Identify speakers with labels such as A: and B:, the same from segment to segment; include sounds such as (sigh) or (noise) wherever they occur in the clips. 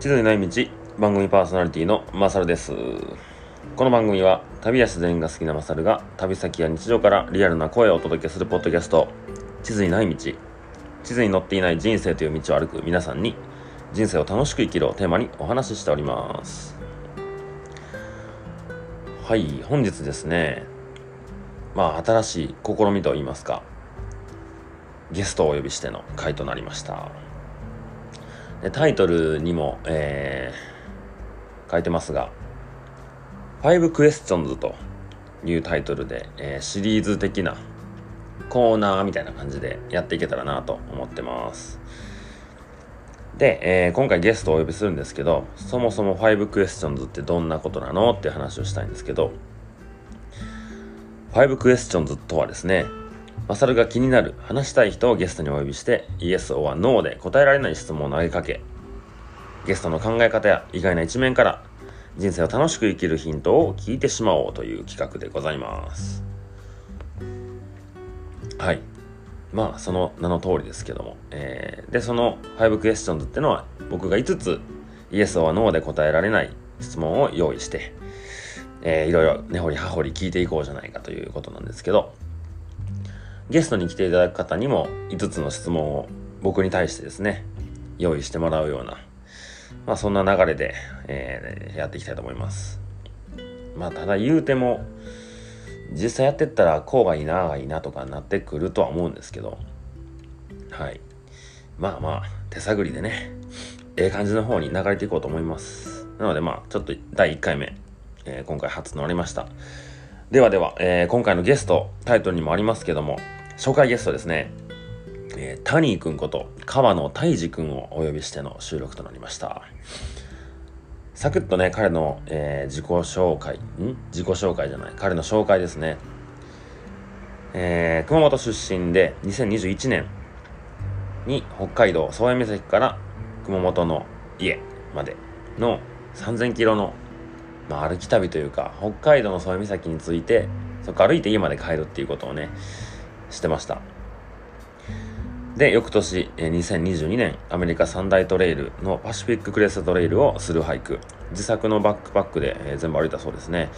A: 地図にない道番組パーソナリティのマサルですこの番組は旅や自然が好きなマサルが旅先や日常からリアルな声をお届けするポッドキャスト地図にない道地図に載っていない人生という道を歩く皆さんに人生を楽しく生きるをテーマにお話ししておりますはい本日ですねまあ新しい試みといいますかゲストをお呼びしての回となりましたでタイトルにも、えー書いてますが「5 Questions」というタイトルで、えーシリーズ的なコーナーみたいな感じでやっていけたらなと思ってますで、えー今回ゲストをお呼びするんですけどそもそも5 Questions ってどんなことなのっていう話をしたいんですけど5 Questions とはですねマサルが気になる話したい人をゲストにお呼びしてイエス or ノーで答えられない質問を投げかけゲストの考え方や意外な一面から人生を楽しく生きるヒントを聞いてしまおうという企画でございますはいまあその名の通りですけども、えーでその5 questions ってのは僕が5つイエス or ノーで答えられない質問を用意して、えーいろいろ根掘り葉掘り聞いていこうじゃないかということなんですけどゲストに来ていただく方にも5つの質問を僕に対してですね用意してもらうような、まあ、そんな流れで、えーやっていきたいと思いますまあただ言うても実際やってったらこうがいいなあがいいなとかなってくるとは思うんですけどはいまあまあ手探りでねええ感じの方に流れていこうと思いますなのでまあちょっと第1回目、えー今回初となりましたではでは、えー今回のゲストタイトルにもありますけども初回ゲストですね、えータニーくんこと川野泰治くんをお呼びしての収録となりましたサクッとね彼の、えー自己紹介ん自己紹介じゃない彼の紹介ですね、えー熊本出身で2021年に北海道宗谷岬から熊本の家までの3000キロのまあ、歩き旅というか北海道の添美岬についてそこ歩いて家まで帰るっていうことをねしてましたで翌年えー2022年アメリカ三大トレイルのパシフィッククレストトレイルをするハイク自作のバックパックでえー全部歩いたそうですね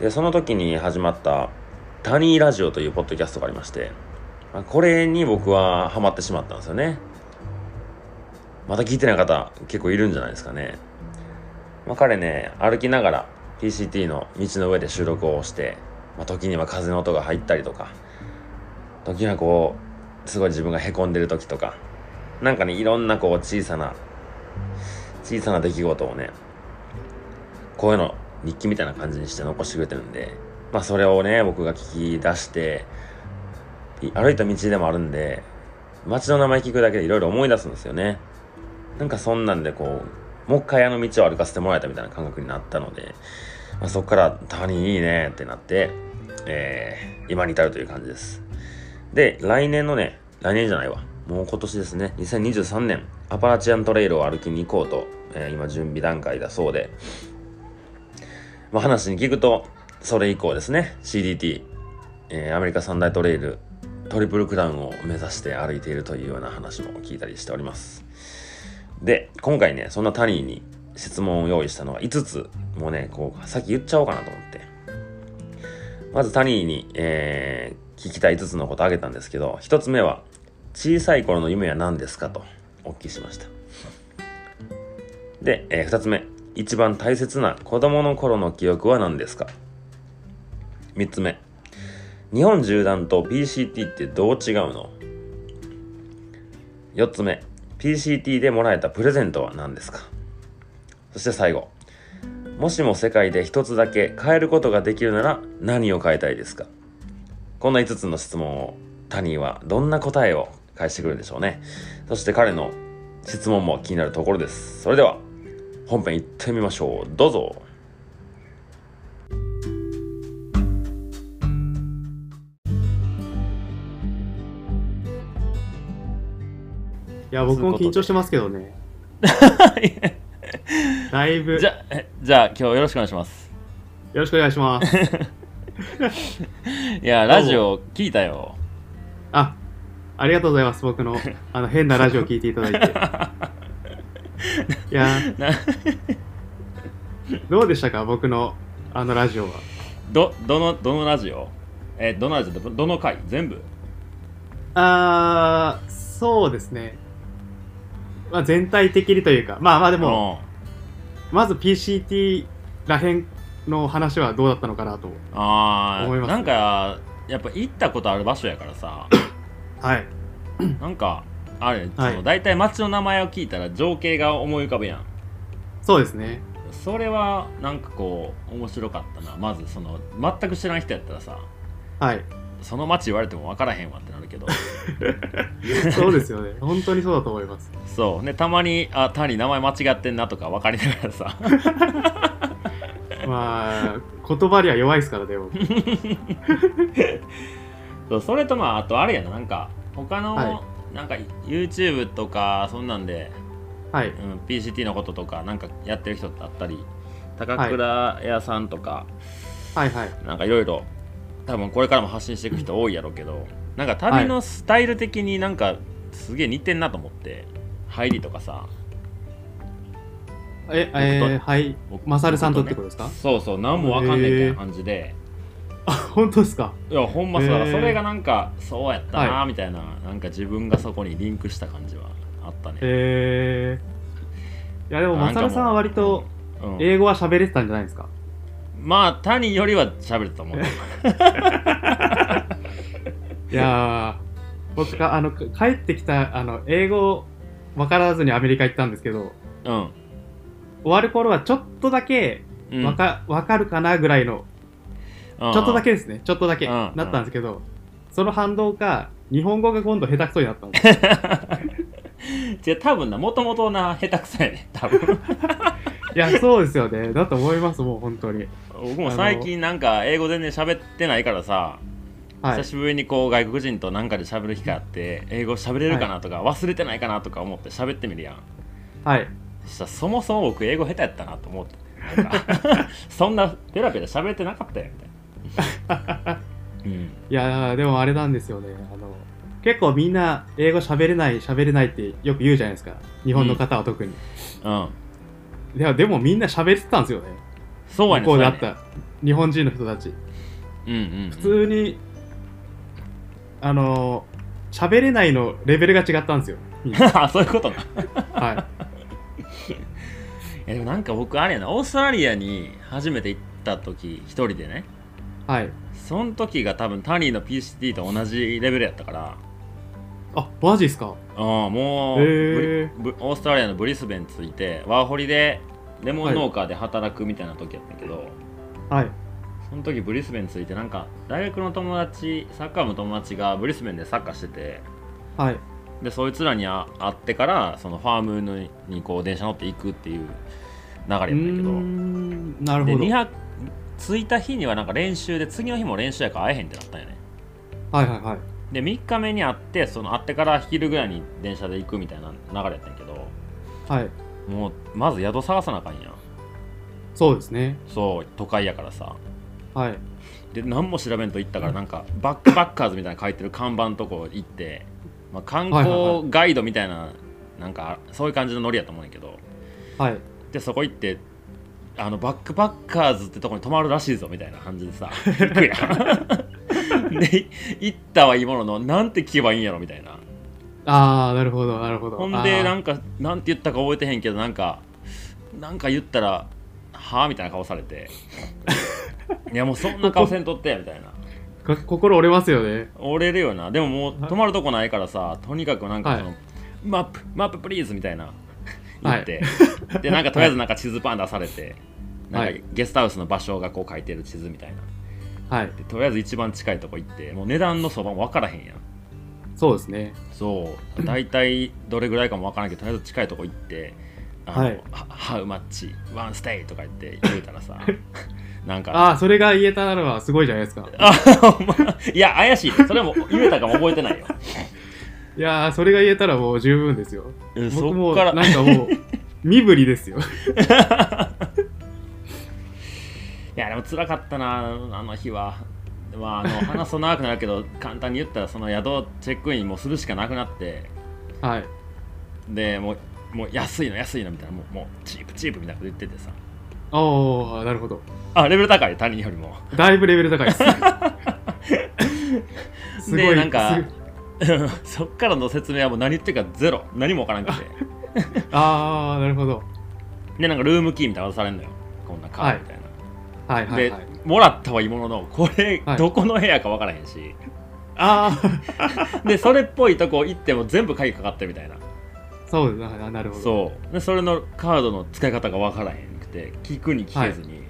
A: でその時に始まった「タニーラジオ」というポッドキャストがありましてまあこれに僕はハマってしまったんですよねまた聞いてない方結構いるんじゃないですかねまあ、彼ね歩きながら PCT の道の上で収録をして、まあ、時には風の音が入ったりとか時にはこうすごい自分がへこんでる時とかなんかねいろんなこう小さな小さな出来事をねこういうの日記みたいな感じにして残してくれてるんで、まあ、それをね僕が聞き出してい歩いた道でもあるんで街の名前聞くだけでいろいろ思い出すんですよね。なんかそんなんでこう、もう一回あの道を歩かせてもらえたみたいな感覚になったので、まあ、そこから、他人いいねってなって、えー今に至るという感じです。で、来年のね、来年じゃないわ。もう今年ですね、2023年、アパラチアントレイルを歩きに行こうと、えー今準備段階だそうで、まあ、話に聞くと、それ以降ですね、CDT、えーアメリカ三大トレイル、トリプルクラウンを目指して歩いているというような話も聞いたりしております。で、今回ね、そんなタニーに質問を用意したのは5つ、もうね、こう、さっき言っちゃおうかなと思って。まずタニーに、えー聞きたい5つのことあげたんですけど、1つ目は、小さい頃の夢は何ですかと、お聞きしました。で、え2つ目、一番大切な子供の頃の記憶は何ですか ?3 つ目、日本縦断と PCT ってどう違うの4つ目 PCT でもらえたプレゼントは何ですかそして最後もしも世界で一つだけ変えることができるなら何を変えたいですかこんな5つの質問をタニーはどんな答えを返してくるでしょうねそして彼の質問も気になるところですそれでは本編行ってみましょうどうぞ
B: いや、僕も緊張してますけ
C: (laughs)
B: どね。だいぶ。
C: じ
B: よ
C: ゃあ、えじゃあ今日よろしくお願いします。
B: ろしくお願い
C: (laughs)
B: します。
C: いや、ラジオ聞いたよ。 (laughs)
B: あ、
C: (laughs)
B: ありがとうございます。僕の、あの、変なラジオ聞いていただいて。いや
A: な
B: どうでしたか僕のあのラジオは
A: どどのどのラジオえどのラジオどどの回全部
B: あーそうですね、まあ、全体的にというかまあまあで
A: で
B: もまず PCT らへんの話はどうだったのかなと
A: あ
B: 思い
A: ー
B: ます
A: なんかやっぱ行ったことある場所やから
B: (coughs)
A: さ
B: はい
A: なんかあれ、
B: はい
A: その大体町の名前を聞いたら情景が思い浮かぶやん
B: そうですね
A: それはなんかこう面白かったなまずその全く知らん人やったらさ
C: (laughs)
B: はい
A: その町言われても分からへんわってなるけ
B: (laughs)
A: ど
B: そうですよね本当にそうだと思います
A: そうねたまにあ単に名前間違ってんなとか分かりながらさ (laughs)
B: まあ言葉には弱いですからね僕
A: そうそれとまああとあれやななんか他の、
B: は
A: なんか YouTube とかそんなんで、
B: はい
A: うん、PCT のこととかなんかやってる人ってあったり高倉屋さんとか、
B: はいはい
A: なんかいろいろ多分これからも発信していく人多いやろうけどなんか旅のスタイル的になんかすげえ似てんなと思って入りとかさ
B: ええー、はい
A: 僕
B: マサルさんとって
A: 僕
B: ことですか
A: そうそう何もわかんないみたいな感じで
B: あ本当ですか
A: いやほんまそうだから
B: へー
A: それがなんかそうやったなみたいな、なんか自分がそこにリンクした感じはあったね
B: えー、いやでも
A: な
B: マ
A: んか
B: サ
A: もう
B: ルさんは割と
A: うん
B: 英語は喋れてたんじゃないですか
A: まあ谷よりは喋れてたもん
B: いやー僕があのか帰ってきたあの英語分からずにアメリカ行ったんですけど
A: うん
B: 終わる頃はちょっとだけ
A: うん
B: わか,、わかるかなぐらいの
A: うん
B: ちょっとだけですねちょっとだけ
A: うん
B: なったんですけどその反動か日本語が今度下手くそになったんです
A: 違う多分なもともとな下手くそやね多
B: (laughs)
A: 分
B: いやそうですよねだと思いますもう本当に
A: 僕も最近なんか英語全然喋ってないからさ
B: はい
A: 久しぶりにこう外国人となんかで喋る機会あって英語喋れるかなとか、忘れてないかなとか思って喋ってみるやん
B: はい
A: そしたらそもそも僕英語下手やったなと思ってなん
B: (laughs)
A: かそんなペラペラ喋れてなかったよみたいな、うん、
B: いやーでもあれなんですよねあの結構みんな英語喋れない喋れないってよく言うじゃないですか日本の方は特に、
A: うん、
B: いやでもみんな喋ってたんですよね
A: そうやね
B: 向こうであっ
A: そうやね
B: た日本人の人たち
A: うんうんうん、
B: 普通に、あの喋れないのレベルが違ったんですよみ
A: (laughs)
B: ん
A: (laughs)
B: な
A: あそういうことな
B: はい
A: えでもなんか僕あれやなオーストラリアに初めて行った時一人でね
B: はい
A: その時が多分タニーの PCT と同じレベルやったから
B: あマジですか
A: あもう、
B: へー
A: ブリブオーストラリアのブリスベン着いてワーホリでレモン農家で働くみたいな時やったけど、
B: はい
A: その時ブリスベン着いてなんか大学の友達サッカー部の友達がブリスベンでサッカーしてて
B: はい
A: でそいつらにあ会ってからそのファームににこう電車乗って行くっていう流れやった
B: うー
A: けど
B: んなる
A: で
B: ほど
A: 2
B: はい
A: 泊着いた日にはなんか練習で次の日も練習やから会えへんってなったんよね
B: はいはい
A: で3日目に会ってその会ってから昼ぐらいに電車で行くみたいな流れやったんやけど
B: はい
A: もうまず宿探さなあかんやん
B: そうですね
A: そう都会やからさ
B: はい
A: で何も調べんと行ったからなんかバックバッカーズみたいな書いてる看板のとこ行って、まあ、観
B: はいはいは
A: 光ガイドみたいななんかそういう感じのノリやと思うんやけど
B: はい
A: でそこ行ってあのバックバッカーズってとこに泊まるらしいぞみたいな感じでさ行くやんで行ったはいいもののなんて聞けばいいんやろみたいな
B: ああなるほどなるほど
A: ほんで
B: あー
A: なんかなんて言ったか覚えてへんけどなんかなんか言ったら「はあ?」みたいな顔され
B: (laughs)
A: て「いやもうそんな顔せんとって」みたいな
B: か心折れますよね
A: 折れるよなでももう
B: はい
A: 泊まるとこないからさとにかくなんかその、
B: は
A: マップマッププリーズみたいな言
B: はい
A: って、でなんかとりあえずなんか地図パン出されて、
B: は
A: ないんかゲストハウスの場所がこう書いてる地図みたいな
B: はい
A: でとりあえず一番近いとこ行ってもう値段のそばも分からへんやん
B: そうですね
A: そう大体どれぐらいかも分からんけどとりあえず近いとこ行って「あの
B: はい
A: はハウマッチワンステイ」とか言って言うたら
B: (laughs)
A: さなんか
B: ああそれが言えたならすごいじゃないですか
A: あほんまいや怪しいそれも言えたかも覚えてないよ
B: いやーそれが言えたらもう十分ですよ
A: うんそ
B: (laughs) 僕も
A: っから
B: なんかもう身振りですよ (laughs)
A: いやでも辛かったなあの日は。まあ、あの話そう長くなるけど簡単に言ったらその宿チェックインもするしかなくなって
B: はい
A: でもうもう安いの安いのみたいなもうもうチープチープみたいなこと言っててさ
B: ああ、なるほど。
A: あレベル高い他人よりも
B: だいぶレベル高い
A: (laughs)
B: です。すご
A: で
B: い、
A: なんか
B: す
A: (laughs) そっからの説明はもう何言ってるかゼロ何も分からん
B: (laughs)
A: くて
B: ああ、なるほど。
A: でなんかルームキーみたいなの渡されるのよこんなカードみたいな、
B: はいはい、はい
A: で。もらったはいいもののこれ
B: はい
A: どこの部屋か分からへんし、
B: あ
A: でそれっぽいとこ行っても全部鍵かかってるみたいな
B: あ、そうですななるほど。
A: そうでそれのカードの使い方が分からへんくて聞くに聞けずに、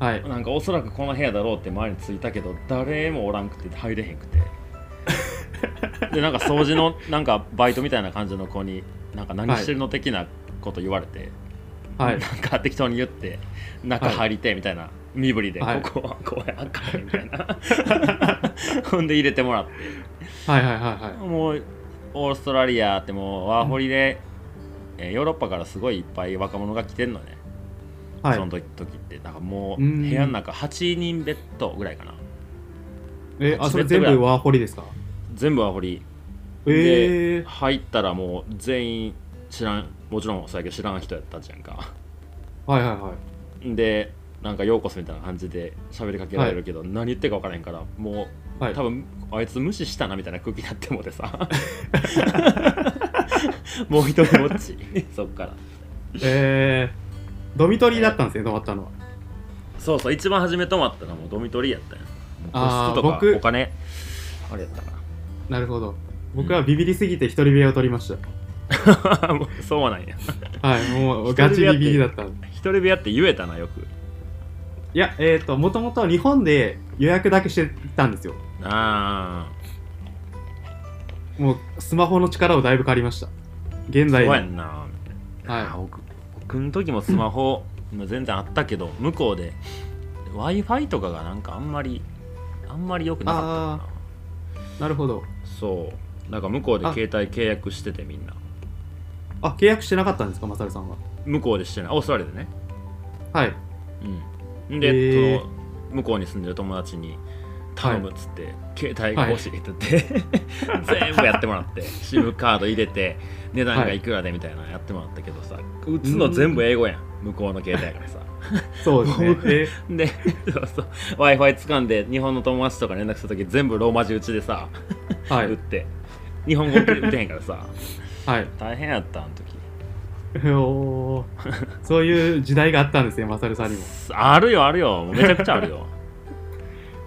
B: はい。
A: なんかおそらくこの部屋だろうって前に着いたけど誰もおらんくて入れへんく
B: (laughs)
A: てでなんか掃除のなんかバイトみたいな感じの子になんか何してるの的なこと言われて、
B: はい。
A: なんか適当に言って中入りてみたいな、身振りで、
B: はい
A: ここはこうやあかんみたいなほんで入れてもらって
B: はいはいはいは
A: もうオーストラリアってもうワーホリで、えーヨーロッパからすごいいっぱい若者が来てんのね、
B: い。はい
A: その時時ってなんかもう部
B: うん
A: 屋の中8人ベッドぐらいかな
B: え、あ、それ全部ワーホリですか
A: 全部ワーホリ
B: ええー。
A: 入ったらもう全員知らんもちろんそうやけど知らん人やったじゃんか
B: はいはいはい。
A: でなんかようこそみたいな感じで喋りかけられるけど、何言ってるか分からへんからもう、
B: はい
A: 多分あいつ無視したなみたいな空気になってもうて
B: (laughs)
A: さもう一人ぼっちそっから
B: えー、ドミトリーだったんですよ、泊まったのは。
A: そうそう一番初め泊まったのはもうドミトリーやったよ
B: あー
A: 個室とか
B: 僕
A: お金あれやったか
B: なるほど。僕はビビりすぎて一人部屋を取りまし
A: な (laughs) もうそうなんや
B: た。はい、もうガチビビりだった。い
A: 一人部屋って言えたなよく
B: や、えっ、ー、と、もともと日本で予約だけしてたんですよ。
A: ああ
B: もうスマホの力をだいぶ借りました。現在
A: そうや
B: に。
A: んな、
B: はい
A: あー僕僕の時もスマホまあ全然あったけど向こうで w i f i とかがなんかあんまりあんまりよくなかったか
B: なるほど。
A: なそうなんか向こうで携帯契約しててみんな
B: あ、契約してなかったんですか、マサルさんは。
A: 向こうでしてないオーストラリアでね
B: はい。
A: うんで、
B: へー
A: その向こうに住んでる友達に頼むっつって、携帯が欲しいって言って、 (laughs) 全部やってもらって SIM カード入れて値段がいくらでみたいなのやってもらったけどさ、打つの全部英語やん向こうの携帯やからさ
B: そうですね。え
A: (laughs) でそうそう w i f i 掴んで日本の友達とか連絡した時全部ローマ字打ちでさ、
B: ーは
A: 打っ
B: い。
A: て日本語って打てへんから
B: (laughs)
A: さ
B: はい。
A: 大変やったあの時
B: おーそういう時代があったんですよ、マサルさんにも。
A: あるよあるよもうめちゃくちゃある
B: (laughs)
A: よ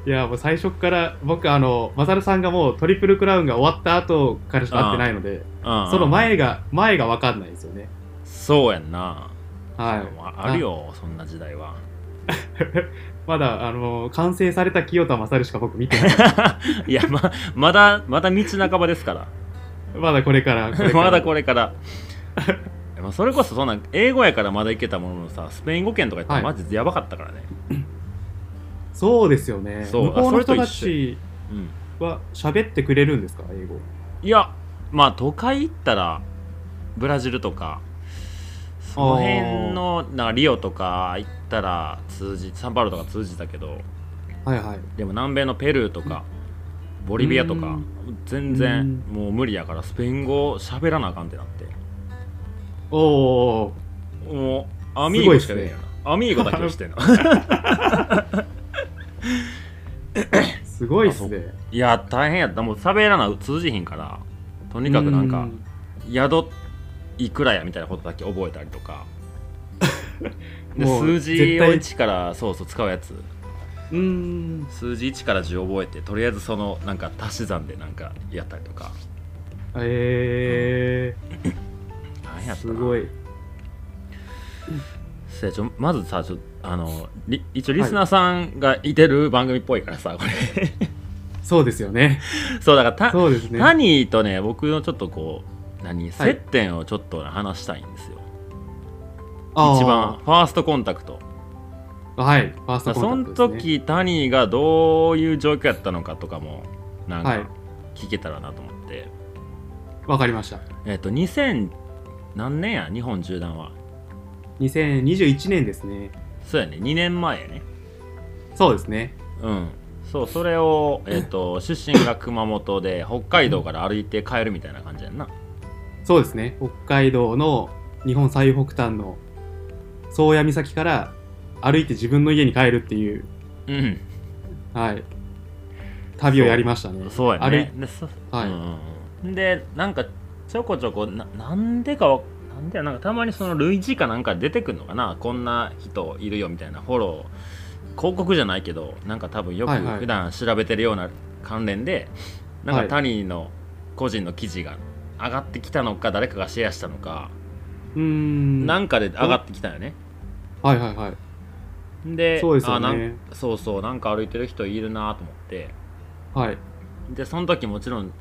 B: いや、もう最初っから、僕、あの、マサルさんがもうトリプルクラウンが終わった後からしか会ってないので、
A: うんうん
B: その前が、前が分かんないですよね。
A: そうやんな、
B: はい。
A: ああるよそんな時代は
B: まだ、あの、完成された清田勝しか僕見てない。
A: いやままだまだ道半ばですから
B: まだこ
A: (laughs)
B: れから。これから
A: まだこれから (laughs) まあそれこそそんな英語やからまだいけたもののさスペイン語圏とか言ったら
B: は
A: マ
B: い
A: ジでやばかったからね、
B: そうですよね。
A: そう
B: 向こうの人
A: あ
B: た
A: それと
B: ち
A: うん
B: は喋ってくれるんですか、英語。
A: いやまあ都会行ったらブラジルとかその辺のなんかリオとか行ったら通じサンパウロとか通じたけど
B: はいはい。
A: でも南米のペルーとかボリビアと
B: う
A: か
B: ん
A: 全然もう無理やからスペイン語喋らなあかんってなって
B: おーおーおー
A: もうアミーゴしか
B: すご
A: 出え
B: いっ
A: へん
B: す
A: やなアミーゴだけをしてん
B: (laughs)
A: の
B: すごいっすね。
A: いや大変やったもう喋らな通じひんからとにかくなん
B: う
A: か宿いくらやみたいなことだけ覚えたりと
B: (laughs)
A: かで
B: もう
A: 数字
B: 絶
A: を
B: 対
A: 1からそうそう使うやつ
B: うーん。
A: 数字1から10覚えてとりあえずそのなんか足し算でなんかやったりとか
B: え
A: 大変やった
B: ー、す
A: な
B: ごい。
A: せやちょまずさちょあのり一応リスナーさんがいてる番組っぽいからさ、これ (laughs)
B: そうですよね。
A: そうだからた、
B: そうですね。
A: タニーとね僕のちょっとこう何
B: はい
A: 接点をちょっと話したいんですよ、
B: あー
A: 一番。ファーストコンタクト
B: はい。ファーストコ
A: そ
B: ン
A: の
B: タクトですね。
A: 時タニーがどういう状況やったのかとかもなん
B: はい
A: か聞けたらなと思って、
B: わかりました。
A: えっ、と2000何年や日本縦断は
B: 2021年ですね。
A: そうやね2年前やね
B: そうですね。
A: うんそうそれを、えっ
B: (laughs)
A: と出身が熊本で北海道から歩いて帰るみたいな感じやんな
B: そうですね。北海道の日本最北端の宗谷岬から歩いて自分の家に帰るっていう、
A: うん
B: はい、旅をやりましたね。
A: そうやね
B: 歩い
A: でそ
B: はい
A: うんうんでなんかちょこちょこななんでかわなんでやなんかたまにその類似かなんか出てくるのかなこんな人いるよみたいなフォロー広告じゃないけどなんか多分よく
B: はいはい
A: 普段調べてるような関連で、な
B: は
A: ん
B: い
A: か谷の個人の記事が上がってきたのか誰かがシェアしたのか、
B: うーん。
A: な
B: はい
A: んかで上がってきたよね、
B: はいはい。
A: で
B: そうですよ
A: あなん
B: ね。
A: そうそうなんか歩いてる人いるなと思って
B: はい。
A: でその時もちろん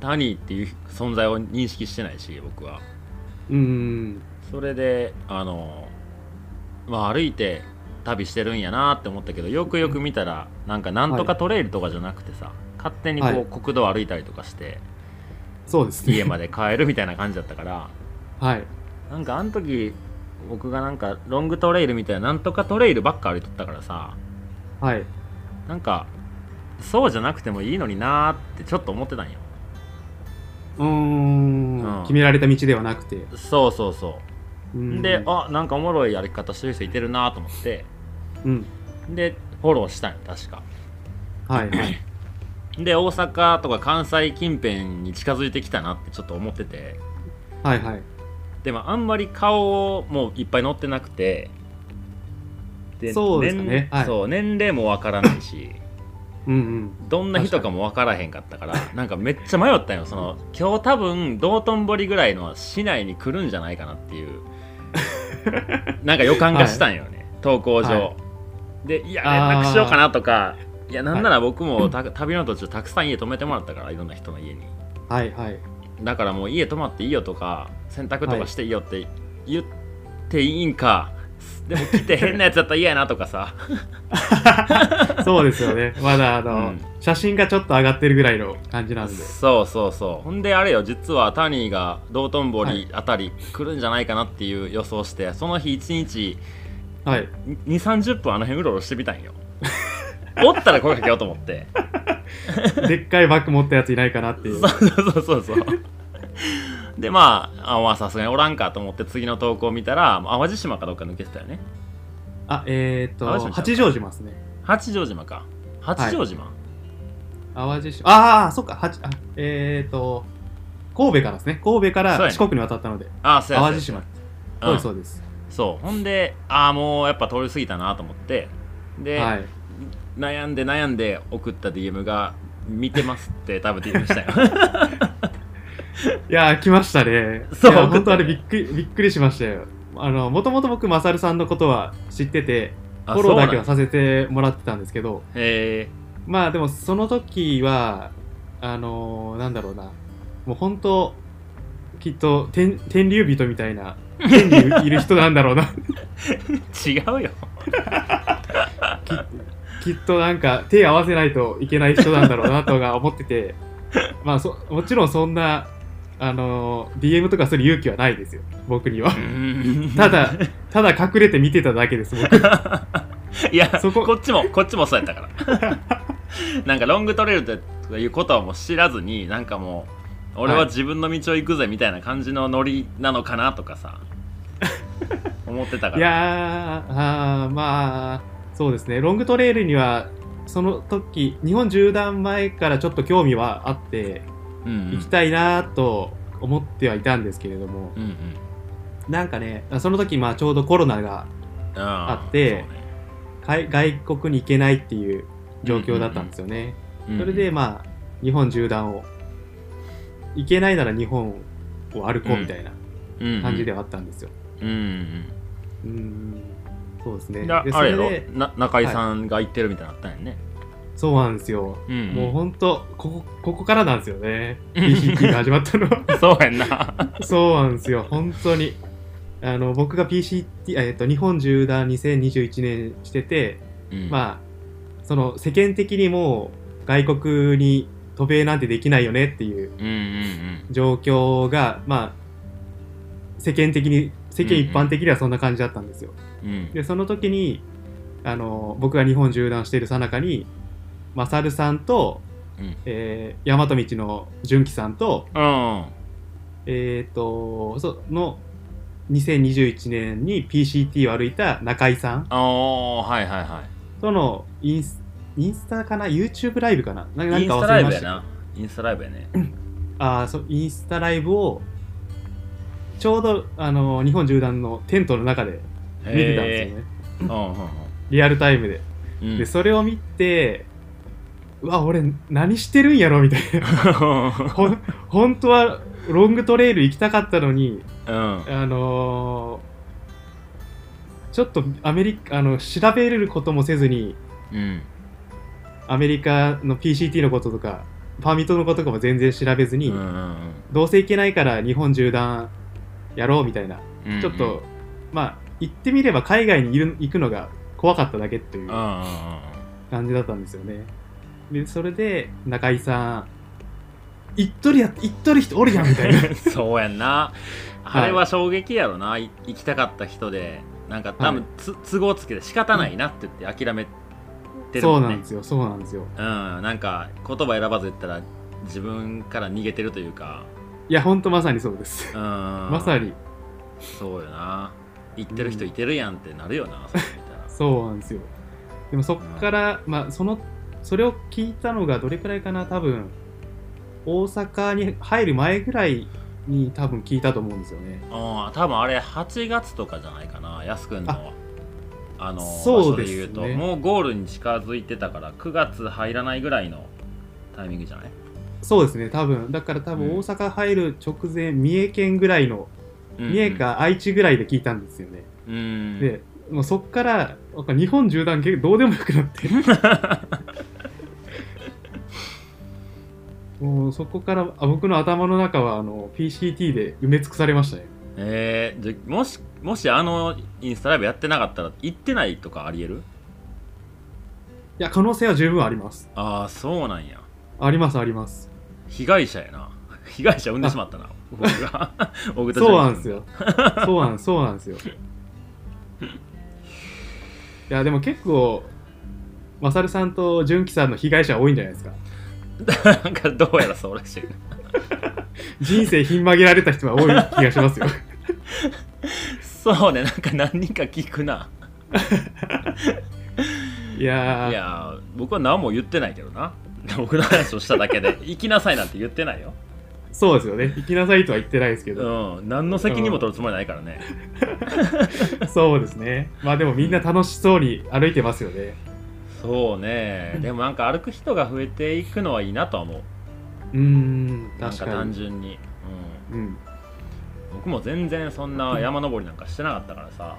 A: 谷っていう存在を認識してないし僕は
B: うーん。
A: それであのまあ歩いて旅してるんやなって思ったけどよくよく見たらなんかなんとかトレイルとかじゃなくてさ、勝手にこう、
B: はい
A: 国道歩いたりとかして
B: そうですね。
A: 家まで帰るみたいな感じだったから
B: (laughs) はい。
A: なんかあの時僕がなんかロングトレイルみたいななんとかトレイルばっか歩いとったからさ
B: はい。
A: なんかそうじゃなくてもいいのになーってちょっと思ってたんよ
B: うーん,、
A: うん
B: 決められた道ではなくて。う
A: そうそうそ
B: ー
A: うんで、あなんかおもろい歩き方してる人いてるなと思って
B: うん。
A: でフォローしたんよ確か
B: は
A: (clears throat)
B: いはい。
A: で大阪とか関西近辺に近づいてきたなってちょっと思ってて
B: はいはい。
A: でもあんまり顔もいっぱい乗ってなくて
B: そうですかね
A: 年
B: はい
A: そう年齢もわからないし
B: うんうん。
A: どんな人かもわからへんかったからなんかめっちゃ迷ったんよその今日多分道頓堀ぐらいの市内に来るんじゃないかなっていう
B: (laughs)
A: なんか予感がしたんよね、投稿上、
B: は
A: でいや
B: あー
A: 連絡しようかなとかいやなんなら僕もた旅の途中たくさん家泊めてもらったからいろんな人の家に
B: はいはい。
A: だからもう家泊まっていいよとか洗濯とかしていいよって言っていいんか、でも来て変なやつだったら嫌やなとかさ
B: そうです
A: (laughs)
B: よね。まだあの、
A: うん
B: 写真がちょっと上がってるぐらいの感じなんで。
A: そうそうそうほんであれよ実はタニーが道頓堀あたり来るんじゃないかなっていう予想して、その日1日 (laughs)
B: はい。
A: 2 3 0分あの辺うろうろしてみたん
B: (laughs)
A: よおったら声かけようと思って
B: でっかいバッグ持ったやついないかなっていう。
A: そうそうそうそうでまああまあさすがにおらんかと思って次の投稿見たら淡路島かどっか抜けてたよね
B: あ、えー、っ
A: 淡路島ちゃうか
B: と、八丈島ですね。
A: 八丈島か八丈島、
B: 淡路島。ああ、そっか、八、あえー、っと、神戸からですね。神戸か
A: そうや
B: ら
A: ね
B: 四国に渡ったので、
A: あそうや
B: 淡路
A: そうや
B: 島。
A: うん
B: そうです、そうです。
A: そうほんでああもうやっぱ通り過ぎたなと思ってで、
B: はい。
A: 悩んで悩んで送った DM が「見てます」って多分 DM
B: (laughs)
A: したよ
B: いやー、来ましたね。
A: (laughs) そう
B: いや本当あれびっくり、びっくりしましたよ。あの、もともと僕、マサルさんのことは知ってて、フ
A: あ
B: ォロ
A: そ
B: ーだけ
A: うなん
B: はさせてもらってたんですけど、
A: へ
B: まあでもその時は、あのーなんだろうな、もう本当、きっと天天竜人みたいな、天にいる人なんだろうな、
A: え違うよ
B: きっとなんか手合わせないといけない人なんだろうなとか思っ
A: (laughs)
B: てて、まあそもちろんそんな、あのー DM とかする勇気はないですよ、僕には。ただ、ただ隠れて見てただけです、僕。
A: (laughs) いや
B: そこ
A: こっちもこっちもそうやったから (laughs) なんかロングトレイルっていうことはもう知らずになんかもう俺は自分の道を行くぜみたいな感じのノリなのかなとか
B: (laughs)
A: さ思ってたから
B: いやーあーまあそうですねロングトレイルにはその時日本縦断前からちょっと興味はあって
A: うんうん
B: 行きたいなと思ってはいたんですけれども、
A: うんうん
B: なんかねその時まあちょうどコロナが
A: あー
B: あって
A: そうね
B: 海外国に行けないっていう状況だったんですよね、
A: うんうん
B: それでまあ日本縦断を行けないなら日本を歩こうみたいな感じではあったんですよ、
A: うんうん
B: うん、そうですね
A: だ
B: で
A: あれや
B: そ
A: ろ
B: れで
A: な中井さんが言ってるみたいになったんやね、
B: そうなんですよ
A: うん
B: もうほんと、ここ、ここからなんですよね。PCT が始まったのは。 (laughs)
A: そうやんな
B: そうなんですよ、本当に。あの、僕が PCT、えっと、日本縦断2021年してて、
A: あ
B: まあ、その、世間的にもう、外国に渡米なんてできないよねっていう
A: うんうん
B: 状況が、まあ、世間的に、世間一般的にはそんな感じだったんですよ。
A: うんうん
B: でその時にあの僕が日本縦断しているさなかにマサルさんと、
A: うん
B: えー大和道の純喜さんと,、
A: うん
B: えー、とその2021年に PCT を歩いた中井さん
A: ああはいはいは
B: とのインスインスタかな ?YouTube ライブかななないん
A: インス
B: か
A: タ
B: 忘
A: ラ
B: れ
A: イ
B: ま
A: ブ
B: し
A: や
B: た
A: なインスタライブやね
B: あーそうインスタライブをちょうどあの日本縦断のテントの中で見てたんですよね
A: へーうんうん
B: リアルタイムで
A: うん
B: でそれを見てうわ俺何してるんやろみたいな
A: (laughs)
B: ほん本当はロングトレイル行きたかったのに
A: うん
B: あのーちょっとアメリカあの調べることもせずに
A: うん
B: アメリカの PCT のこととかパーミットのこととかも全然調べずに、
A: うんうん
B: どうせ行けないから日本縦断やろうみたいな
A: うん
B: ちょっと、まあ行ってみれば海外にいる行くのが怖かっただけという
A: うんうんうん
B: 感じだったんですよねでそれで中居さん行っとるや行っとる人おるやんみた
A: (laughs)
B: いな (laughs)
A: うんそうやんなあれは衝撃やろな、い行きたかった人でなんか多分、
B: は
A: つ都合つけて仕方ないなって言って諦めてる
B: そ
A: も
B: うん
A: ね
B: なんですよそうなんですよ
A: うん、なんか言葉選ばず言ったら自分から逃げてるというか、
B: いやほんとまさにそうです
A: うん、
B: ま
A: ま
B: さに
A: そうよな言ってる人いてるやんってなるよな、それ見たら
B: そうなんですよでもそっから、まあそのそれを聞いたのがどれくらいかな多分大阪に入る前ぐらいに多分聞いたと思うんですよね
A: うん多分あれ8月とかじゃないかなやすくんのあの
B: そうですね
A: 場所言うともうゴールに近づいてたから9月入らないぐらいのタイミングじゃない
B: そうですね多分だから多分大阪入る直前、三重県ぐらいの三重か愛知ぐらいで聞いたんですよね、
A: うん
B: でもうそっからなんか日本縦断結構どうでもよくなって
A: (laughs)
B: もうそこからあ僕の頭の中はあの PCT で埋め尽くされましたね
A: えー、じゃもしもしあのインスタライブやってなかったら行ってないとかありえる
B: いや可能性は十分あります
A: ああそうなんや
B: ありますあります
A: 被害者やな (laughs) 被害者産んでしまったな僕
B: (laughs)
A: が僕たちが
B: そうなんで
A: (laughs)
B: すよそうなんそうなんですよいやでも結構マサルさんと純喜さんの被害者は多いんじゃないですか
A: (laughs) なんかどうやらそうらしい
B: 人生ひん曲げられた人は多い気がし
A: (laughs)
B: ますよ
A: そうねなんか何人か聞くない
B: やー
A: いやー僕は何も言ってないけどな僕の話をしただけ
B: (laughs)
A: で行きなさいなんて言ってないよ、
B: そうですよね行きなさいとは言ってないですけど、
A: うん、何の責任も取るつもりないからね
B: そうですねまあでもみんな楽しそうに歩いてますよね
A: そうねでもなんか歩く人が増えていくのはいいなとは思う
B: うーん
A: なん
B: 確
A: か
B: か
A: 単
B: に
A: 純に、
B: うん
A: うん、僕も全然そんな山登りなんかしてなかったからさ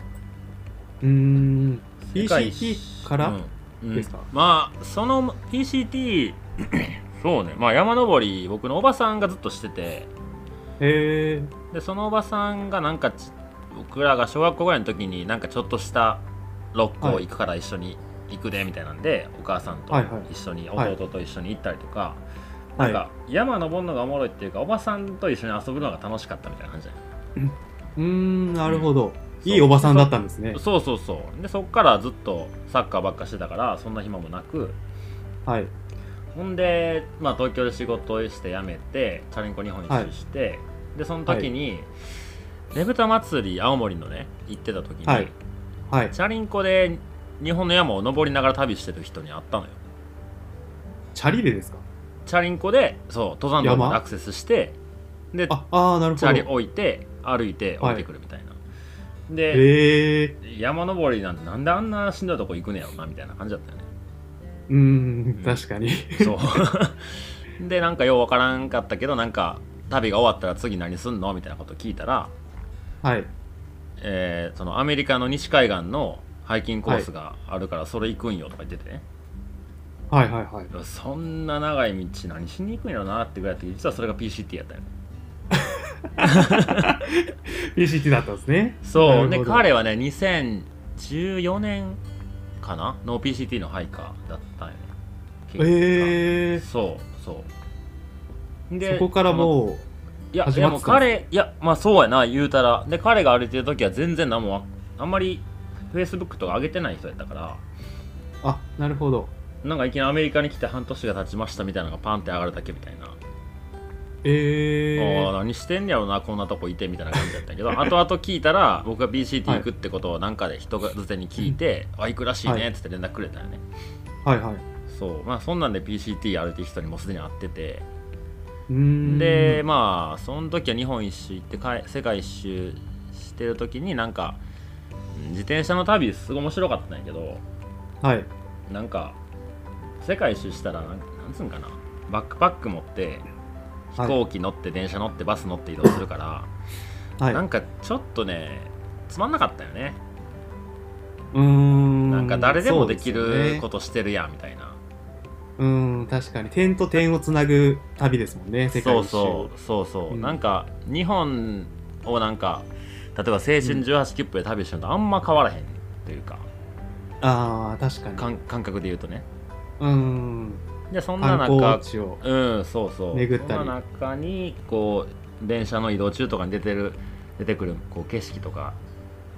B: うーん
A: 世界一
B: PCT から
A: うんうん
B: ですか
A: まあその PCT (clears throat) そうねまあ山登り僕のおばさんがずっとしてて
B: へえ
A: でそのおばさんがなんかち僕らが小学校ぐらいの時になんかちょっとした六甲行くから一緒に行くでみたいなんで、お母さんと
B: はいはい
A: 一緒に、
B: はい
A: 弟と一緒に行ったりとか、
B: はい
A: なんか山登るのがおもろいっていうかおばさんと一緒に遊ぶのが楽しかったみたいな感じだよ
B: うーんなるほど
A: そう
B: いいおばさんだったんですね
A: そうそうそうでそっからずっとサッカーばっかしてたからそんな暇もなく
B: はい
A: ほんで、まあ、東京で仕事をして辞めてチャリンコ日本一周して、でその時に、ねぶた祭り青森のね行ってた時に、
B: はいはい
A: チャリンコで日本の山を登りながら旅してる人に会ったのよ
B: チャリでですか
A: チャリンコでそう登山道に
B: 山
A: アクセスしてで
B: ああーなる
A: チャリ
B: ほど
A: 置いて歩いて降りてくるみたいな、で、
B: へえ
A: 山登りなんてなんであんなしんどいとこ行くねやろなみたいな感じだったよね
B: うーん確かに
A: そうでなんかようわ (laughs) からんかったけどなんか旅が終わったら次何すんのみたいなこと聞いたら、
B: はい
A: えーそのアメリカの西海岸のハイキングコースがあるからそれ行くんよとか言っててね、
B: はいはいはい
A: そんな長い道何しに行くんやろなってぐらいだったけど実はそれが PCT やったよね
B: PCT だったんですね
A: そう
B: なる
A: で
B: ほど
A: 彼はね2014年かなの PCT のハイカーだったんよね結果
B: へえ
A: そうそう
B: そこから
A: う
B: もう
A: いや
B: 始
A: で
B: まって
A: も
B: たん
A: 彼いやまあそうやな言うたらで彼が歩いてる時は全然何もわあんまり Facebook とか上げてない人やったから
B: あなるほど
A: なんかいきなりアメリカに来て半年が経ちましたみたいなのがパンって上がるだけみたいな
B: え
A: あー
B: ー、
A: 何してんやろなこんなとこいてみたいな感じだ
B: (laughs)
A: ったけど後々聞いたら僕が BCT
B: はい
A: 行くってことをなんかで人がずてに聞いて「あ行くらしいね」っつって連絡くれたよね、
B: はいはい
A: そうまあそんなんで BCT やるって人にもすでに会ってて
B: うーん
A: でまあその時は日本一周行ってかえ世界一周してる時になんかうん自転車の旅すごい面白かったんやけど
B: はい
A: なんか世界一周したらなんなんつうんかなバックパック持って飛行機乗って電車乗ってバス乗って移動するから、
B: はい
A: なんかちょっとねつまんなかったよね
B: うーん
A: なんか誰でもできることとしてるやんみたいな
B: う,、ん確かに点と点をつなぐ旅ですもんね世界
A: そ
B: 一
A: う
B: 周
A: そうそうそう、
B: うん
A: なんか日本をなんか例えば青春18切符で旅してるのとあんま変わらへんというか
B: ああ確かに
A: 感感覚で言うとね
B: うーん
A: でそんな
B: 観光
A: 中
B: 地を
A: うんそうそう
B: 巡ったり
A: そんな中にこう電車の移動中とかに出てる出てくるこう景色とか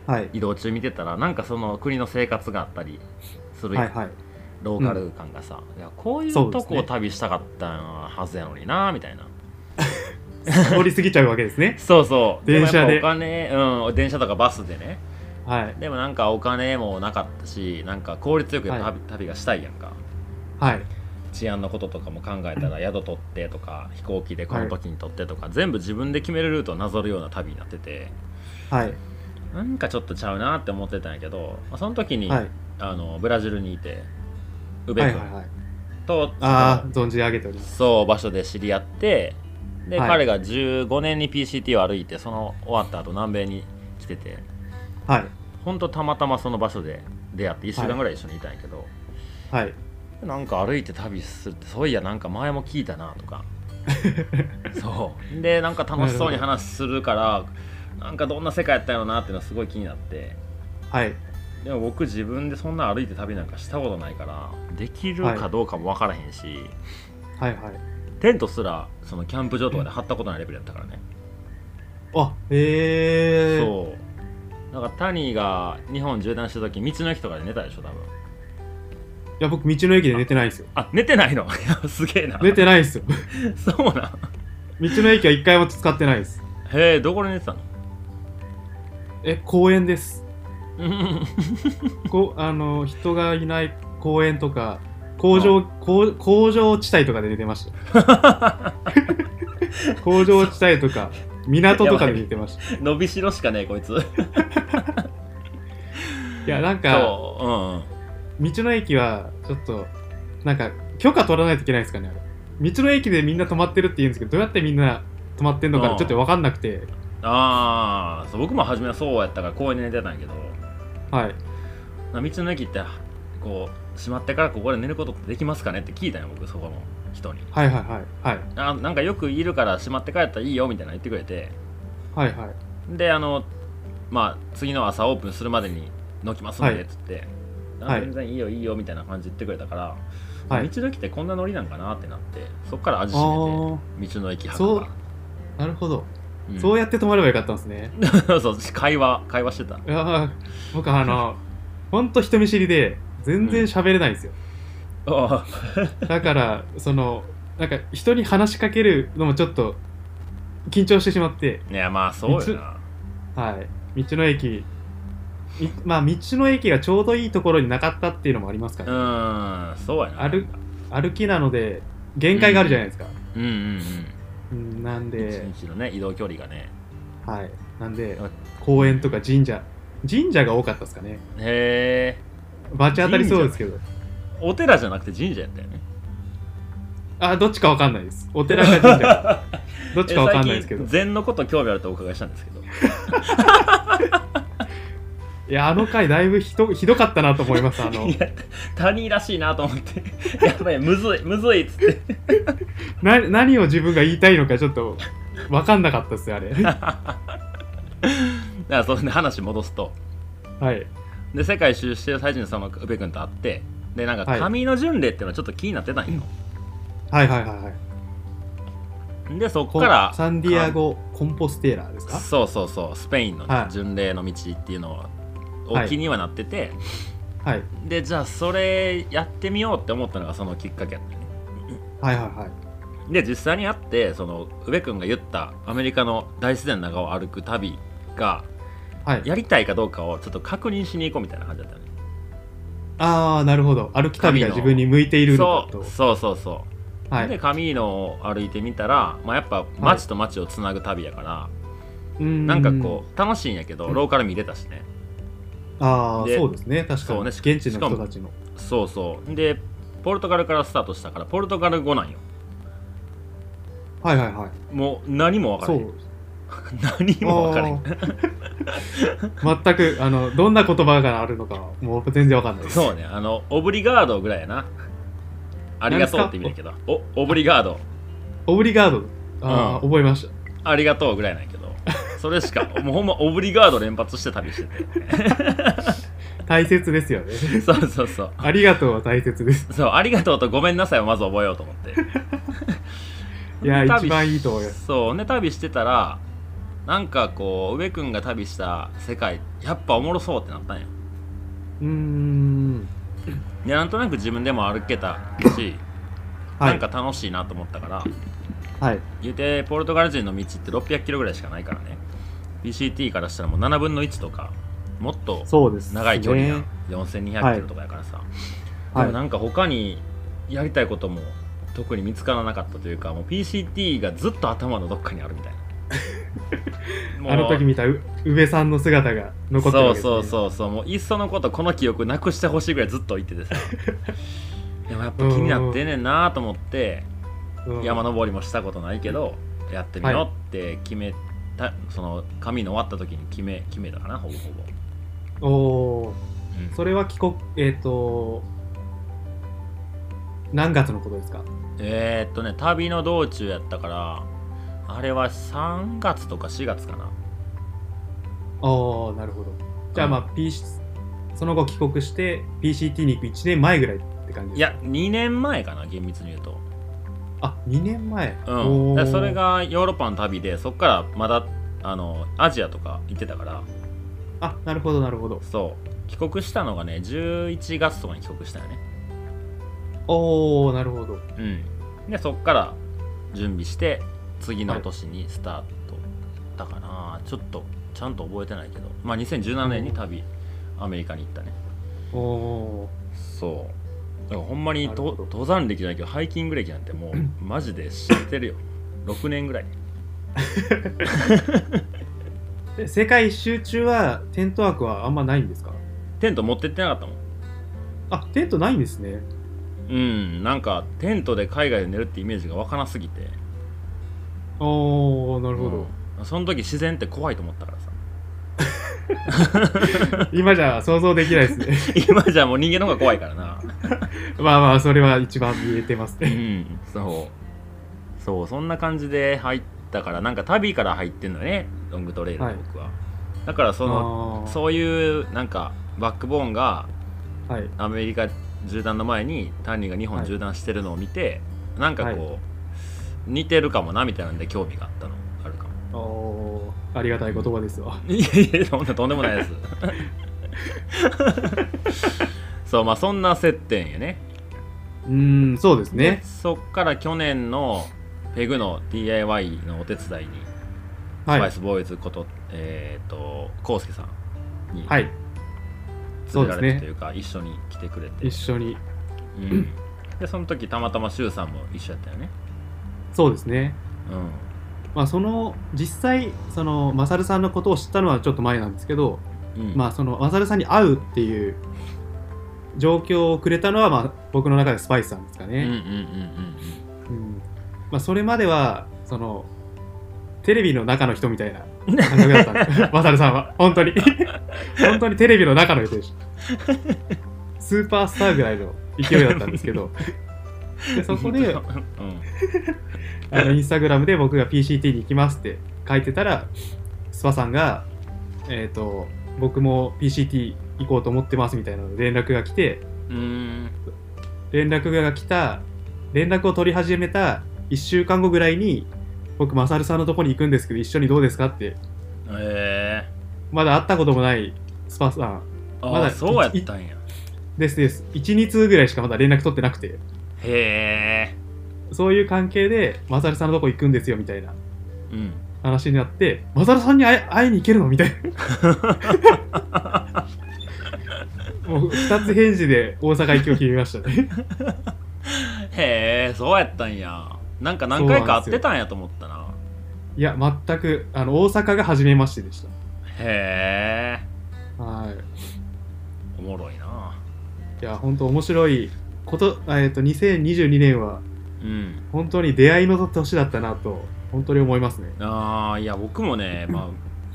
B: はい
A: 移動中見てたらなんかその国の生活があったりするやん
B: はいはい
A: ローカル感がさ、いやこういう
B: そう
A: と
B: です
A: こ
B: ね
A: を旅したかったはずやのになみたいな
B: 通り過ぎちゃうわけですね
A: そうそう
B: 電車で
A: もやっぱお金うん電車とかバスでね
B: はい
A: でもなんかお金もなかったしなんか効率よくやっぱ旅,、旅がしたいやんか
B: はい
A: 治安のこととかも考えたら宿取ってとか飛行機でこの時に取ってとか、全部自分で決めるルートをなぞるような旅になってて
B: はい
A: なんかちょっとちゃうなって思ってたんやけど、まあ、その時に、
B: はい
A: あのブラジルにいてウベ
B: はいはい
A: 君
B: はい
A: と、
B: ああ存じ上げております
A: そう場所で知り合ってで、
B: はい
A: 彼が15年に PCT を歩いてその終わった後南米に来てて
B: はい
A: ほんとたまたまその場所で出会って1週間ぐらい一緒にいたんやけど、
B: はい
A: なんか歩いて旅するってそういやなんか前も聞いたなと
B: (laughs)
A: かそうでなんか楽しそうに話するからなんかどんな世界やったんやろなっていうのはすごい気になって
B: はい
A: でも僕自分でそんな歩いて旅なんかしたことないからできるかどうかも分からへんし、
B: はいはい
A: テントすらそのキャンプ場とかで張ったことないレベルやったからね
B: あへえ
A: そうなんかタニーが日本縦断した時道の駅とかで寝たでしょ多分
B: いや僕道の駅で寝てないですよ
A: あ寝てないの (laughs) いやすげえな
B: 寝てないですよ (laughs) 道
A: そうなん
B: の駅は一回も使ってないです
A: へえどこで寝てたの (laughs)
B: え公園です
A: うん
B: こうあの人がいない公園とか工場工工場地帯とかで寝てました
A: (laughs)
B: 工場地帯とか港とかで寝てました
A: 伸びしろしかねえこいつ
B: いやなんか
A: そううん
B: 道の駅はちょっとなんか許可取らないといけないですかねあれ道の駅でみんな泊まってるって言うんですけどどうやってみんな泊まってんのか
A: うん
B: ちょっと分かんなくて
A: ああ僕も初めはそうやったから公園で寝てたんやけど
B: はい
A: な道の駅ってこう閉まってからここで寝ることってできますかねって聞いたんよ僕そこの人に
B: はいはいはい
A: あなんかよくいるから閉まって帰ったらいいよみたいなの言ってくれて
B: はいはいはい
A: であのまあ次の朝オープンするまでにのきますん
B: は
A: で
B: い
A: っつって、
B: はい
A: あ全然いいよいいよみたいな感じで言ってくれたから、
B: はい
A: 道の駅ってこんなノリなんかなってなってそっから味し
B: あ
A: めて
B: ー
A: 道の駅博
B: そう
A: が、
B: なるほど、
A: うん
B: そうやって泊まればよかったんですね
A: (laughs) そう会話会話してた
B: いやー僕あのほんと人見知りで全然喋れないんですよ、
A: あ
B: だからそのなんか人に話しかけるのもちょっと緊張してしまって、
A: あいやまあそうよな
B: はい、道の駅いまあ道の駅がちょうどいいところになかったっていうのもありますか
A: う
B: ら、
A: ーんそうやな
B: 歩歩きなので限界があるじゃないですか、
A: うんうんうん
B: うん、なん
A: 一
B: で、
A: 日のね移動距離がね
B: はい、なんで
A: あ
B: 公園とか神社神社が多かったですかね
A: へえ
B: 罰当たりそうですけど
A: お寺じゃなくて神社やったよね
B: あどっちかわかんないですお寺か (laughs) 神社 (laughs) かどっちかわかんないですけ
A: (laughs)
B: ど
A: え最近禅のこと興味あるとお伺いしたんですけど
B: いやあの回だいぶひどひどかったなと思いますあの
A: (laughs) いや他人らしいなと思って (laughs) やばいむずいむずいっつって
B: な何を自分が言いたいのかちょっと分かんなかったっすよあ (laughs) れは
A: だからそんで話戻すと
B: い
A: で世界一周してる最中にその宇部君と会ってでなん
B: は
A: か
B: い
A: 髪の巡礼っていうのはちょっと気になってたんよ、
B: はいはいはいはい
A: でそ
B: こ
A: こから
B: サンディアゴ・コンポステーラーですか
A: そうそうそうスペインのね、
B: はい
A: 巡礼の道っていうのを
B: はい
A: お気にはなってて、
B: はい
A: でじゃあそれやってみようって思ったのがそのきっかけやったね
B: はいはいはい
A: で実際に会ってその宇部君が言ったアメリカの大自然の中を歩く旅が
B: はい。
A: やりたいかどうかをちょっと確認しに行こうみたいな感じだったね
B: ああ、なるほど。歩き旅が自分に向いているのか
A: そ
B: と
A: う。そうそうそう
B: はい。
A: でカミーノを歩いてみたら、まあ、やっぱ街と街をつなぐ旅やから、な
B: なん
A: かこう楽しいんやけど、
B: うん
A: ローカル見れたしね
B: う。ああ、
A: で
B: そうですね。確か
A: そう
B: に。
A: ね
B: 現地
A: し
B: の
A: かも
B: 人たちの。
A: そうそうでポルトガルからスタートしたからポルトガル語なんよ
B: はいはいはい。
A: もう何も分か
B: そ
A: ら
B: う。
A: へん (laughs) 何も分からへん
B: あー全く、あの、どんな言葉があるのか、もう全然わかんないです。
A: そうねあのオブリガードぐらいやなありがとうって意味だけどおオブリガード
B: オブリガード。ああ、覚えました。
A: ありがとうぐらいなんやけどそれしかもうほんまオブリガード連発して旅して
B: (laughs) 大切ですよね。
A: てそうそうそう
B: ありがとうは大切です。
A: そうありがとうとごめんなさいをまず覚えようと思って
B: いや、
A: で旅し
B: 一番いいと思います。
A: そうね旅してたらなんかこう上くんが旅した世界やっぱおもろそうってなったんよ
B: うーん。
A: でなんとなく自分でも歩けたし、
B: は
A: なん
B: い。
A: か楽しいなと思ったから
B: はい。
A: 言うてポルトガル人の道って600キロぐらいしかないからね PCT からしたらもう7分の1とかもっと
B: そうです、
A: 長い距離やん、
B: ね。
A: 4200キロとかやからさ、
B: は
A: でも
B: い。
A: なんか他にやりたいことも特に見つからなかったというかもう PCT がずっと頭のどっかにあるみたいなもう
B: (laughs) あの時見たう宇部さんの姿が残ってるわけです、ね、
A: そうそうそうそうもういっそのことこの記憶なくしてほしいぐらいずっと言ってて
B: (laughs)
A: さでもやっぱ気になってんねんなと思って
B: うん
A: 山登りもしたことないけどやってみようって決めた、その紙の終わった時に決め決めたかなほぼほぼ、
B: おお
A: うん
B: それは帰国えっ、と何月のことですか
A: えー、っとね旅の道中やったからあれは3月とか4月かな
B: おおなるほどじゃあ
A: うん
B: まあ、P、その後帰国して PCT に行く1年前ぐらいって感じです
A: いや2年前かな厳密に言うと
B: あ2年前
A: うん
B: おー
A: でそれがヨーロッパの旅でそっからまだあのアジアとか行ってたから
B: あなるほどなるほど
A: そう帰国したのがね11月とかに帰国したよね
B: おおなるほど
A: うんでそっから準備して次の年にスタートだかな、ちょっとちゃんと覚えてないけどまあ2017年に旅アメリカに行ったね
B: おお
A: そうだからほんまに
B: なるほ
A: と
B: ど
A: 登山歴じゃないけどハイキング歴なんてもう
B: (laughs)
A: マジで知ってるよ6年ぐらい
B: ーで世界一周中はテントワークはあんまないんですか
A: テント持ってってなかったもん
B: あテントないんですね
A: うんなんかテントで海外で寝るってイメージがわからなすぎて
B: おおなるほど、
A: うんその時自然って怖いと思ったからさ (laughs)
B: 今じゃ想像できないですね
A: 今じゃもう人間の方が怖いからな
B: まあまあそれは一番見えてます
A: う
B: ね
A: んそうそうそんな感じで入ったからなんか旅から入ってんのねロングトレイル
B: はい
A: で僕は、だからその
B: あー
A: そういうなんかバックボーンが
B: はい
A: アメリカ縦断の前にターニーが日本
B: はい
A: 縦断してるのを見て、なんかこう、
B: は
A: 似てるかもなみたいなんで興味があったのあるかも
B: おーありがたい言葉ですわ
A: いやいやそんなとんでもないです
B: (laughs)
A: そうまあそんな接点やね
B: うーんそうですね
A: でそっから去年のペグの DIY のお手伝いにスパ
B: は
A: イ
B: い
A: スボーイズこと、えっ、と、コウスケさんに
B: は
A: 連
B: い
A: れら
B: そう
A: れ
B: です
A: て
B: ね
A: というか、一緒に来てくれて、
B: 一緒に
A: うん、で、その時たまたまシュウさんも一緒やったよね。
B: そうですね
A: うん。
B: まあその実際そのマサルさんのことを知ったのはちょっと前なんですけど、
A: うん、
B: まあそのマサルさんに会うっていう状況をくれたのはまあ僕の中でスパイスさんですか
A: うんうん
B: ね、
A: うん
B: うんまあ、それまではそのテレビの中の人みたいな感覚だったん (laughs) ですマサルさんは本当に本当にテレビの中の人でしたスーパースターぐらいの勢いだったんですけどで
A: うん。
B: そ
A: (laughs)
B: こ
A: う
B: で
A: ん、
B: あのインスタグラムで僕が PCT に行きますって書いてたら、スパさんが、えっ、と、僕も PCT 行こうと思ってますみたいな連絡が来て、
A: うん。
B: 連絡が来た、連絡を取り始めた1週間後ぐらいに、僕、マサルさんのとこに行くんですけど、一緒にどうですかって、
A: え
B: まだ会ったこともないスパさん、
A: ー、あ、
B: まだ
A: そうやったんや。
B: ですです、1、2通ぐらいしかまだ連絡取ってなくて、
A: へえ。
B: そういう関係で、マサルさんのとこ行くんですよ、みたいな
A: うん
B: 話になって、マサルさんに会え会いに行けるのみたいな。もう2つ返事で大阪行きを決めましたね。
A: へえそうやったんやなんか何回か会ってたんやと思ったない
B: や、全く、あの、大阪が初めましてでし
A: へえ
B: た。はい。
A: おもろいない
B: や、本当面白いこと、えっ、と、2022年は、
A: うん
B: 本当に出会いの年だったなと、本当に思いますね。
A: ああいや僕も
B: (laughs)
A: ね、ま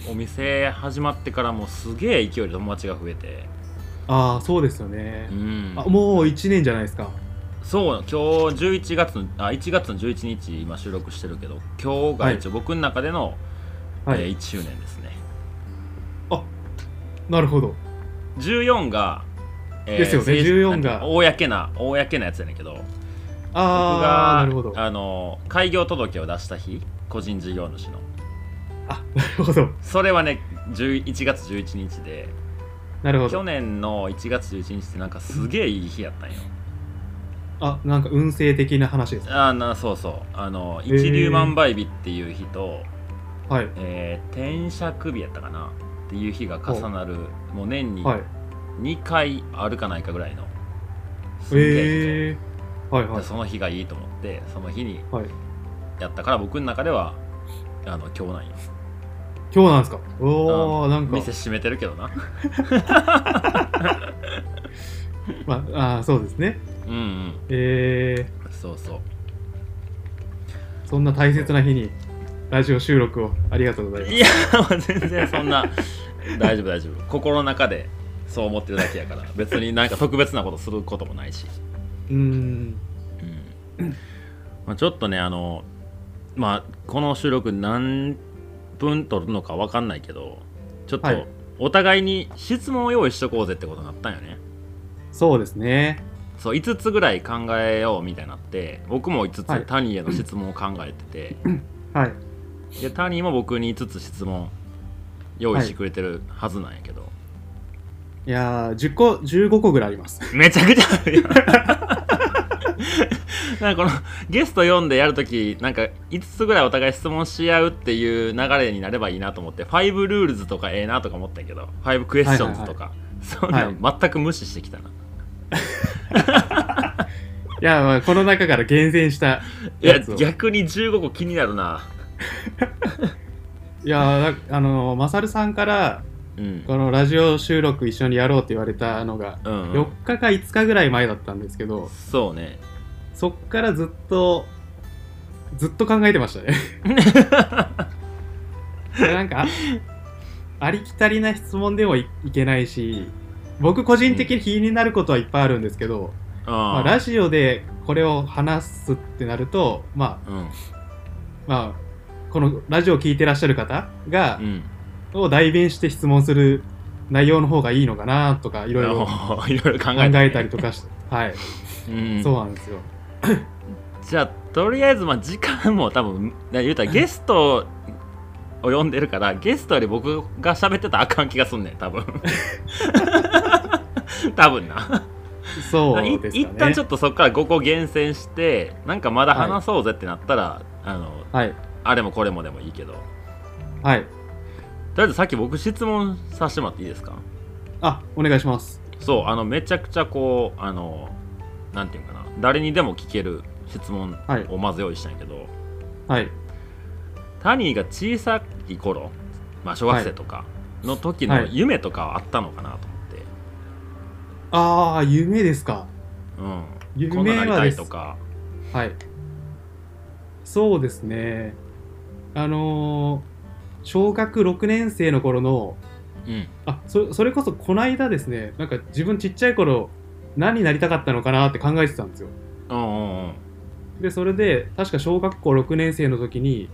A: あ、お店始まってからもうすげえ勢いで友達が増えて
B: ああ、そうですよね
A: う。ん
B: あもう1年じゃないですか。
A: そう今日11月のあ1月の11日今収録してるけど今日が一応僕の中での、
B: はい。
A: えー1周年ですね
B: なるほど。
A: 14が、え
B: ですよね
A: 正式
B: 14が
A: なんて公な公なやつやねんけど僕
B: ああ、
A: が
B: なるほど。な
A: あの開業届を出した日個人事業主の
B: るほど。
A: それはね11月11日で
B: なるほ
A: 去
B: ど。
A: 年の1月11日ってなんかすげえいい日やったんよ
B: あ、なんか運勢的な話です。
A: あなそうそうあの
B: ー
A: 一粒万倍日っていう日と、
B: はい。
A: えー転職日やったかなっていう日が重なるもう年に
B: はい。
A: 2回あるかないかぐらいのすげえ日
B: ええー。はい
A: で
B: はい。
A: その日がいいと思ってその日に
B: はい
A: やったから僕の中ではあの今日 (laughs) なんよ
B: 今日なんですかおおなんか、
A: 店閉めてるけどな
B: まあ、あーそうですね。
A: うんうん
B: ええー、
A: そうそう
B: そんな大切な日に、ラジオ収録をありがとうございます。
A: いやもう全然そんな大丈夫大丈夫心の中でそう思ってるだけやから別になんか特別なことすることもないし、
B: うーん。
A: うんまあ、ちょっとねあのまあこの収録何分撮るのか分かんないけどちょっと
B: はい
A: お互いに質問を用意しとこうぜってことになったんよね
B: そうですね。
A: そう5つぐらい考えようみたいになって僕も5つ、
B: はい
A: 谷への質問を考えてて
B: はい。
A: で谷も僕に5つ質問用意してくれてるはずなんやけど、
B: いやー、10個、15個ぐらいあります。
A: めちゃくちゃあるよなんかこのゲスト読んでやるときなんか5つぐらいお互い質問し合うっていう流れになればいいなと思って5ルールズとかええなとか思ったけど5クエスチョンズとか、そんなん全く無視してきたな、
B: いやー、まあ、この中から厳選した
A: い、や
B: やつを。いや、
A: 逆に15個気になるな
B: ーなあのー、まさるさんから、
A: うん
B: このラジオ収録一緒にやろうって言われたのが、
A: うん、うん
B: 4、日か5日ぐらい前だったんですけど、
A: そうね
B: そっからずっと、ずっと考えてました
A: (laughs)
B: ね。なんか、あありきたりな質問でもいいけないし、僕個人的に気になることはいっぱいあるんですけど、まあ、
A: あ
B: ラジオでこれを話すってなると、ま
A: うん
B: あ、まあ、このラジオを聞いてらっしゃる方が
A: う、ん
B: を代弁して質問する内容の方がいいのかなとか、い
A: い
B: ろいろ考
A: ろいろ考えて
B: えたりとかして、はい、
A: うん
B: そうなんですよ。
A: じゃあとりあえずまあ時間も多分な言うたらゲストを呼んでるからゲストより僕が喋ってたらあかん気がすんねん多
B: (laughs)
A: 分多分な、
B: そう
A: い
B: です
A: 一
B: かね。
A: 旦ちょっとそこから5個厳選してなんかまだ話そうぜってなったら、あの
B: はい、
A: あれもこれもでもいいけどと
B: はい。
A: りあえずさっき僕質問させてもらっていいですか
B: あ、お願いします。
A: そうあのめちゃくちゃこうあのなんていうんかな誰にでも聞ける質問
B: はい
A: をまず用意したんやけど、
B: はい。
A: タニーが小さい頃、まあ、小学生とかの時
B: は
A: の
B: い
A: 夢とかはあったのかなと
B: ああ、夢ですか。
A: 思って、うん、こんな
B: 夢
A: んなり
B: は
A: た
B: で
A: い
B: す。
A: とか、
B: はい。そうですね。あのー小学6年生の頃の、
A: うん、
B: あそそれこそこの間ですね、なんか自分ちっちゃい頃、何になりたかったのかなって考えてたんですよ。
A: うんうんうん
B: で、それで、確か小学校6年生の時に、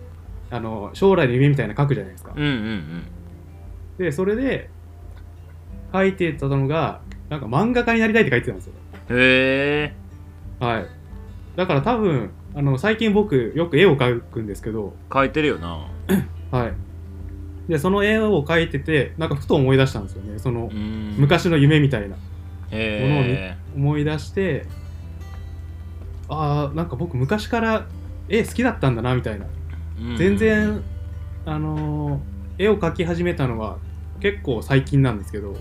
B: あの将来の夢みたいなの書くじゃないですか。
A: うんうん
B: で、それで、書いてたのが、なんか漫画家になりたいって書いてたんですよ。
A: うんへえ
B: はい。だから多分、あの、最近僕、よく絵を描くんですけど、
A: 書いてるよな
B: はい。で、その絵を描いてて、なんかふと思い出したんですよね。その
A: う、ん
B: 昔の夢みたいな。
A: へえ
B: 思い出して、ああなんか僕昔から絵好きだったんだなみたいな
A: うん
B: 全然あのー絵を描き始めたのは結構最近なんですけど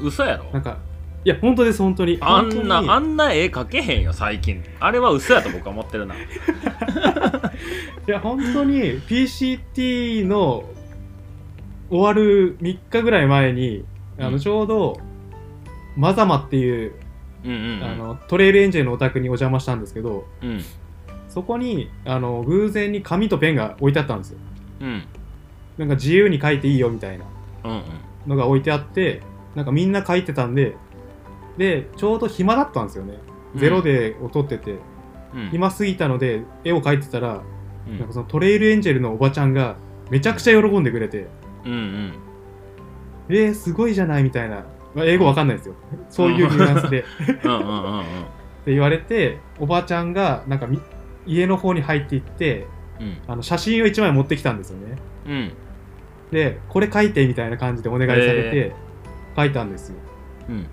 A: 嘘やろ
B: なんかいや本当です本当に
A: あんな
B: 本当に
A: あんな絵描けへんよ最近あれは嘘やと僕は思ってるな
B: いや本当に PCT の終わる3日ぐらい前にあ
A: う
B: の
A: ん
B: ちょうど、マザマっていう
A: うんうんうん
B: あのトレイルエンジェルのお宅にお邪魔したんですけど
A: うん
B: そこにあの偶然に紙とペンが置いてあったんですよ
A: うん
B: なんか自由に書いていいよみたいな
A: うんうん
B: のが置いてあってなんかみんな書いてたんででちょうど暇だったんですよねゼロでを取ってて、
A: うん
B: 暇すぎたので絵を描いてたら、
A: うん
B: なんかそのトレイルエンジェルのおばちゃんがめちゃくちゃ喜んでくれて
A: うんうん
B: 「えー、すごいじゃない」みたいな、まあ英語わかんないですよそういうニュアンス
A: (laughs)
B: でっ
A: う
B: て
A: んうんうんうん
B: 言われておばちゃんがなんかみ家の方に入っていって
A: うん
B: あの写真を1枚持ってきたんですよね
A: うん
B: でこれ描いてみたいな感じでお願いされて描いたんですよ、
A: うん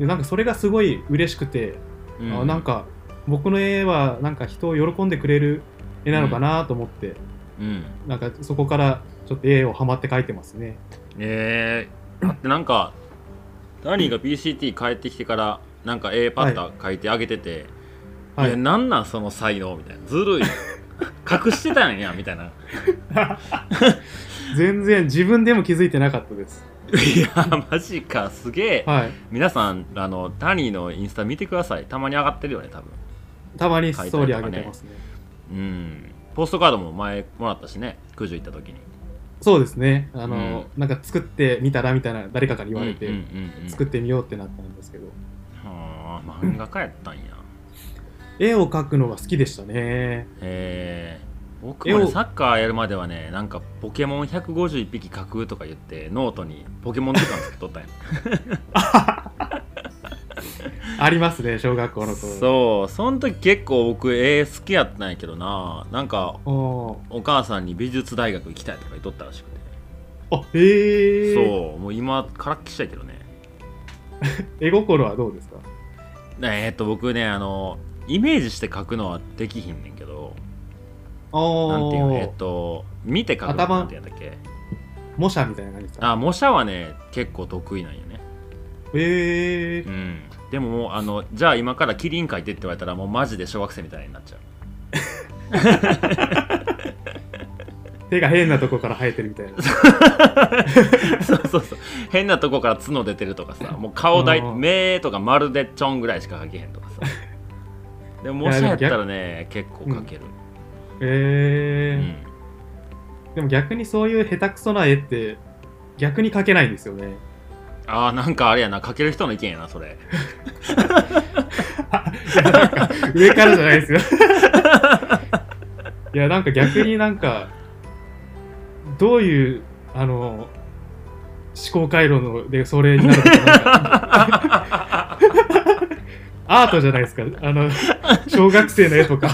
B: でなんかそれがすごい嬉しくて
A: うん
B: あなんか僕の絵はなんか人を喜んでくれる絵なのかなと思って、
A: うん
B: なんかそこからちょっと絵をハマって描いてますね
A: えー、だってなんかダーリンが BCT 帰ってきてからなんか絵パッタ書いてあげてて、
B: はい
A: いやなんなんその才能みたいなず
B: (laughs)
A: るい隠してたんやみたいな
B: 全然自分でも気づいてなかったです
A: いやマジかすげえ、
B: はい
A: 皆さんあのダニーのインスタ見てくださいたまに上がってるよね多分
B: たまにストーリー上げてますね
A: うんポストカードも前もらったしね九十行った時に
B: そうですねあの、なんか作ってみたらみたいな誰かから言われ
A: うんう
B: て
A: んうんうん、
B: 作ってみようってなったんですけど、
A: はあ漫画家やったんや
B: 絵を描くのが好きでしたね
A: えー、僕も、ね、
B: 絵を
A: サッカーやるまではねなんかポケモン151匹書くとか言ってノートにポケモン図鑑作っと (laughs) ったんや
B: ありますね小学校の頃
A: そうその時結構僕絵好きやったんやけどななんか
B: お
A: お母さんに美術大学行きたいとか言っとったらしくて、
B: ーあへえ
A: そうもう今からっきしやけどね
B: 絵心はどうですか
A: えー、っと僕ねあのイメージして書くのはできひんねんけど
B: ああ
A: なんていうのえーっと見て書くの
B: 頭
A: なんてやったっけ
B: 模写みたいな感じですか
A: あ模写はね結構得意なんよね
B: へえ
A: うんでももうあのじゃあ今からキリン書いてって言われたらもうマジで小学生みたいになっ (laughs) ちゃう
B: 手が変なとこから生えてるみたいな
A: (laughs) そうそうそう変なとこから角出てるとか (laughs) さもう顔だい
B: うん
A: 目とかまるでちょんぐらいしか描けへんとかさでも模写やったらね結構描ける、う
B: へえ、
A: ん
B: でも逆にそういう下手くそな絵って逆に描けないんですよね
A: あーなんかあれやな描ける人の意見やなそれ
B: 上からじゃないですよいやなんか逆になんかどういうあの思考回路のでそれになるのかなんかアートじゃないですかあの小学生の絵とか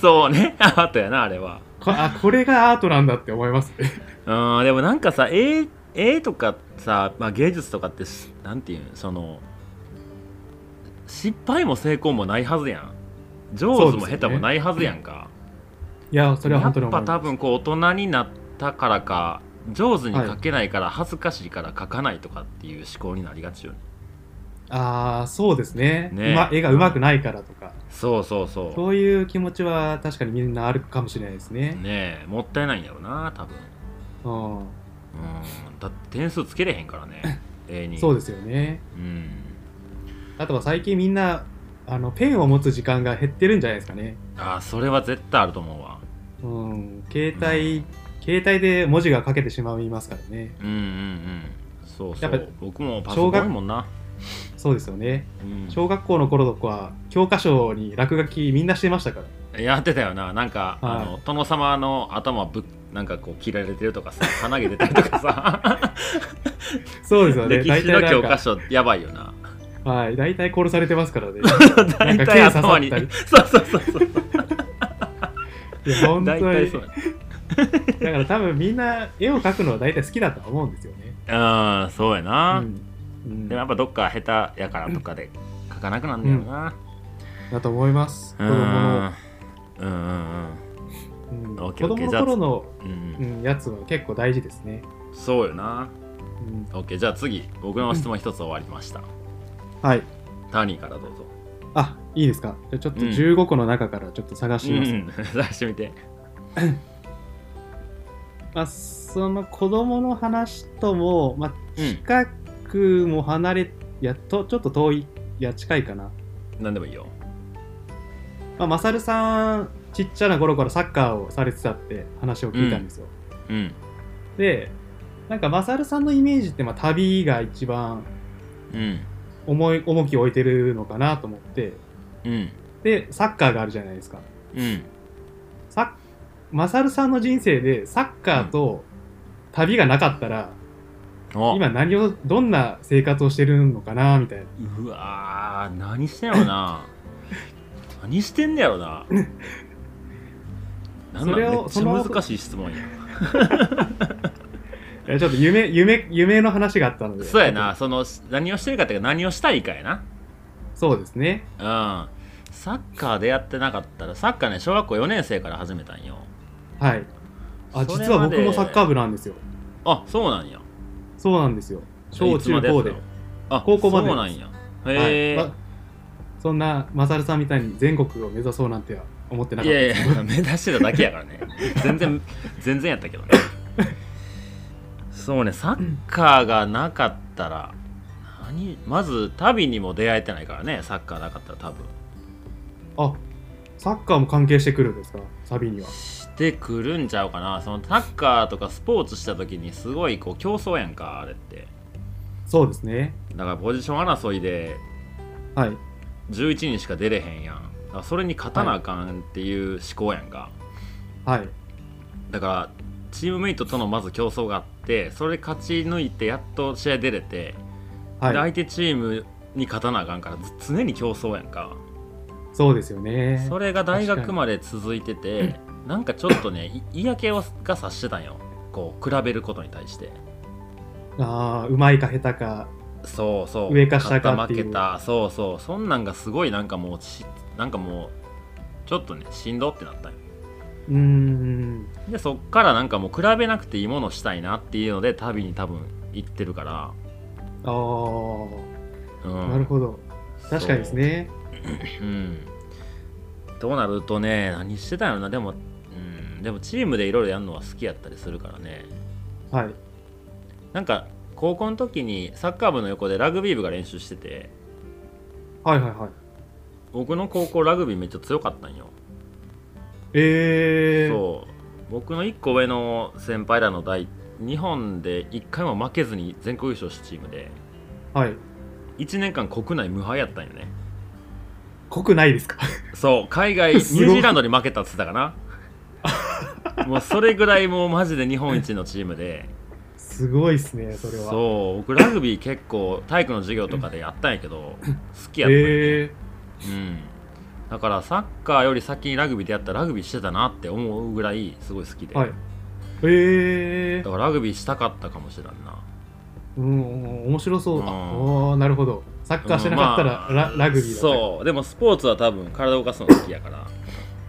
A: そうね (laughs) アートやなあれは
B: こあこれがアートなんだって思いますね
A: うんでもなんかさ絵絵とかさ、まあ、芸術とかってしなんていうんその失敗も成功もないはずやん上手も下手もないはずやんか、
B: いやそれは本当に
A: やっ
B: 思い
A: ぱ
B: ま
A: 多
B: す
A: 分こう大人になったからか上手に書けないから恥ずかしいから書かないとかっていう思考になりがちよね、
B: ああそうですね
A: ね
B: うま絵がうまくないからとか
A: そうそうそ
B: そういう気持ちは確かにみんなあるかもしれないです
A: う
B: ね、
A: ねえもったいないんやろな多分
B: うん、
A: うんだって点数つけれへんから
B: (coughs)
A: ね A に
B: そう
A: で
B: ですよね
A: すうん
B: あとは最近みんなあのペンを持つ時間が減ってるんじゃないですかね、
A: ああそれは絶対あると思うわ
B: うん、携帯、携帯で文字が書けてしまいますからね
A: うんうんうんそうそ
B: やっぱ
A: う僕もパソコンやもんな、
B: そうですよね
A: うん、
B: 小学校の頃とかは教科書に落書きみんなしてましたから
A: やってたよななんか、
B: はい
A: あの殿様の頭ぶっなんかこう切られてるとかさ鼻毛出たりとかさ
B: (laughs) そうですよ (laughs) ね
A: 歴史の
B: 大体
A: 教
B: な
A: 科
B: んか
A: 書やばいよな
B: はい大体殺されてます (laughs) からね
A: 大
B: なん
A: 体
B: か剣刺さ
A: 頭
B: っ
A: に (laughs)
B: たり
A: そうそうそうそう
B: いや本当
A: 大
B: に
A: 体そう
B: だから多分みんな絵を描くのは大体好きだとは思うんですよね。
A: やうんそうやな、
B: うんうん
A: でもやっぱどっか下手やからとかで書かなくなんだよな、
B: だと思います。子供の、
A: うんうんうん
B: うん、
A: オッ
B: 子
A: ケーオッ
B: 供
A: ケー
B: の頃の、
A: うんうん
B: うん、やつは結構大事ですね。
A: そうよな
B: うん、
A: OK じゃあ次僕の質問一つ終わりました、
B: はい。
A: ターニーからどうぞ
B: あ、いいですか。じゃあちょっと
A: うん
B: 15個の中からちょっと探します。
A: うん (laughs) 出してみて
B: まあ、その子供の話とも、まあ、
A: うん
B: 近くも離れ、いやとちょっと遠い、いや近いかな。
A: 何でもいいよ
B: まあ、マサルさん、ちっちゃな頃からサッカーをされてたって話を聞いたんですよ。
A: うん
B: で、なんかマサルさんのイメージって、まあ、旅が一番
A: うん
B: 重い重きを置いてるのかなと思って、
A: うん
B: で、サッカーがあるじゃないですか。
A: うん
B: サッマサルさんの人生でサッカーと旅がなかったら、
A: お
B: 今何を、どんな生活をしてるのかな、みたいな。
A: うわー何してんやろ
B: (laughs)
A: な何してんねやろななん
B: そ
A: なん
B: れを
A: めっち
B: そ
A: ゃ
B: の
A: 難しい質問や
B: いやちょっと夢、夢、夢の話があったので。
A: そうやな。その何をしてるかっていうか何をしたいかやな
B: そうですね。
A: うんサッカーでやってなかったらサッカーね小学校4年生から始めたんよ
B: はい。あ、
A: それ
B: 実は
A: まで
B: 僕もサッカー部なんですよ。
A: あそうなんや
B: そうなんですよ。小
A: いつま
B: 中
A: やっ
B: 高
A: て
B: で
A: たの。あ
B: 高校まで
A: そうなんや
B: はい
A: へえ、
B: まそんな、マサルさんみたいに全国を目指そうなんては思ってなか
A: い
B: った
A: やい
B: です。
A: や (laughs) 目指してただけやからね全然全然やったけどねそうねサッカーがなかったら何まず旅にも出会えてないからねサッカーなかったら多分
B: (laughs) あ、サッカーも関係してくるんですかサビには。
A: してくるんちゃうかなそのサッカーとかスポーツした時にすごいこう競争やんかあれって
B: そうですね。
A: だからポジション争いで
B: はい。
A: 11人しか出れへんやんだからそれに勝たなあかんっていう思考やんか、
B: はい。
A: だからチームメイトとのまず競争があってそれ勝ち抜いてやっと試合出れて、で
B: はい。
A: 相手チームに勝たなあかんからず常に競争やんか、
B: そうですよね。
A: それが大
B: 確か
A: 学
B: に
A: まで続いててなんかちょっとねい嫌気をがさしてたんよこう比べることに対して
B: ああ、うまいか下手か。
A: そうそう
B: 上か下か
A: 勝
B: っ
A: た
B: ていう
A: 負けたそうそうそんなんがすごいなんかもうしなんかもうちょっとねしんどってなったんよ
B: うーん。
A: でそっからなんかもう比べなくていいものしたいなっていうので旅に多分行ってるから、
B: あ
A: うん
B: あ、なるほど。確かにですね。
A: そう。うん、どうなるとね、何してたんやろな、でも、うん、でもチームでいろいろやるのは好きやったりするからね。
B: はい。
A: なんか、高校の時にサッカー部の横でラグビー部が練習してて、
B: はいはいはい。
A: 僕の高校ラグビーめっちゃ強かったんよ。
B: ええー。
A: そう。僕の1個上の先輩らの代、日本で1回も負けずに全国優勝したチームで、
B: はい。
A: 1年間国内無敗やったんよね。
B: 濃くないですか (laughs)
A: そう海外ニュー
B: すごい
A: ジーランドに負けたっつったかなもうそれぐらいもうマジで日本一のチームです
B: ごいっすね、それは。
A: そう僕ラグビー結構体育の授業とかでやったんやけ
B: (laughs)
A: ど好きやったんや
B: え
A: う
B: え
A: ん、だからサッカーより先にラグビーでやったらラグビーしてたなって思うぐらいすごい好きで、
B: ー。はい。ええ
A: だ
B: ー。
A: からラグビーしたかったかもしれんな
B: うん、面白そう。あ
A: うん
B: おーなるほど。サッカーしてなかったら、
A: うんまあ
B: ララグビーだった。
A: そうでもスポーツは多分体を動かすの好きやから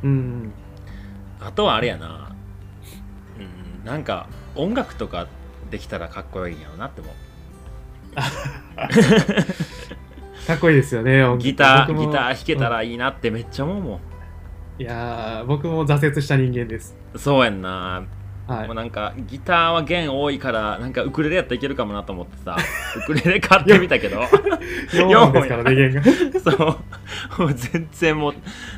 B: う。うん。
A: あとはあれやなうんなんか音楽とかできたらかっこいいんやろなって思う
B: かっこいいですよね、音楽
A: ギター、
B: 僕も
A: ギター弾けたらいいなってめっちゃ思うもん。
B: いやー、僕も挫折した人間です。
A: そうやんな。
B: はい
A: もう。なんかギターは弦多いから、なんかウクレレやったらいけるかもなと思って
B: (laughs)
A: さ、ウクレレ買ってみたけど、
B: 4本ですからね、弦が。
A: そう、もう全然も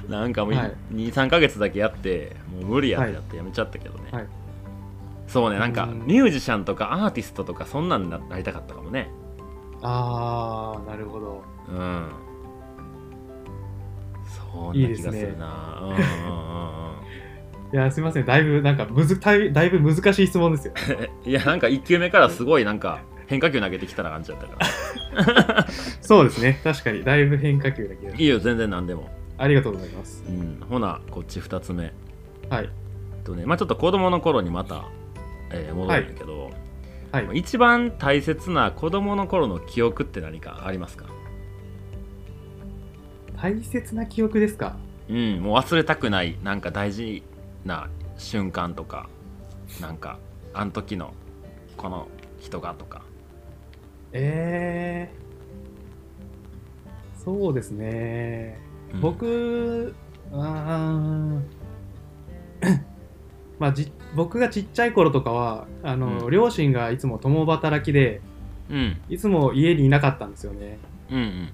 A: う、なんかもう
B: はい
A: 2、3ヶ月だけやって、もう無理やってやってやめちゃったけどね。
B: はい
A: そうね、なんか
B: うん
A: ミュージシャンとかアーティストとかそんなんななりたかったかもね。
B: あー、なるほど。
A: うん。そん
B: いい
A: な
B: で
A: 気
B: す
A: が
B: ね
A: するな。うんうんうんうん。
B: いやー、すいません。だいぶ、なんかむず、だいだいぶ難しい質問ですよ。
A: いやなんか1球目からすごいなんか変化球投げてきたな感じだったから
B: そうですね。確かに、だいぶ変化球だけど
A: い。いよ全然何でも、
B: ありがとうございます。
A: うん、ほなこっち2つ目え
B: はい。
A: っとねまあちょっと子供の頃にまた、えー戻るんだけど、
B: はいはい
A: 一番大切な子供の頃の記憶って何かありますか
B: 大切な記憶ですか
A: うんもう忘れたくないなんか大事な瞬間とかなんかあの時のこの人がとか
B: えー、そうですね。
A: うん
B: 僕、うー (coughs) んまあ、じ僕がちっちゃい頃とかはあの、
A: うん
B: 両親がいつも共働きで
A: うん
B: いつも家にいなかったんですよね
A: うんうん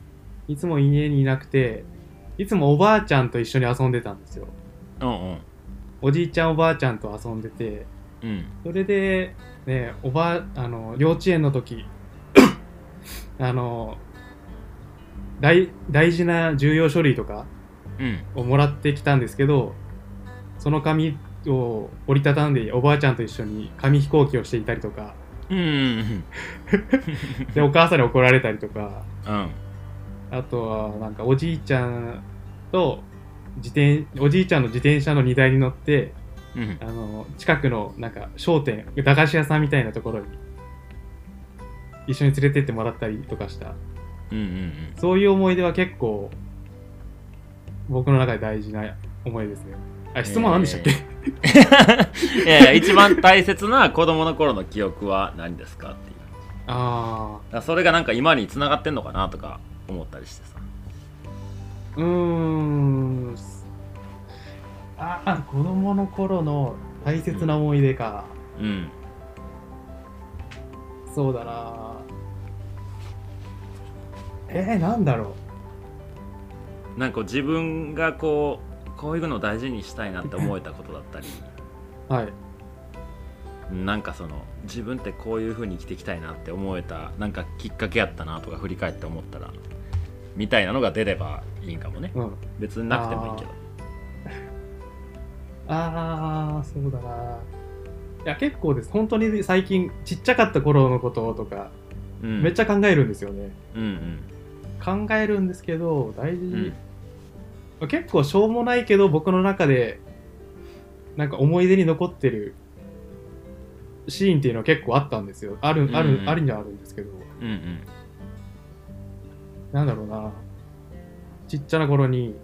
B: いつも家にいなくていつもおばあちゃんと一緒に遊んでたんですよ
A: うん
B: おじいちゃんおばあちゃんと遊んでて
A: うんうん
B: それで、ね、おばあの幼稚園の時 (coughs) あの大大事な重要書類とか
A: うん
B: をもらってきたんですけどその紙を折りたたんでおばあちゃんと一緒に紙飛行機をしていたりとか
A: うんうん
B: でお母さんに怒られたりとか
A: うん
B: あとはなんかおじいちゃんと自転おじいちゃんの自転車の荷台に乗って
A: うん
B: あの近くのなんか商店駄菓子屋さんみたいなところに一緒に連れてってもらったりとかした
A: うんうん
B: そういう思い出は結構僕の中で大事な思い出ですねあ質問何でしたっけ、
A: いやいや一番大切な子供の頃の記憶は何ですかっていうだか
B: あ
A: らそれがなんか今に繋がってんのかなとか思ったりしてさ
B: あうーんああ子供の頃の大切な思い出か、
A: うん
B: そうだなえー、なんだろ
A: なんかこう自分がこうこういうのを大事にしたいなって思えたことだったり
B: うはい
A: なんかその自分ってこういう風に生きていきたいなって思えたなんかきっかけやったなとか振り返って思ったらみたいなのが出ればいいんかもね
B: うん
A: 別になくてもいいけど
B: ああそうだないや結構です本当に最近ちっちゃかった頃のこととか
A: うん
B: めっちゃ考えるんですよね、
A: うんうん
B: 考えるんですけど大事、
A: うん
B: 結構しょうもないけど僕の中でなんか思い出に残ってるシーンっていうのは結構あったんですよあるある、
A: うん
B: あるにはあるんですけど
A: うんうん
B: なんだろうなちっちゃな頃に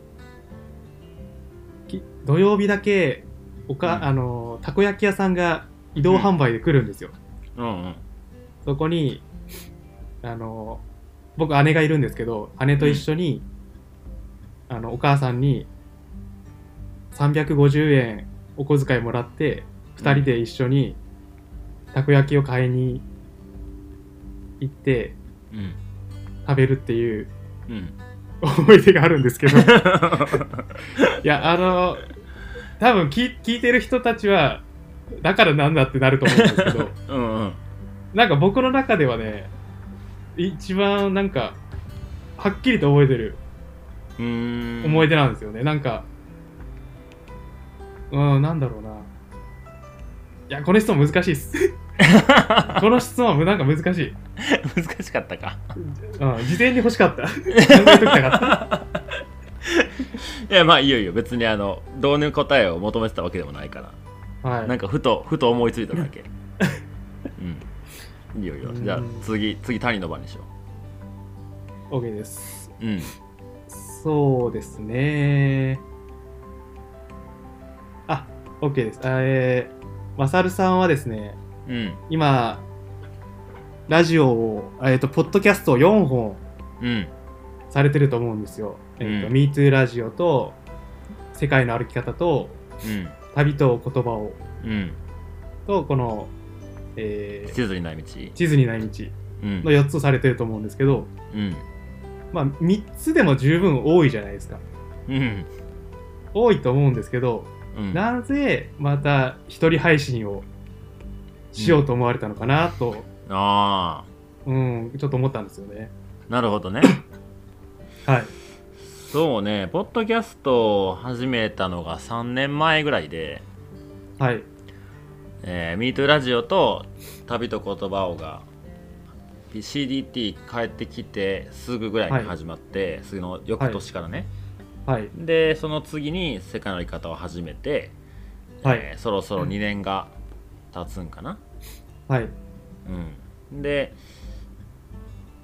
B: き土曜日だけおか、
A: うん
B: あのたこ焼き屋さんが移動販売で来るんですよ、
A: うんうん
B: そこにあの僕姉がいるんですけど姉と一緒に、あのお母さんに350円お小遣いもらって2人で一緒にたこ焼きを買いに行って
A: うん
B: 食べるっていう
A: うん
B: 思い出があるんですけどいやあの多分聞聞いてる人たちはだからなんだってなると思うんですけど
A: うんうん
B: なんか僕の中ではね、一番なんか、はっきりと覚えてる
A: うーん
B: 思い出なんですよね。なんか、うん、なんだろうな。いや、この質問難しいっ
A: (laughs)
B: す。この質問はなんか難しい。
A: (laughs) 難しかったか
B: うん、事前に欲し
A: (laughs)
B: かった。考えときたかっ
A: いやまあいいよいいよ別にあのどういう答えを求めてたわけでもないから
B: た。はい。
A: なんかふとふと思いついただけうんいいよいいよじゃあ
B: うん
A: 次次谷の番にしよ
B: OK です。
A: ううん
B: そうですね。あ、OK です。あえー、まさるさんはですね、
A: うん
B: 今、ラジオを、えっと、ポッドキャストを4本
A: うん
B: されてると思うんですよ。えっ、
A: う
B: と、
A: ん
B: MeToo ラジオと、世界の歩き方と、
A: うん
B: 旅と言葉を、
A: うん
B: と、この、えー
A: 地図にない道
B: 地図にない道
A: うん
B: の4つをされてると思うんですけど、
A: うん
B: まあ、3つでも十分多いじゃないですか。
A: うん
B: 多いと思うんですけど、
A: うん
B: なぜまた一人配信をしようと思われたのかなと、
A: ああ
B: うん、ちょっと思ったんですよね。
A: なるほどね
B: はい。
A: そうねポッドキャストを始めたのが3年前ぐらいで
B: はい。
A: 「えー、MeToo ラジオ」と「旅と言葉を」が CDT 帰ってきてすぐぐらいに始まって、その翌年からね、
B: はい。
A: でその次に世界の歩き方を始めて、
B: はい
A: えーそろそろ2年が経つんかな、
B: はい。
A: うんで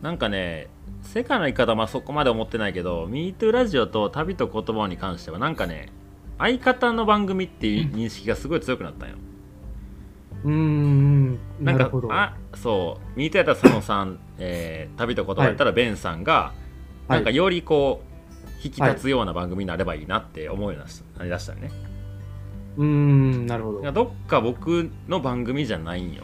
A: なんかね世界の生き方はまあそこまで思ってないけど「MeToo ラジオ」と「旅と言葉」に関してはなんかね相方の番組っていう認識がすごい強くなったんよ。
B: うーん
A: な
B: なんる
A: か
B: ほどは
A: あそう「MeToo」やったら佐野さん「えー旅と言葉」やったらベンさんが、
B: い
A: なんかよりこう引き立つような番組になればいいなって思うようになしなりだしたよね。
B: うーんなるほ
A: だから
B: ど
A: どっか僕の番組じゃないんよ。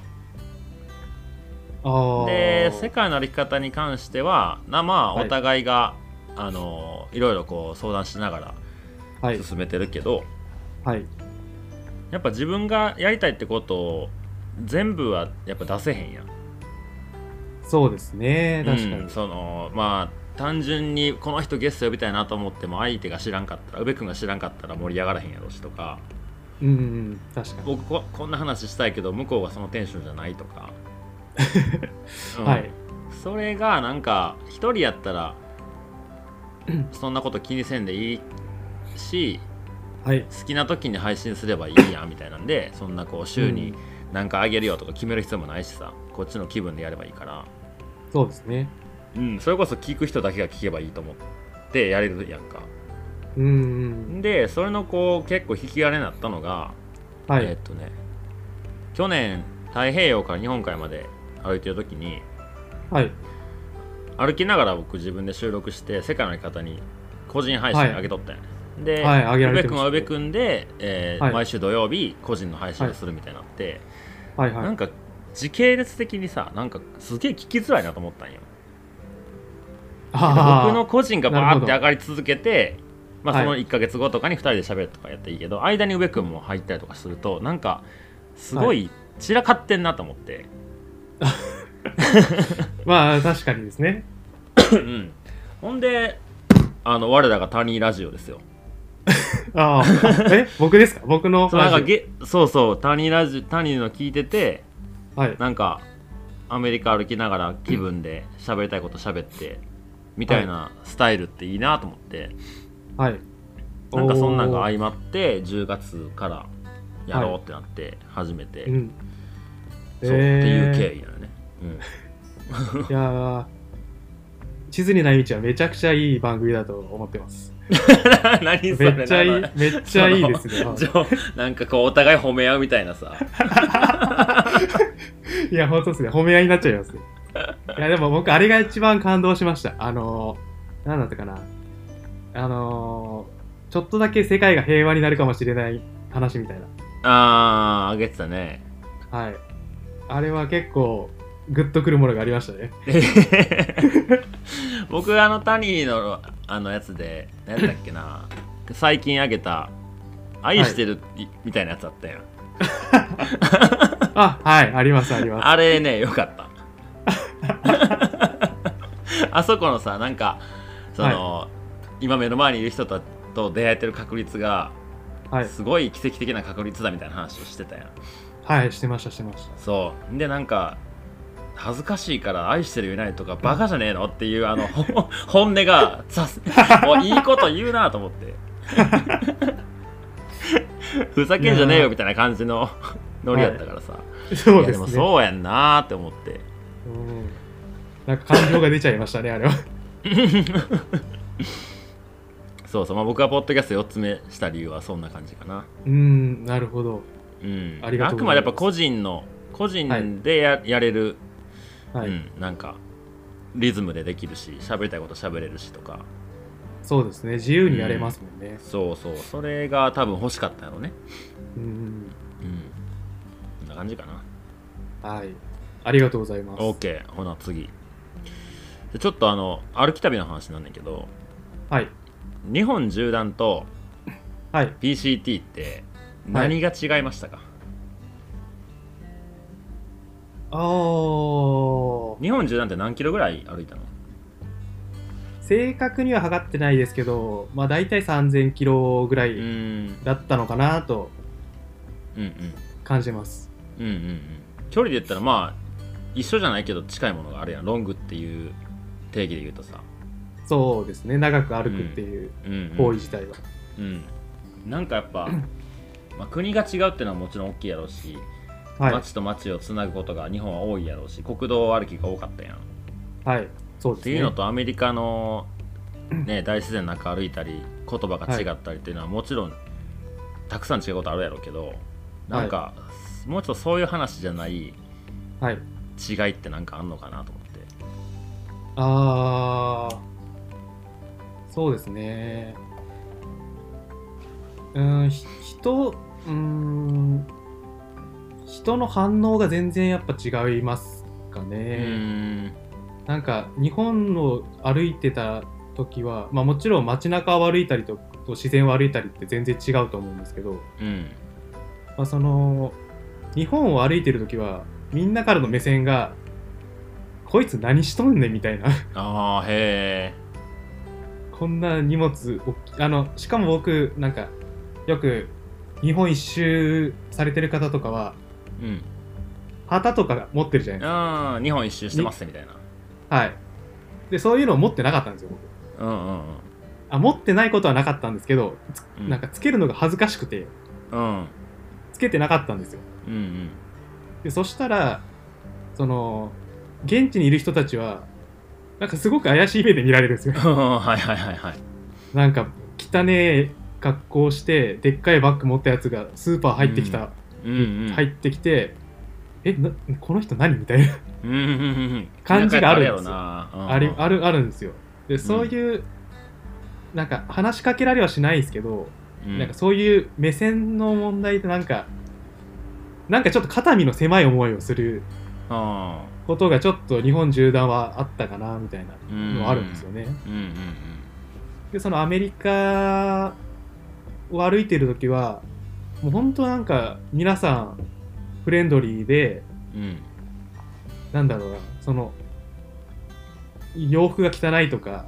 B: ああ
A: で世界の歩き方に関してはなまあ
B: はい
A: お互いが、あのいろいろこう相談しなが
B: は
A: ら
B: い
A: 進めてるけど、
B: はい
A: やっぱ自分がやりたいってことを全部はやっぱ出せへんやん
B: そうですね確か
A: うん
B: に
A: そのまあ単純にこの人ゲスト呼びたいなと思っても相手が知らんかったら宇部君が知らんかったら盛り上がらへんやろしとか
B: うん、うん、確かに
A: 僕ここんな話したいけど向こうがそのテンションじゃないとか、うん
B: はい
A: それがなんか一人やったらそんなこと気にせんでいいし
B: はい
A: 好きな時に配信すればいいやみたいなんでそんなこう週に何かあげるよとか決める必要もないしさこっちの気分でやればいいから、
B: そうですね
A: うん、それこそ聞く人だけが聞けばいいと思ってやれるやんか
B: うんうん
A: でそれのこう結構引き金になったのが、
B: は
A: えー
B: い
A: っとね去年太平洋から日本海まで歩いてる時に
B: はい
A: 歩きながら僕自分で収録して世界の方に個人配信上げとったんや、で、
B: はいあげら
A: 宇
B: れ
A: 部
B: て
A: 君
B: ます
A: は宇部君で、えー
B: はい
A: 毎週土曜日個人の配信をするみたいになって、
B: はい
A: な
B: は
A: ん
B: い
A: か時系列的にさなんかすげえ聞きづらいなと思ったんよ
B: あ
A: 僕
B: ー
A: の個人がバーって
B: な
A: 上
B: る
A: がり続けてまあ
B: は
A: そ
B: い
A: の1ヶ月後とかに2人で喋るとかやっていいけど、間に上君も入ったりとかするとなんかすご
B: はい
A: 散らかってんなと思って、
B: まあ確かにですね
A: うんほんであの我らが他人ラジオですよ
B: ああ (laughs) え僕ですか僕の
A: そうなん
B: 話
A: かげそうそう他人ラジオ他人の聞いてて
B: はい
A: なんかアメリカ歩きながら気分で喋りたいこと喋ってみたいなスタイルっていいなと思って、
B: はい
A: なんかそんなんが
B: おー
A: 相まって10月からやろうってなって始めて、
B: うん
A: そうっていう経緯なのね、うん、
B: 緯いやー地図にない道はめちゃくちゃいい番組だと思ってます。 (laughs)
A: 何それ
B: めっちゃいい、めっちゃいい (laughs) ですね。
A: あのじょなんかこうお互い褒め合うみたいなさ
B: いや、本当ですね。褒め合いになっちゃい (laughs) ますね。いや、でも僕、あれが一番感動しました。あのー、なんだったかな。あのー、ちょっとだけ世界が平和になるかもしれない話みたい
A: あーあげてたね (laughs)
B: な。はい。あれは結構、グッとくるものがありました (laughs) ね。
A: 僕あのタニーのあのやつで何だっけな最近あげた「愛してる」みたいなやつあったやん、
B: あ、はい、あります、あります。
A: あれね、よか
B: (laughs)
A: った。あそこのさ、なんか、その、今目の前にいる人とと出会えてる確率が、
B: はい、
A: すごい奇跡的な確率だみたいな話をしてたやん。
B: はい、してました、してました。
A: そう。で、なんか、恥ずかしいから愛してる言えないとかバカじゃねえのっていう
B: (laughs)
A: あのほ本音がさすもういいこと言うなと思って
B: (laughs)
A: ふざけんじゃねえよみたいな感じのノリやったからさ、
B: (laughs)
A: い
B: そう
A: や
B: で
A: ですも
B: ね。
A: そうやんなーって思って
B: うんなんか感情が出ちゃいましたね、あれは。
A: そうそう、まあ、僕がポッドキャスト4つ目した理由はそんな感じかな。
B: うーん、なるほど。
A: うん、
B: ありがとう
A: く
B: ご
A: までや
B: ざいます
A: っぱ個人の個人でや,、やれる、
B: はい、
A: うん、なんかリズムでできるし喋りたいこと喋れるしとか
B: そうですね。自由にやれますもんね。
A: そうそうそれが多分欲しかったのね
B: うん
A: うんこんな感じかな
B: はい。ありがとうございます。
A: OK ほな次でちょっとあの歩き旅の話なんだけど
B: はい。
A: 日本縦断と
B: はい。
A: PCT って何が違いましたか、
B: あー、
A: 日本縦断って何キロぐらい歩いたの
B: 正確には測ってないですけど、まあ大体3000キロぐら
A: うー
B: い
A: ん
B: だったのかなと
A: うんうん
B: 感じます。
A: うんうんうん距離で言ったらまあ一緒じゃないけど近いものがあるやんロングっていう定義で言うとさ、
B: そうですね。長く歩くっていう
A: うんうん
B: 行為自体は。
A: うんなんかやっ
B: (clears throat)
A: ぱ、まあ、国が違うっていうのはもちろん大きいやろうし、
B: はい。
A: 町と町をつなぐことが日本は多いやろうし国道歩きが多かったやん
B: はい。そうで
A: っ
B: す
A: ていう
B: ね
A: の。とアメリカ
B: (clears throat)
A: の、ね、大自然の中歩いたり言葉が違ったりっていうのはもちろんたくさん違うことあるやろうけどなんか、もうちょっとそういう話じゃない
B: はい。
A: 違いってなんかあんのかなと思って
B: ああ、そうですね。うーん、ひ人、うーん、人の反応が全然やっぱ違いますか
A: う
B: ね。
A: ーん
B: なんか日本を歩いてた時は、まあもちろん街中を歩いたりとと自然を歩いたりって全然違うと思うんですけど、
A: うん
B: まあ、その日本を歩いてる時はみんなからの目線が「こいつ何しとんねん」みたいな
A: ああへ
B: こんな荷物おっきあのしかも僕なんかよく日本一周されてる方とかは
A: えうん
B: 旗とか持ってるじゃないです
A: ああ日本一周してますみたいな
B: かはいでそういうのを持ってなかったんですよ
A: う
B: 僕
A: んうんうん
B: あ持ってないことはなかったんですけどつ
A: うん
B: なんかつけるのが恥ずかしくて
A: うん
B: つけてなかったんですよ
A: うんうん
B: でそしたらその現地にいる人たちはなんかすごく怪しい目で見られるんですよ
A: (laughs) はいはいはいはい
B: なんか汚え格好してでっかいバッグ持ったやつがスーパー入ってきた、
A: うんうん
B: 入ってきてえなこの人何みたいな、
A: うんうんうんうん
B: 感じがあるんですよ
A: 田舎やったらやろな
B: あり
A: る
B: あるあるんですよでそういう、なんか話しかけられはしないですけど、なんかそういう目線の問題ってなんかなんかちょっと肩身の狭い思いをする
A: あ
B: ことがちょっと日本縦断はあったかなみたいな
A: ーう
B: のはあるんですよね、
A: うんうん
B: でそのアメリカを歩いてる時はもう本当なんか皆さんフレンドリーで
A: うんうん
B: なんだろうなその洋服が汚いとか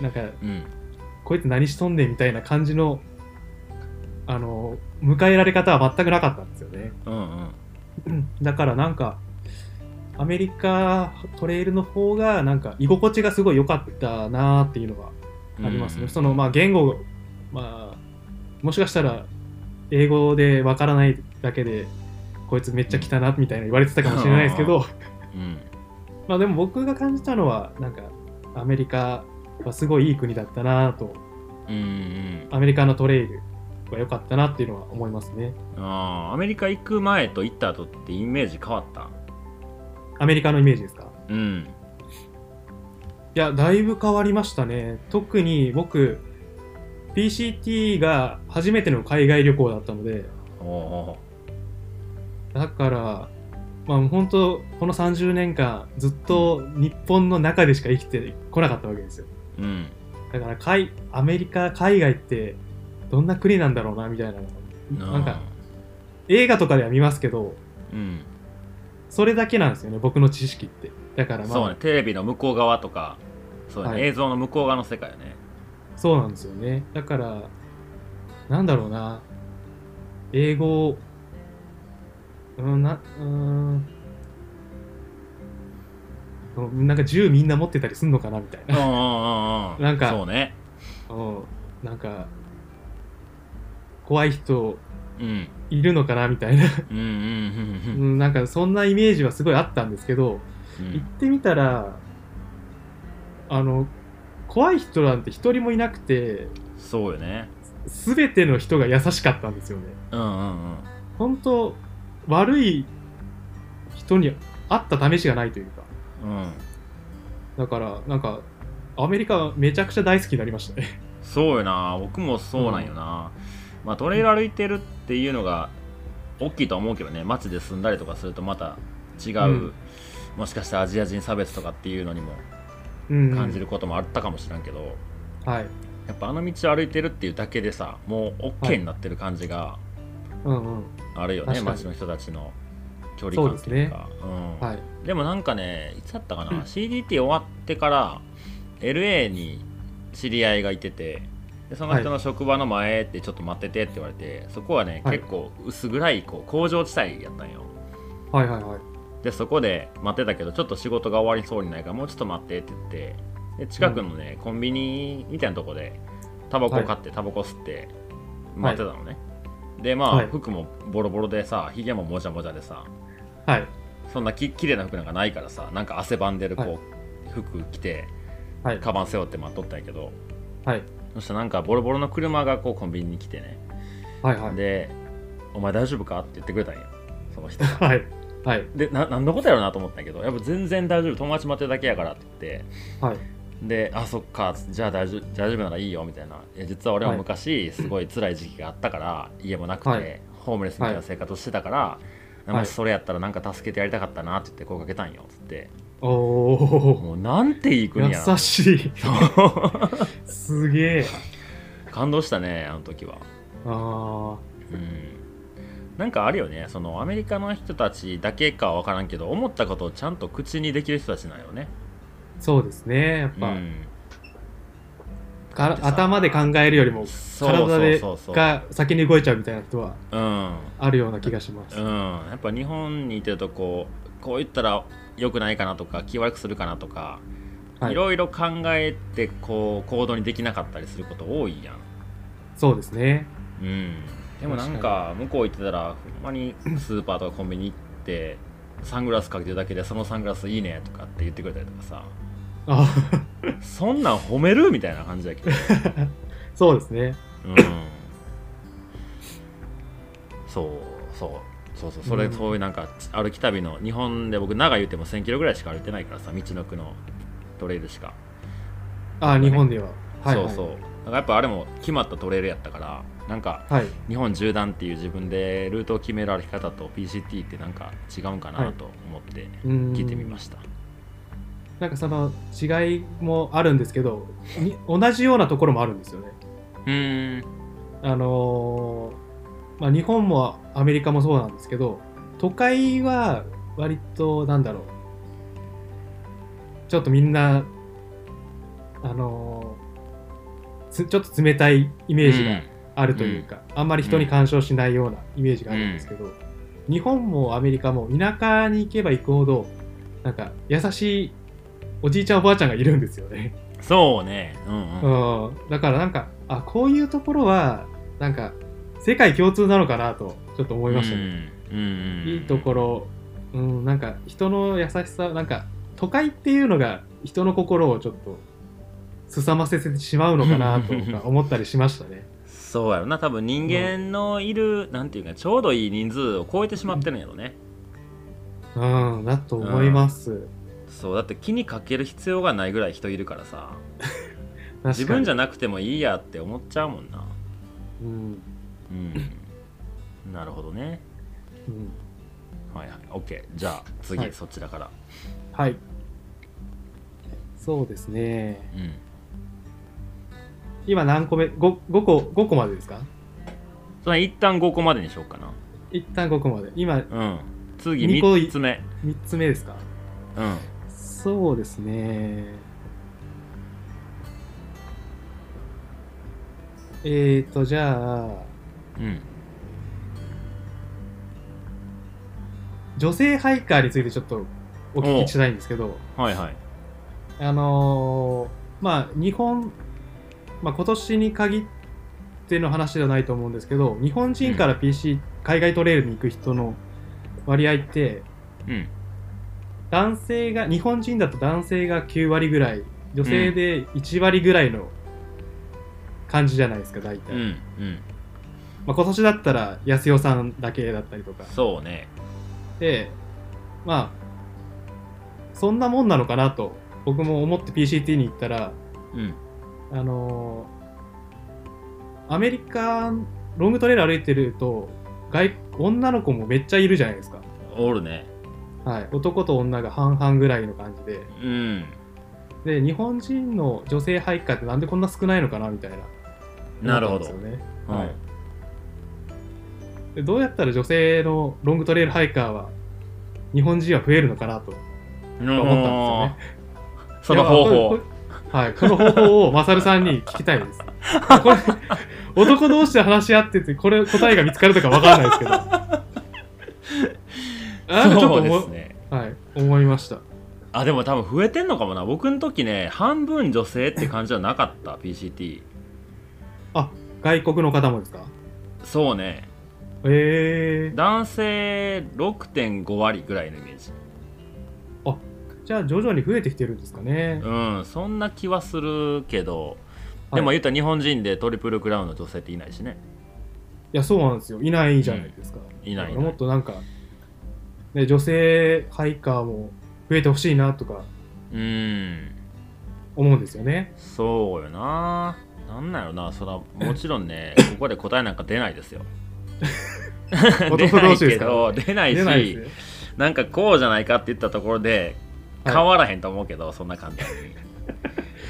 B: なんか
A: うん
B: こいつ何しとんねんみたいな感じのあの迎えられ方は全くなかったんですよね
A: うんうん
B: だからなんかアメリカトレイルの方がなんか居心地がすごい良かったなーっていうのがありますね。そのまあ言語、まあ、もしかしたら英語でわからないだけで、こいつめっちゃ汚なみたいな言われてたかもしれないですけど、
A: うん
B: まあでも僕が感じたのは、なんかアメリカはすごいいい国だったなと、
A: うんうん
B: アメリカのトレイルは良かったなっていうのは思いますね。
A: あーアメリカ行く前と行った後ってイメージ変わった
B: アメリカのイメージですか
A: うん
B: いや、だいぶ変わりましたね。特に僕、PCT が初めての海外旅行だったので、
A: おお
B: だから、まあ、本当この30年間ずっと日本の中でしか生きてこなかったわけですよ
A: ーうん
B: だから海アメリカ海外ってどんな国なんだろうなみたいななんか映画とかでは見ますけど
A: うん
B: それだけなんですよね僕の知識ってだからまあ
A: そうねテレビの向こう側とかそうね、
B: はい
A: 映像の向こう側の世界よ
B: (laughs)
A: ね
B: そうなんですよねだからなんだろうな英語うんなうーんうんなんか銃みんな持ってたりすんのかなみたいな
A: うんうんうんうん
B: なんか
A: そうね
B: うん、なんか怖い人
A: うん
B: いるのかなみたいな、
A: うんうん
B: う
A: うん
B: ん、なんかそんなイメージはすごいあったんですけど、
A: うんう
B: 行っ
A: ん
B: てみたらあの怖い人なんて一人もいなくて
A: そうよね
B: 全ての人が優しかったんですよね
A: うんうんうん
B: 本当悪い人に会った試しがないというか
A: うん
B: だからなんかアメリカめちゃくちゃ大好きになりましたね
A: そうよな僕もそうなんよな、まあトレイル歩いてるっていうのが大きいとは思うけどね街で住んだりとかするとまた違う、
B: うん
A: もしかしたらアジア人差別とかっていうのにも
B: うん
A: 感じることもあったかもしれんけど、
B: はい、
A: やっぱあの道を歩いてるっていうだけでさもう OK になってる感じが
B: うんうん
A: あるよね、
B: 確かに
A: 街の人たちの距離感っていうかう、ん
B: はい、
A: でもなんかねいつだったかな、
B: うん
A: CDT 終わってから LA に知り合いがいててでその人の職場の前ってちょっと待っててって言われて、そこはね、
B: はい
A: 結構薄暗いこう工場地帯やったんよ
B: はいはいはい
A: でそこで待ってたけどちょっと仕事が終わりそうにないからもうちょっと待ってって言ってで近くのね、コンビニみたいなとこでタバコ買って、タバコ吸って待ってたのね、でまあ、
B: はい
A: 服もボロボロでさひげももじゃもじゃでさ
B: はい
A: そんなき綺麗な服なんかないからさなんか汗ばんでるこう、服着て
B: はい
A: カバン背負って待っとったんやけど
B: はい
A: そしたらなんかボロボロの車がこうコンビニに来てね
B: はいはい
A: で「お前大丈夫か?」って言ってくれたんやその人
B: (laughs)
A: が
B: はいはい
A: でな何のことやろうなと思ったんやけどやっぱ全然大丈夫友達待ってるだけやからって言って
B: はい
A: で「あそっかじゃあ大丈夫大丈夫ならいいよ」みたいな「いや実は俺は昔すごい辛い時期があった
B: (clears throat)
A: から家もなくて、
B: はい
A: ホームレスみたいな生活をしてたから、
B: はい
A: もしそれやったらなんか助けてやりたかったな」って言って声かけたんよっつって
B: おお
A: もうなんていい国やな
B: 優しい
A: そう
B: すげえ
A: (laughs) 感動したねあの時は
B: あ
A: うんなんかあるよねそのアメリカの人たちだけかは分からんけど思ったことをちゃんと口にできる人たちなんよね、
B: ーそうですねやっぱ、
A: うん
B: から頭で考えるよりも
A: そう
B: 体で
A: そうそうそう
B: が先に動いちゃうみたいな人は
A: うん
B: あるような気がします、
A: うん、やっぱ日本にいてるとこうこう言ったら良くないかなとか気悪くするかなとか、
B: はい
A: い、ろいろ考えてこう行動にできなかったりすること多いやん、
B: そうですね
A: うん、でもなんか向こう行ってたらほんまにスーパーとかコンビニ行ってサングラスかけてるだけでそのサングラスいいねとかって言ってくれたりとか
B: (laughs)
A: さ
B: あ
A: そんなん褒めるみたいな感じだけど、
B: そうですね
A: うん、そうそうそうそうそれ、
B: うん
A: そういうなんか歩き旅の日本で僕長い言うても1 0 0 0キロぐらいしか歩いてないからさ道のくのトレイルしか、
B: あー日本では、はいはい、
A: そうそうだからやっぱあれも決まったトレイルやったからなんか
B: はい
A: 日本縦断っていう自分でルートを決める歩き方と PCT ってなんか違うんかなと思って聞いてみま
B: し
A: した、
B: たなんかその違いもあるんですけどに同じようなところもあるんですよね
A: うーん
B: あのーまあ、日本もアメリカもそうなんですけど都会は割となんだろうちょっとみんなあのーつちょっと冷たいイメージがあるというか、あんまり人に干渉しないようなイメージがあるんですけど、日本もアメリカも田舎に行けば行くほどなんか優しいおじいちゃんおばあちゃんがいるんですよね。
A: うんそうねうんうん
B: うん、だからなんかあこういうところはなんか世界共通なのかなとちょっと思いましたね、
A: うんうんうん
B: いいところ、うん、なんか人の優しさなんか都会っていうのが人の心をちょっと凄ませてしまうのかなとか思ったりしましたね
A: そうやろな多分人間のいる、なんていうかちょうどいい人数を超えてしまってるんやろね、
B: うんだと思います、
A: そうだって気にかける必要がないぐらい人いるからさ
B: 確かに
A: 自分じゃなくてもいいやって思っちゃうもんな
B: うん、
A: うんなるほどね
B: うん、
A: はいはい OK じゃあ次、
B: はい
A: そちらから
B: はいそうですね
A: うん
B: 今何個目 5, 5個5個までですか
A: それ一旦5個までにしようかな
B: 一旦5個まで今
A: うん次
B: 二個い
A: 3つ目
B: 3つ目ですか
A: うん
B: そうですね。えーと、じゃあ、
A: うん
B: 女性ハイカーについてちょっとお聞きしたいんですけど、
A: はいはい
B: あのーまあ、日本、まあ、今年に限っての話ではないと思うんですけど、日本人から PC、海外トレイルに行く人の割合って、
A: うん
B: 男性が、日本人だと男性が9割ぐらい、女性で1割ぐらいの感じじゃないですか、大体。
A: うんうん
B: まあ、今年だったら安代さんだけだったりとか
A: そうね
B: でまあそんなもんなのかなと僕も思って PCT に行ったら
A: うん
B: あのーアメリカロングトレール歩いてると外女の子もめっちゃいるじゃないですか、
A: おるね
B: はい、男と女が半々ぐらいの感じで
A: うん
B: で日本人の女性ハイカーってなんでこんな少ないのかなみたいな
A: なるほ
B: 思った
A: ど
B: んですよね
A: うん
B: はいでどうやったら女性のロングトレイルハイカーは日本人は増えるのかなと
A: うん
B: 思ったんです
A: そ
B: よね。
A: の方
B: いやまあこ
A: 法
B: れこれはい、この方法をマサルさんに聞きたいです。これ男同士で話し合ってて、これ答えが見つかるとかわからないで
A: (laughs)
B: すけど。なんかちょっと
A: そう
B: 思
A: ですね
B: はい、思いました。
A: あでも多分増えてんのかもな僕の時ね半分女性って感じはなかった PCT
B: 外国の方もですか
A: そうね
B: ええ
A: 男性6.5割ぐらいのイメージ
B: ー、じゃあ徐々に増えてきてるんですかね。
A: うんそんな気はするけど
B: はい
A: でも言ったら日本人でトリプルクラウンの女性っていないしね
B: いや、そうなんですよ。いないじゃないですか。
A: いないいない
B: もっとなんか、ね、女性ハイカーも増えてほしいなとか
A: うん
B: 思うんですよね。
A: そうよななんなんやろなそらもちろん
B: (laughs)
A: ねここで答えなんか出ないですよ出
B: 男
A: な
B: 同
A: い
B: 士で
A: け
B: すか
A: ど出ないし
B: 出ないですね。
A: なんかこうじゃないかって言ったところで
B: はい
A: 変わらへんと思うけど、そんな簡単
B: (laughs)
A: に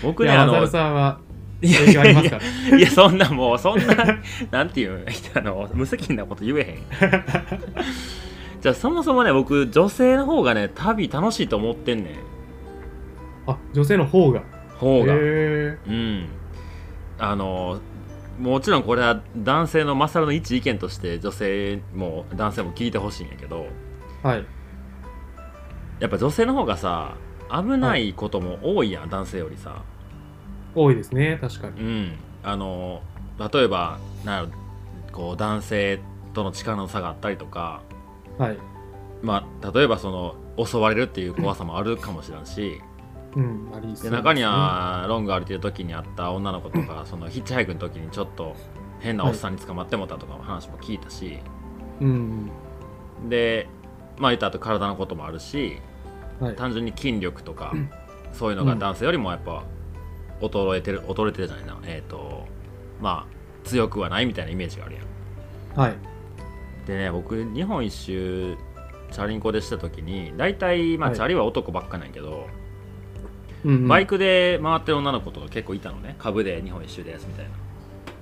A: 僕
B: い
A: ね
B: や、
A: あ
B: マサ
A: の
B: ルさんはい
A: や
B: 影
A: い
B: 響あ
A: や
B: りま
A: い
B: す
A: や
B: から。
A: いやそんなもうそんな (laughs) なんていうんあの無責任なこと言えへ
B: (laughs)
A: んじゃあそもそもね僕女性の方がね旅楽しいと思ってんねん
B: あ、女性の方が。
A: 方が、
B: へ
A: うんあのもちろんこれは男性のマサルの一意見として女性も男性も聞いてほしいんやけど
B: ーはい。
A: やっぱ女性の方がさ危ないことも多いやん、男性よりさ
B: 多いですね、確かに。
A: うん、あの例えばなんやろこう男性との力の差があったりとか、
B: はい。
A: まあ、例えばその襲われるっていう怖さもあるかもしれんし、
B: うん、ありそうです
A: で
B: ね
A: 中に、はロング歩いてる時にあった女の子とかそのヒッチハイクの時にちょっと変なおっさんに捕まってもたとかの話も聞いたし、
B: うん、
A: でまあ言ったあと体のこともあるし
B: はい。
A: 単純に筋力とか、
B: うん
A: そういうのが男性よりもやっぱ衰えてる衰えてるじゃないなえっ、とまあ強くはないみたいなイメージがあるやん。
B: はい。
A: でね僕日本一周チャリンコでした時に大体、まあ
B: はい
A: チャリは男ばっかなんやけど、
B: うんうん
A: バイクで回ってる女の子とか結構いたのね株で日本一周ですみたいな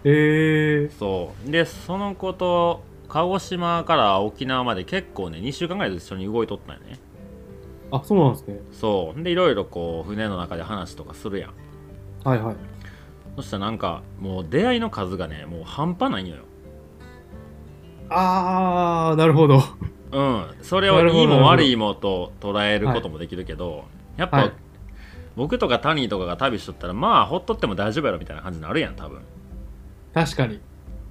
B: えー、
A: そうでその子と鹿児島から沖縄まで結構ね2週間ぐらいずつ一緒に動いとったんよね
B: あ、そうなんですね。
A: そうでいろいろこう船の中で話とかするやん
B: はいはい。
A: そしたらなんかもう出会いの数がねもう半端ないんよ
B: あー、なるほど。
A: うん、それ
B: な
A: を
B: るほど
A: いい
B: なる
A: も
B: ほど
A: 悪いもと捉えることもできるけど、やっぱ、
B: はい
A: 僕とかタニーとかが旅しとったらまあほっとっても大丈夫やろみたいな感じになるやん多分
B: 確かに。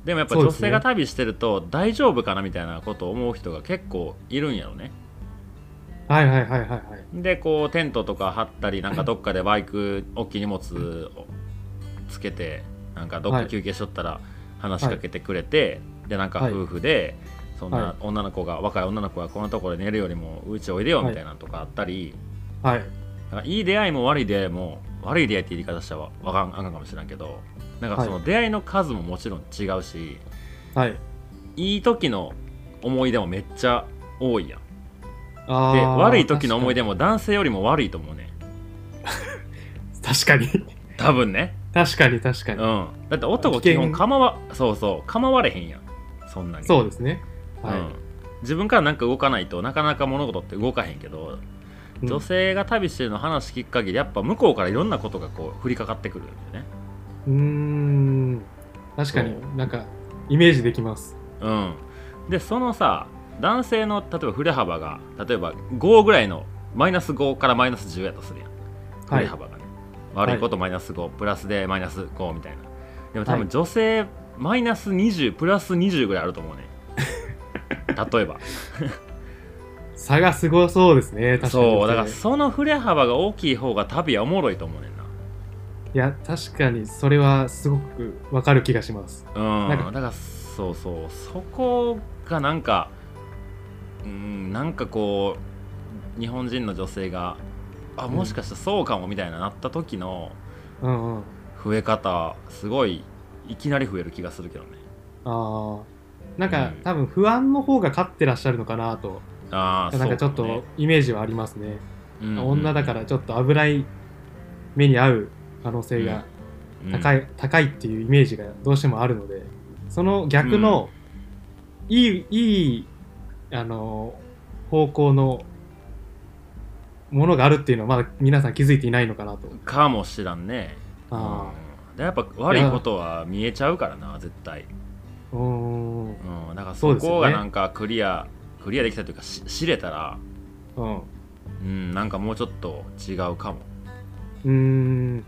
A: でもやっぱ
B: そう
A: 女
B: ですね
A: 性が旅してると大丈夫かなみたいなことを思う人が結構いるんやろね
B: はいはいはいはいはい。
A: でこうテントとか張ったりなんかどっかでバイク大きい荷物をつけてなんかどっか休憩しとったら話しかけてくれて、でなんか
B: はい
A: 夫婦でそん
B: は
A: ない女の子が若い女の子がこんなところで寝るよりもうちおいでよみたいなのとかあったり、
B: はい。
A: なんかいい出会いも悪い出会いも悪い出会いって言い方したらわわかんあかんかもしれんけどなんかそ
B: は
A: の出会いの数ももちろん違うし、
B: はい。
A: い、い時の思い出もめっちゃ多いやん
B: あ
A: で
B: ー
A: 悪い時の思い出も男性よりも悪いと思うね
B: 確かに。
A: 多分ね
B: 確かに確か
A: う
B: に。
A: んだって男
B: 危
A: 基
B: 険
A: 本構わそうそう構われへんやんそんなに
B: そう
A: う、
B: ですね。はい。
A: ん、自分からなんか動かないとなかなか物事って動かへんけど、
B: うん
A: 女性が旅してるの話聞く限りやっぱ向こうからいろんなことがこう降りかかってくるんだよね
B: うーん。確か
A: そう
B: になんか、イメージできます。
A: うん、でそのさ男性の例えば振れ幅が例えば5ぐらいのマイナス5からマイナス10やとするやん振
B: は
A: れ
B: い。
A: 幅がね、
B: い
A: 悪いことマイナス5プラスでマイナス5みたいなでも多
B: は
A: 分
B: い
A: 女性、マイナス20プラス20ぐらいあると思う
B: (laughs)
A: ね例えば
B: 差がすごそうですね。確かに。
A: そうだからその振れ幅が大きい方が旅はおもろいと思うねんない
B: や、確かにそれはすごくわかる気がします。
A: うん
B: なんか
A: だからそうそうそこがなんかうんなんかこう日本人の女性があ
B: うん
A: もしかしたらそうかもみたいななった時の
B: うんうん。
A: 増え方すごいいきなり増える気がするけどね
B: あー。なんか、
A: うん
B: 多分不安の方が勝ってらっしゃるのかなと、
A: ああ
B: なんかちょっとイメージはありますね。女だからちょっと危ない目に遭う可能性が高い,、高いっていうイメージがどうしてもあるのでその逆の、いいいいあの方向のものがあるっていうのはまだ皆さん気づいていないのかなと
A: かもしらんね
B: あ
A: うんでやっぱ悪いことは見えちゃうからな絶対
B: ーうーん
A: うんだから
B: そう
A: そ
B: ですよ
A: こ
B: ね
A: がなんかクリアクリアできたというかし知れたら
B: うんう
A: うんなんかもうちょっと違うかも
B: ーん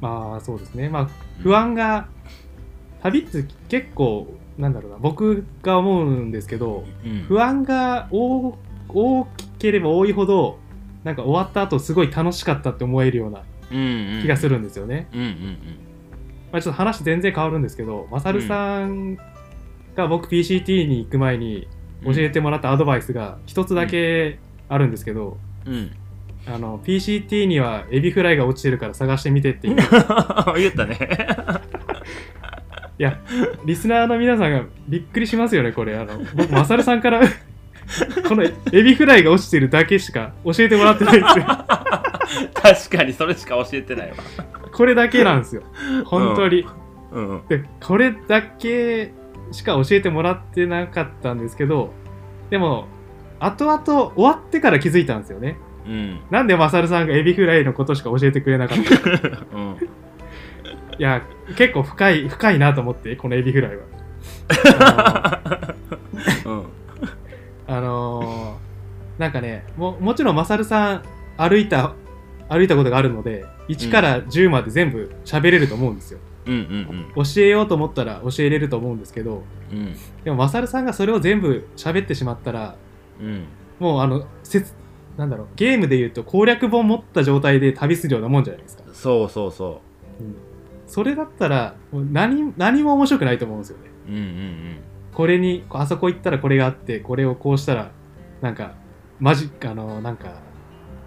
B: まあそうですねまあ不安が旅って結構なんだろうな僕が思うんですけど
A: うん
B: 不安が大大きければ多いほどなんか終わった後すごい楽しかったって思えるような
A: うんうん
B: 気がするんですよね。
A: うんうん
B: まあ、ちょっと話全然変わるんですけど、まさるさんが僕 PCT に行く前に
A: うん
B: 教えてもらったアドバイスが一つだけあるんですけど、
A: うん (laughs)
B: あの PCT にはエビフライが落ちてるから探してみてっていう
A: 言ったね (laughs)
B: いやリスナーの皆さんがびっくりしますよねこれあの僕マサルさんからこのエビフライが落ちてるだけしか教えてもらってないんですよ
A: 確かにそれしか教えてないわ
B: これだけなんですよ本当に、
A: うんうん
B: でこれだけしか教えてもらってなかったんですけどでも後々終わってから気づいたんですよね
A: うん
B: なんでマサルさんがエビフライのことしか教えてくれなかったのい
A: うん
B: や結構深い深いなと思ってこのエビフライは
A: (laughs)
B: あ
A: う
B: の
A: ん
B: あのーなんかねももちろんマサルさん歩いた歩いたことがあるので1から10まで全部喋れると思うんですよ、
A: うんうん
B: 教えようと思ったら教えれると思うんですけど
A: うん
B: でもマサルさんがそれを全部喋ってしまったら
A: うん
B: もうあのせつなんだろうゲームで言うと攻略本持った状態で旅するようなもんじゃないですか、
A: そうそうそ
B: うんそれだったらもう何何も面白くないと思うんですよね
A: ううんうん
B: これにあそこ行ったらこれがあってこれをこうしたらなんかマジあのなんか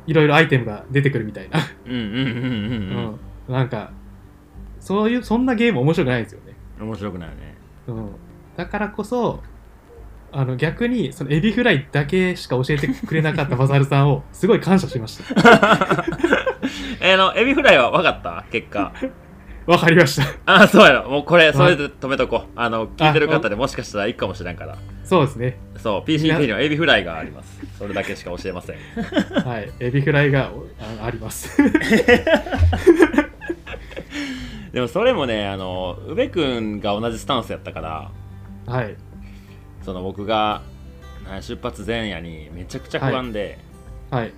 B: いろいろアイテムが出てくるみたいな、
A: うんうんうんうんう
B: うんん、なんかそういうそんなゲーム面白くないんですよね、
A: うん面白くないね
B: うん、だからこそあの逆にそのエビフライだけしか教えてくれなかったマサルさんを (laughs) すごい感謝しました
A: えーのエビフライは分かった結果
B: わかりました
A: あそうやろもうこれそれで止めとこうあの聞いてる方
B: あ
A: でもしかしたらいいかもしれんから
B: そうですね
A: そう PCT にはエビフライがありますそれだけしか教えません
B: はいエビフライがおああります (laughs)
A: でもそれもねあの宇部君が同じスタンスやったから
B: はい
A: その僕がな出発前夜にめちゃくちゃ不安で、
B: はい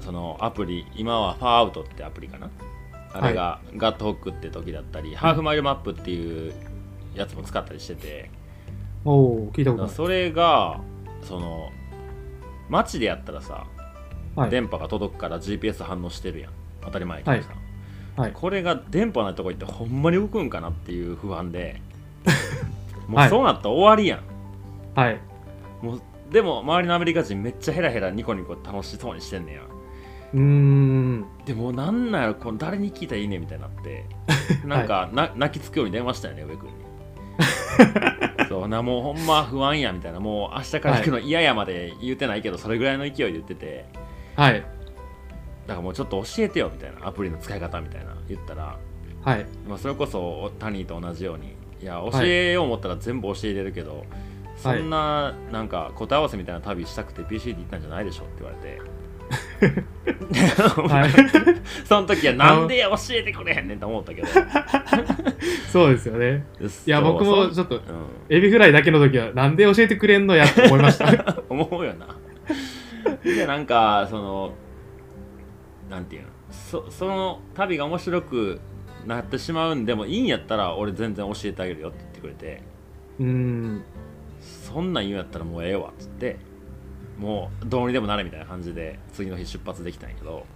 A: そのアプリ今はファーアウトってアプリかなあれが、ガットホックって時だったり、ハーフマイルマップっていうやつも使ったりしてて、
B: おお聞いたことない
A: それがその街でやったらさ、
B: はい
A: 電波が届くから GPS 反応してるやん当たり前やけどさ、
B: はいはい
A: これが電波ないとこ行ってほんまに動くんかなっていう不安
B: (laughs)
A: でも
B: は
A: う
B: い
A: そうなったら終わりやん、
B: はい
A: もうでも周りのアメリカ人めっちゃヘラヘラニコニコ楽しそうにしてんねや
B: うーん
A: でもうなんなんやろこの誰に聞いたらいいねみたいになってなんか、な泣きつくように電話したよね上君にそうなもうほんま不安やみたいなもう明日から行くの嫌やまで言うてないけど、それぐらいの勢いで言ってて
B: はい
A: だからもうちょっと教えてよみたいなアプリの使い方みたいな言ったら、
B: はい
A: まあ、それこそタニーと同じようにいや教えよう思ったら全部教えれるけど、そんななんか答え合わせみたいな旅したくて PC で行ったんじゃないでしょって言わ (laughs)
B: は
A: れ
B: (laughs) い
A: てその時はなんで教えてくれへんねんと思ったけど
B: そうですよね。いや、
A: そう
B: 僕も
A: そ
B: ちょっと、
A: う
B: エビフライだけの時は、なんで教えてくれんのやって思い
A: (laughs)
B: ました。
A: うん、思うよなでなんかそのなんていうのそその旅が面白くなってしまうんでもいいんやったら俺全然教えてあげるよって言ってくれて
B: うーん。
A: そんなん言うんやったらもうええわっつってもうどうにでもなれみたいな感じで次の日出発できたんやけど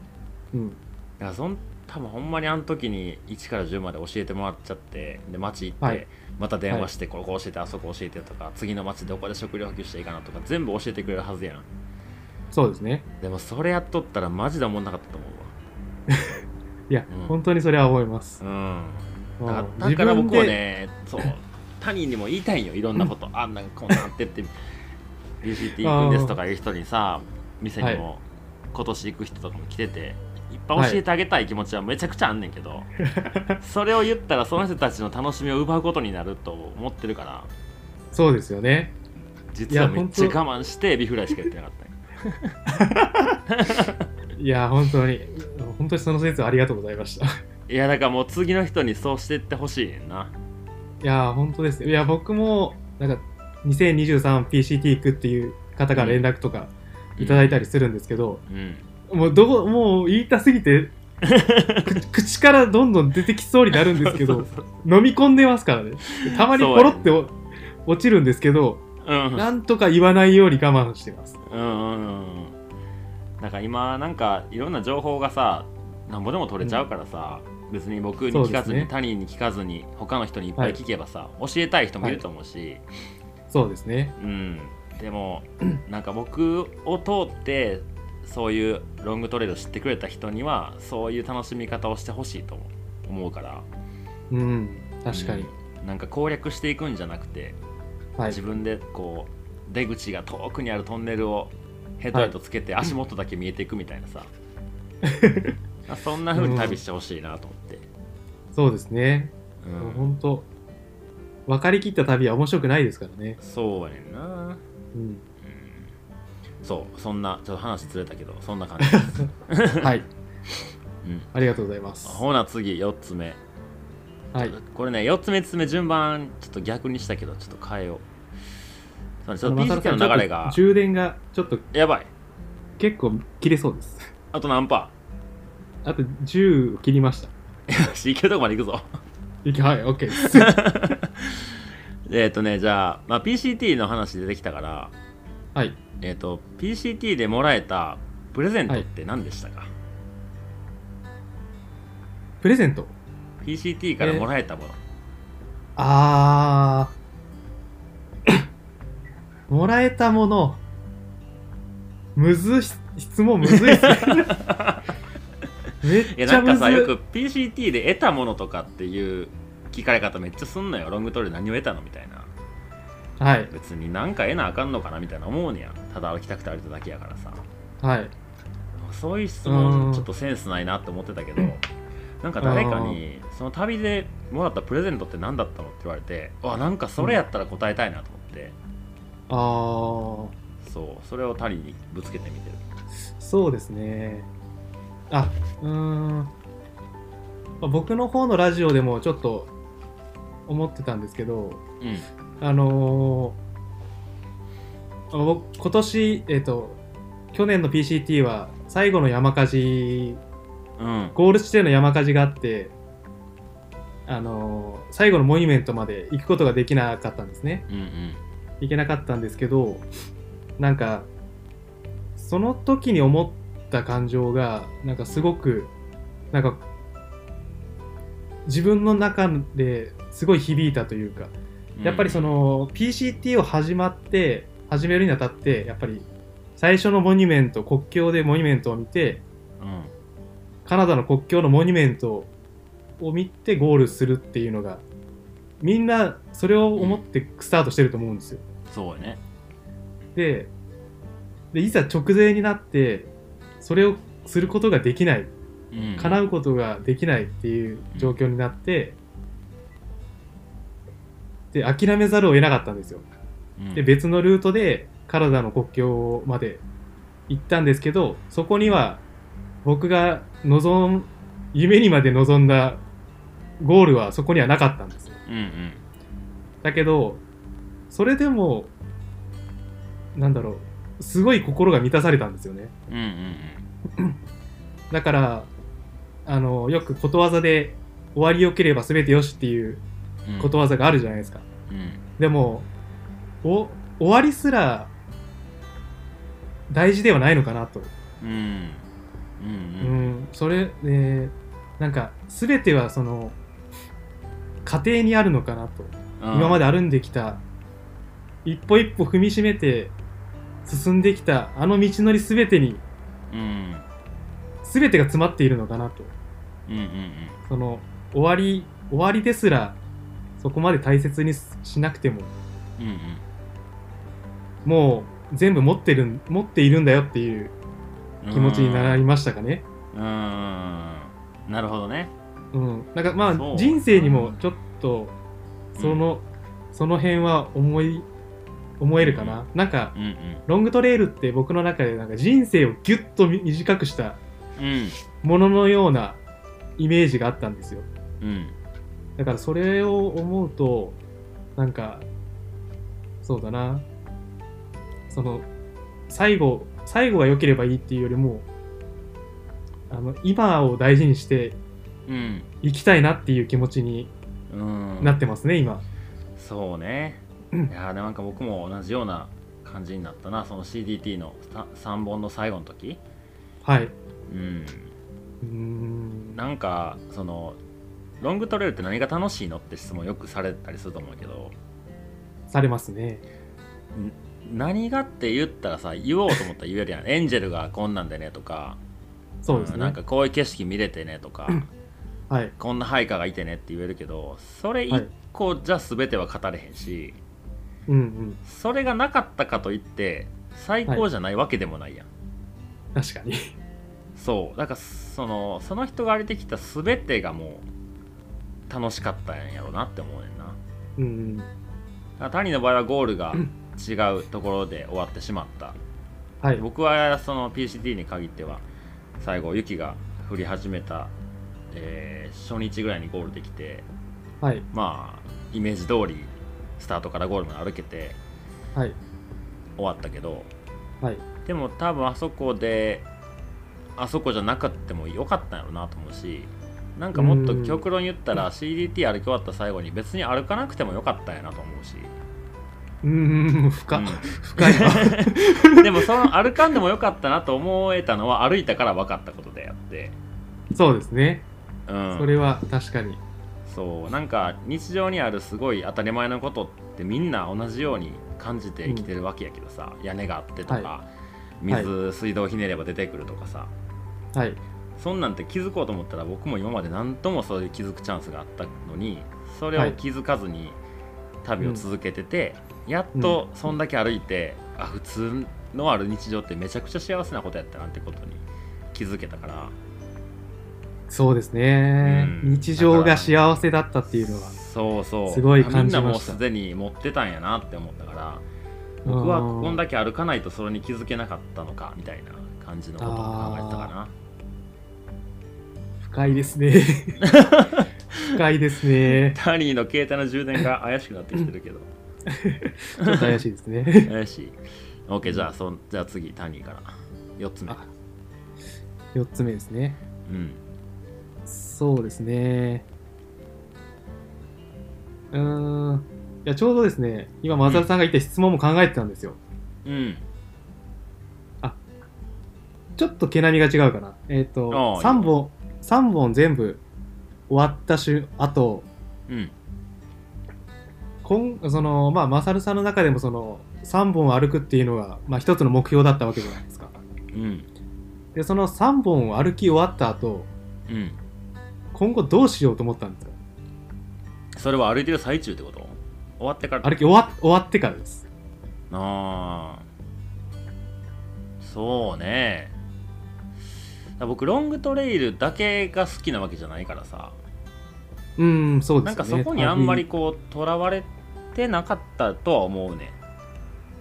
B: うん。
A: だからそん多分ほんまにあの時に1から10まで教えてもらっちゃってで街行って、
B: はい
A: また電話して、ここ教えてあそこ教えてとか次の街どこで食料補給していいかなとか全部教えてくれるはずやん
B: そうですね。
A: でもそれやっとったらマジで思んなかったと思う
B: いや、
A: うん
B: 本当にそれは思います。
A: わうんだ
B: うん
A: からだから
B: 自分
A: 僕
B: で
A: はねそう他人にも言いたいんよいろんなことあんなんこんなんあってって BCT 行くんですとかいう人にさ店にも、今年行く人とかも来てていっぱい教えてあげたい気持ちはめちゃくちゃあんねんけど、
B: (laughs)
A: それを言ったらその人たちの楽しみを奪うことになると思ってるから
B: そうですよね。
A: 実はい
B: や
A: めっちゃ
B: ほんと
A: 我慢してエビフライしか言ってなかったんよ
B: いや、本当に、本当にその説ありがとうございました。
A: いやだからもう次の人にそうしてってほしいねんない
B: や、本当ですよ。いや、僕も、なんか、2023PCT 行くっていう方から連絡とかいただいたりするんですけど、
A: うん
B: もう、どこ、もう言いたすぎて、口 (laughs) 口からどんどん出てきそうになるんですけ
A: そ
B: ど
A: う、そう
B: 飲み込んでますからねたまにポロってお落ちるんですけど
A: そううん
B: なんとか言わないように我慢してます
A: うんうんうんうんなんか今なんかいろんな情報がさなんぼでも取れちゃうからさ、別に僕に聞かず
B: そう
A: に、
B: ですね
A: 他人に聞かずに他の人にいっぱい聞けばさ、教えたい人もいると思うし、
B: そうですね。
A: うんでも
B: (clears throat)
A: なんか僕を通ってそういうロングトレード知ってくれた人にはそういう楽しみ方をしてほしいと思うから
B: うん、確かに。
A: うんなんか攻略していくんじゃなくて
B: はい
A: 自。分でこう出口が遠くにあるトンネルをヘッドライトつけて足元だけ見えていくみたいなさ、そんな風に旅してほしいなと思って、
B: そうですね。
A: うん
B: もう本当分かりきった旅は面白くないですからね。
A: そうやねんな、うん、 (laughs)
B: うん。
A: そうそんなちょっと話ずれたけどそんな
B: (laughs)
A: 感じです
B: はい。
A: うん
B: ありがとうございます。
A: ほな次4つ目
B: はい。
A: これね4つ目5つ目順番ちょっと逆にしたけどちょっと変えようそうちょっと
B: まさる
A: BGK
B: さん
A: の流れが
B: ちょっと充電がちょっと
A: やばい
B: 結構切れそうです。
A: あと何パ
B: あと10を切りました。
A: ー (laughs) よしいけるとこまでいくぞ
B: いけはい、OK
A: (laughs)
B: です。は
A: えっとねじゃあ、まあ、PCT の話出てきたから
B: い。
A: えっ、と PCT でもらえたプレゼントって何でしたか、
B: プレゼント。
A: PCT からもらえたもの、
B: あ
A: (coughs)
B: ー。もらえたもの。むずい、質問むずいっす
A: (laughs)
B: ね。めっ
A: いや
B: ち
A: な
B: ゃ
A: んか
B: むず
A: さ
B: い。
A: よく PCT で得たものとかっていう聞かれ方めっちゃすんのよロングトレード何を得たのみたいな
B: はい。
A: 別になんか得なあかんのかなみたいな思うねやただ歩きたくて歩いただけやからさ
B: はい。
A: そういう質
B: う
A: 問
B: ん
A: ちょっとセンスないなって思ってたけどなんか誰かにその旅でもらったプレゼントって何だったのって言われてあなんかそれやったら答えたいなと思って、
B: あー。
A: そうそれをタリにぶつけてみてる
B: そうですね。あ、うーん。まあ僕の方のラジオでもちょっと思ってたんですけど、
A: うん
B: あのーあ僕今年、えっ、と、去年の PCT は最後の山火事、
A: うん
B: ゴール地点の山火事があって、あのー最後のモニュメントまで行くことができなかったんですね。
A: うんうん
B: いけなかったんですけどなんかその時に思った感情がなんかすごくなんか自分の中ですごい響いたというかやっぱりその PCT を始まって始めるにあたってやっぱり最初のモニュメント国境でモニュメントを見て
A: うん
B: カナダの国境のモニュメントを見てゴールするっていうのがみんなそれを思ってスタートしてると思うんですよ。
A: そうやね
B: ででいざ直前になってそれをすることができない
A: うん
B: 叶うことができないっていう状況になってで諦めざるを得なかったんですよ
A: うん
B: で別のルートでカナダの国境まで行ったんですけどそこには僕が望ん夢にまで望んだゴールはそこにはなかったんですよ
A: うんうん
B: だけどそれでもなんだろうすごい心が満たされたんですよね
A: うんうん
B: だからあのよくことわざで終わりよければ全てよしっていう
A: うんうん
B: ことわざがあるじゃないですか、
A: うん
B: でもお終わりすら大事ではないのかなと、
A: うんう
B: うんん、それでなんか全てはその家庭にあるのかなと
A: うん
B: 今ま
A: で
B: で歩んできた一歩一歩踏みしめて進んできたあの道のり全てに
A: うん
B: 全てが詰まっているのかなと
A: うんうん
B: その終わり終わりですらそこまで大切にしなくても
A: うんうん
B: もう全部持ってるん持っているんだよっていう
A: うん
B: 気持ちになりましたかね
A: うんなるほどね
B: うんなんかま
A: そう
B: あ人生にもちょっとその、その辺は思い思えるかな、なんか
A: うんうん
B: ロングトレイルって僕の中でなんか人生をギュッと短くした
A: うん
B: もののようなイメージがあったんですよ
A: うん
B: だからそれを思うとなんかそうだなその最後最後が良ければいいっていうよりもあの今を大事にして
A: うん
B: いきたいなっていう気持ちに
A: うん
B: なってますね、今
A: そうねい
B: うん
A: やーでもなんか僕も同じような感じになったなその CDT のさ3本の最後の時
B: はい。う
A: うん
B: ーん。
A: なんかそのロングトレイルって何が楽しいのって質問よくされたりすると思うけど
B: されますね。
A: 何がって言ったらさ言おうと思ったら言える
B: (laughs)
A: やんエンジェルがこんなんでねとか
B: そうです
A: う
B: ね。
A: んなんかこういう景色見れてねとか
B: はい。
A: こんな配下がいてねって言えるけどそれ
B: はい
A: 一個じゃ全ては語れへんし、
B: うんうん。
A: それがなかったかといって最高じゃないわけでもないやん、
B: 確かに。 (laughs)
A: そうだからそのその人が出てきた全てがもう楽しかったんやろうなって思うねんな
B: うんうん。
A: だから谷の場合はゴールが違うところで終わってしまった
B: はい。
A: 僕はその PCT に限っては最後雪が降り始めた、えー初日ぐらいにゴールできて
B: はい。
A: まあイメージ通りスタートからゴールまで歩けて
B: はい。
A: 終わったけど
B: はい。
A: でも多分あそこであそこじゃなくてもよかったんやろうなと思うしなんかもっと
B: うん
A: 極論言ったら CDT 歩き終わった最後に別に歩かなくてもよかったんやなと思うし、
B: うんうんうん。深、
A: うん (laughs)
B: 深いな。
A: でもその歩かんでもよかったなと思えたのは歩いたから分かったことであって、
B: そうですね。
A: うん、
B: それは確かに。
A: そうなんか日常にあるすごい当たり前のことってみんな同じように感じて生きてるわけやけどさ、屋根があってとか、
B: は
A: 水水道ひねれば出てくるとかさ
B: はい。
A: そんなんて気づこうと思ったら僕も今まで何ともそういう気づくチャンスがあったのにそれ
B: は
A: を
B: い
A: 気づかずに旅を続けてて、やっとそんだけ歩いて、あ普通のある日常ってめちゃくちゃ幸せなことやったなってことに気づけたから。
B: そうですね。
A: うん
B: 日常が幸せだったっていうのは。
A: そうそう
B: すごい感じ
A: みんな
B: ま
A: もう
B: した
A: すでに持ってたんやなって思ったから僕はこんだけ歩かないとそれに気づけなかったのかみたいな感じのことを考えてた
B: (laughs)
A: か
B: 深いです
A: (laughs)
B: ね。深いですね
A: な。タニーの携帯の充電が怪しくなってきてるけど
B: ちょっと怪しいですね。
A: 怪しい OK じゃあそんじゃあ次タニーから4つ目
B: あ4つ目ですね。
A: うん
B: そうですね。うーん。いや、ちょうどですね、今、松田さんが言った質問も考えてたんですよ。
A: うん
B: ちょっと毛並みが違うかな。えっ、
A: あ
B: と、
A: あ
B: 3本、三本全部終わったしあと、
A: うん
B: こんそのまあマサルさんの中でもその3本歩くっていうのが、まあ、一つの目標だったわけじゃないですか
A: うん
B: でその3本を歩き終わった後
A: うん
B: 今後どうしようと思ったんですか
A: それは歩いてる最中ってこと終わってから
B: 歩き終わ終わってからです
A: あーそうね僕ロングトレイルだけが好きなわけじゃないからさ
B: うーんそうです
A: なん
B: ね
A: かそこにあんまりこうとらわれてなかったとは思うね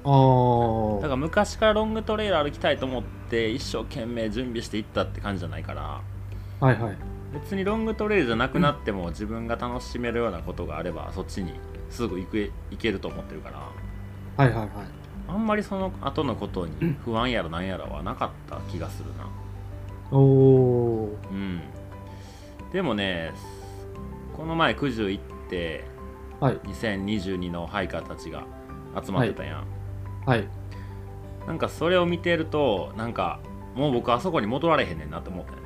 B: あ
A: だか
B: ー
A: ら昔からロングトレイル歩きたいと思って一生懸命準備していったって感じじゃないから
B: はいはい
A: 別にロングトレイルじゃなくなっても自分が楽しめるようなことがあればそっちにすぐ行く行けると思ってるから
B: はいはいはい
A: あんまりその後のことに不安やらなんやらはなかった気がするな
B: おお
A: うんでもねこの前九十行って
B: はい
A: 2022のハイカーたちが集まってたやん、
B: はい
A: なんかそれを見てるとなんかもう僕あそこに戻られへんねんなと思ったよね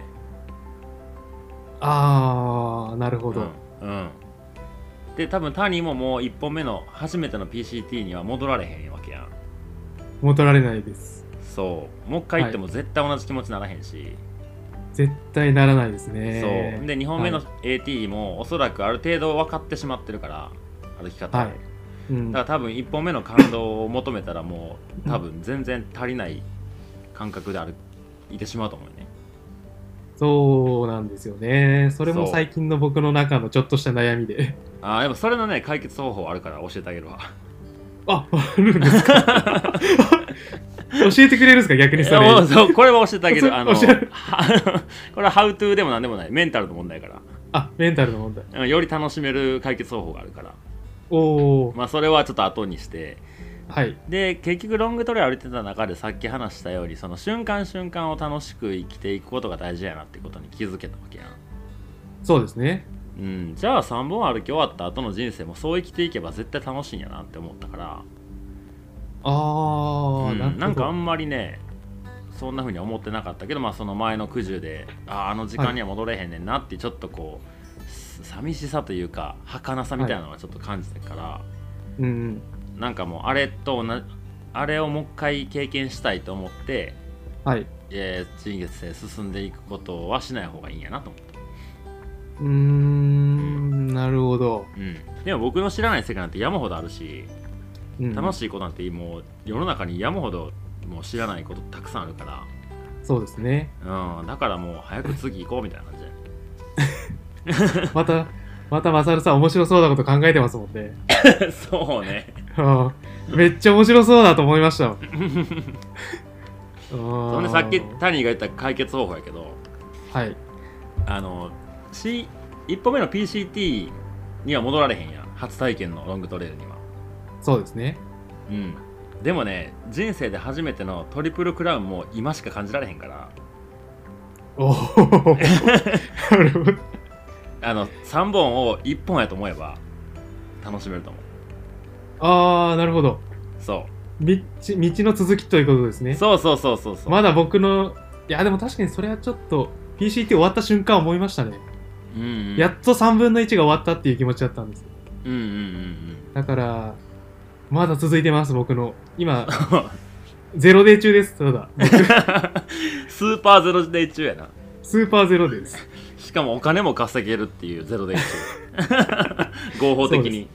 B: ああなるほど、
A: うん、うんで多分タニーももう1本目の初めての PCT には戻られへんわけやん
B: 戻られないです
A: そうもう一回行っても絶対同じ気持ちならへんし、
B: 絶対ならないですね
A: そうで2本目の
B: は
A: AT もおそらくある程度分かってしまってるから歩き方を、
B: はいうん、
A: だから多分1本目の感動を求めたらもう多分全然足りない感覚で歩いてしまうと思うよね
B: そうなんですよねそれも
A: そう
B: 最近の僕の中のちょっとした悩みで
A: ああでもそれのね解決方法あるから教えてあげるわ
B: あ、あるんですか
A: (laughs)
B: 教えてくれるんですか逆にそれ。
A: いやもうそうこれは教えてあげ
B: それ
A: るあ
B: (laughs)
A: の
B: 教
A: (laughs)
B: える
A: はこれはハウトゥーでも何でもないメンタルの問題やか
B: あ、メンタルの問題。
A: らうんより楽しめる解決方法があるから
B: おお、
A: まあそれはちょっと後にして
B: はい。
A: で結局ロングトレイル歩いてた中でさっき話したようにその瞬間瞬間を楽しく生きていくことが大事やなってことに気づけたわけやん
B: そうですね。
A: うん、じゃあ3本歩き終わった後の人生もそう生きていけば絶対楽しいんやなって思ったから
B: ああ、
A: うん
B: なるほど
A: なんかあんまりねそんな風には思ってなかったけど、まあ、その前の90であーあの時間には戻れへんねんなってちょっとこう、す寂しさというか儚さみたいなのはちょっと感じてから、
B: うん
A: なんかもうあれと同じあれをもう一回経験したいと思って、
B: はい
A: えー、新月へ進んでいくことはしない方がいいんやなと思った、
B: うーんなるほど、
A: うん、でも僕の知らない世界なんて山ほどあるし
B: うん、
A: 楽しいことなんてもう世の中に山ほどもう知らないことたくさんあるか
B: そうですね
A: ら、うん、だからもう早く次行こうみたいな感じで
B: またまたマサルさん面白そうなこと考えてますもんね
A: (laughs) そうね。
B: あーめっちゃ面白そうだと思い
A: (laughs)
B: ましたもん
A: そ
B: そ
A: んでさっきタニーが言った解決方法やけど、
B: はい
A: あの、C、1歩目の PCT には戻られへんやん。初体験のロングトレイルには。
B: そうで
A: (laughs)
B: すね
A: うん。でもね、人生で初めてのトリプルクラウンも今しか感じられへんから、
B: おおなるほど
A: あの、3本を1本やと思えば楽しめると思う。
B: ああなるほど
A: そ
B: 道道の続きということです
A: う。
B: ね
A: そうそうそうそうそう。
B: まだ僕のいやでも確かにそれはちょっと PCT 終わった瞬間思いましたね、
A: うんうん、
B: やっと3分の1が終わったっていう気持ちだったんです
A: うんうんうん
B: だからまだ続いてます僕の
A: (laughs)
B: 今
A: うん。
B: ゼロデー中ですただ
A: スーパーゼロデイ中やな。
B: スーパーゼロデーです
A: しかもお金も稼げるっていうゼロデイ中
B: (laughs)
A: 合法的に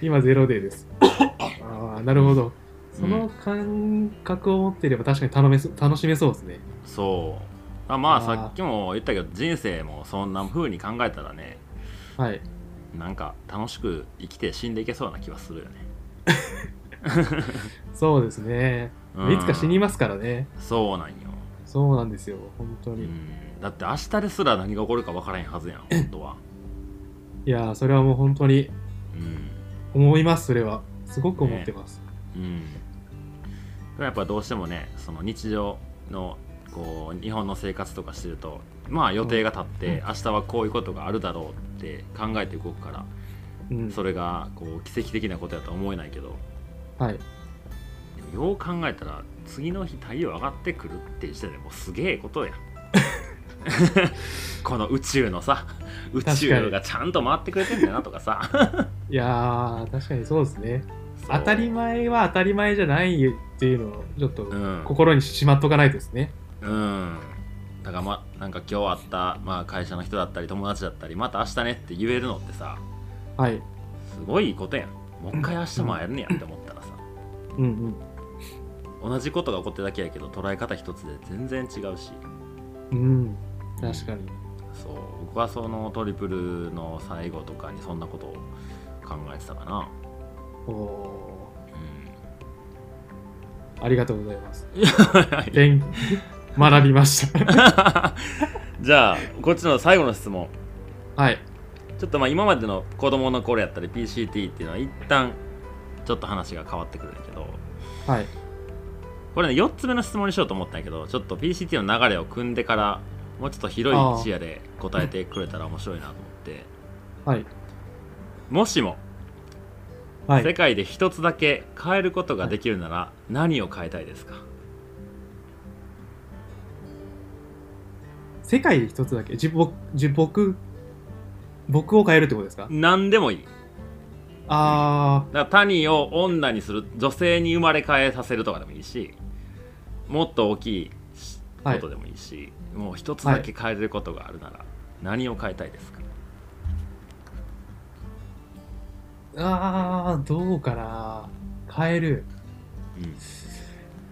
B: 今ゼロデーですああなるほどその感覚を持っていれば確かに頼めそ楽しめそうですね
A: そうあまあ
B: あー
A: さっきも言ったけど人生もそんな風に考えたらね
B: はい
A: なんか楽しく生きて死んでいけそうな気はするよね、
B: そうですね
A: うん
B: いつか死にますからね
A: そうなんよ、
B: そうなんですよ本当
A: う
B: に、
A: ん、だって明日ですら何が起こるか分からへんは
B: (laughs)
A: ずやん本当は、
B: いやーそれはもう本当に
A: うん
B: 思いますそれはすごく思ってます、
A: うん、でもやっぱどうしてもねその日常のこう日本の生活とかしてるとまあ予定が立って、明日はこういうことがあるだろうって考えて動くから
B: うん
A: それがこう奇跡的なことやとは思えないけど
B: はい
A: でもよう考えたら次の日太陽上がってくるっていう時点でもうすげえことや
B: (laughs)
A: ん (laughs) この宇宙のさ宇宙がちゃんと回ってくれてんだなとかさ
B: いやー確かにそうですね
A: そう
B: (laughs) 当たり前は当たり前じゃないっていうのをちょっと
A: うん
B: 心にしまっとかないとですね、
A: うんだからまなんか今日あった、まあ、会社の人だったり友達だったりまた明日ねって言えるのってさ
B: はい
A: すごいことやんもう一回明日も会えるねやって思ったらさ
B: うんうん
A: 同じことが起こってるだけやけど捉え方一つで全然違うし
B: うん確かに
A: そう僕はそのトリプルの最後とかにそんなことを考えてたかな
B: お
A: う
B: ーありがとうございます
A: ん (laughs)
B: 勉学びました
A: じゃあこっちの最後の質問
B: はい
A: ちょっとまあ今までの子供の頃やったり PCT っていうのは一旦ちょっと話が変わってくるんだけど
B: はい
A: これね4つ目の質問にしようと思ったんやけどちょっと PCT の流れを組んでからもうちょっと広い視野で答えてくれたら面白いなと思って
B: はい
A: もしも
B: は
A: 世
B: い
A: 界で一つだけ変えることができるなら何を変えたいですか
B: 世界で一つだけじ僕じ僕僕を変えるってことですか
A: 何でもいい
B: あ
A: だから谷を女にする女性に生まれ変えさせるとかでもいいしもっと大きいしこ
B: はい
A: とでもいいし、もう一つだけ変えることがあるなら何を変えたいですか、
B: ーあーどうかな変える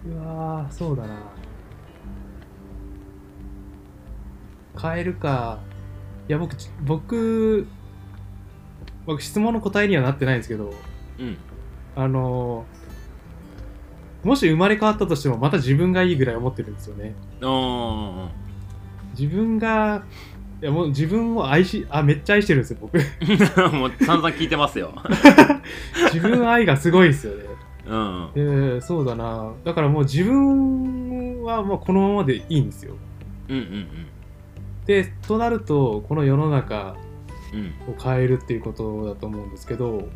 A: うん
B: うわーそうだな変えるかいや僕僕僕質問の答えにはなってないんですけど
A: うん、
B: あのーもし生まれ変わったとしてもまた自分がいいぐらい思ってるんですよね
A: お
B: 自分がいやもう自分を愛しあめっちゃ愛してるんですよ僕 (laughs)
A: ー (laughs) もう散々聞いてますよ
B: 自分愛がすごいですよね
A: うん
B: でそうだなだからもう自分はもうこのままでいいんですよ
A: うんうん
B: でとなるとこの世の中
A: うん
B: を変えるっていうことだと思うんですけど
A: うんうん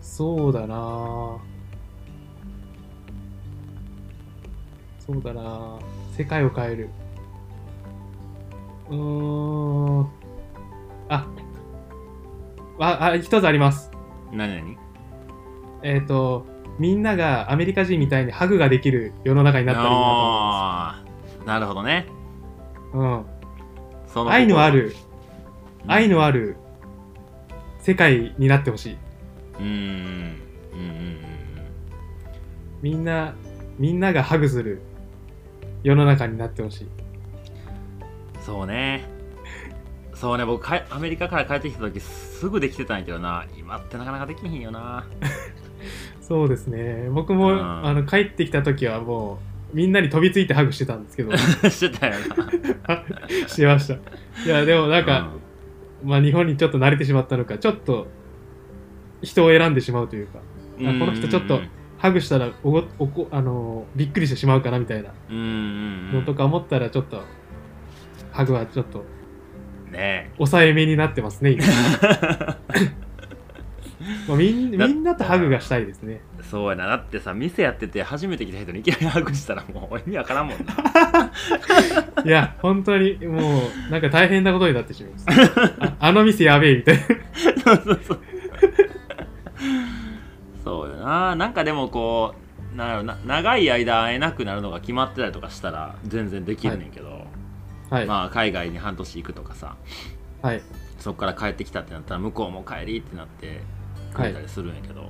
B: そうだなあそうだな世界を変える。うーん。あ、あ、あ一つあります。
A: 何々
B: えっ、と、みんながアメリカ人みたいにハグができる世の中になったらいいなと思
A: あーなるほどね
B: います。
A: そ
B: うん。愛のある、
A: うん
B: 愛のある世界になってほしい。
A: うんうんうん
B: みんな、みんながハグする世の中になってほしい。
A: うんそうねそうね僕かアメリカから帰ってきた時すぐできてたんやけどな今ってなかなかできひんよな (laughs)
B: そうですね。僕も、
A: うん
B: あの帰ってきた時はもう、みんなに飛びついてハグしてたんで
A: (laughs)
B: すけど、
A: してたよな
B: してました。いや、でもなんか、、まあ日本にちょっと慣れてしまったのか、ちょっと人を選んでしまうというか、
A: うん
B: あこの人ちょっとハグしたらおごおこ、あのーびっくりしてしまうかなみたいな
A: うんうんう
B: の
A: ん
B: とか思ったら、ちょっと、ハグはちょっと
A: ね
B: 抑えめになってま
A: (laughs)
B: すね、今。まあ、みんみんなとハグがしたいですね。
A: えそうやなだってさ店やってて初めて来た人にいきなりハグしたらもう意味わからんもんない
B: や、本当にもう、なんか大変なことになってしまいます。ああの店やべえみたいな。
A: そうやななんかでもこうなんやろな長い間会えなくなるのが決まってたりとかしたら全然できるねんけど、
B: はい。
A: まあ海外に半年行くとかさ
B: はい。
A: そこから帰ってきたってなったら向こうも帰りってなって帰
B: はい
A: ったりするんやけど、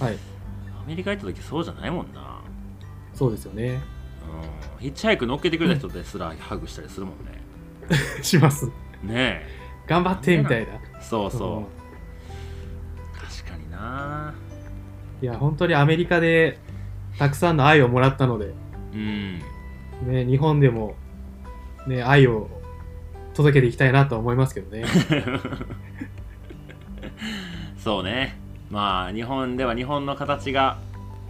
B: はい。
A: アメリカ行った時そうじゃないもんな
B: そうですよ
A: う
B: ね。
A: んヒッチハイク乗っけてくれた人ですらハグしたりするもんね
B: します。
A: ね
B: 頑張ってみたいな。
A: えそう
B: うん
A: そう確かにない
B: や、本当にアメリカでたくさんの愛をもらったので、
A: うん
B: ね、日本でも、ね、愛を届けていきたいなとは思いますけ
A: (laughs)
B: どね。
A: そうねまあ日本では日本の形が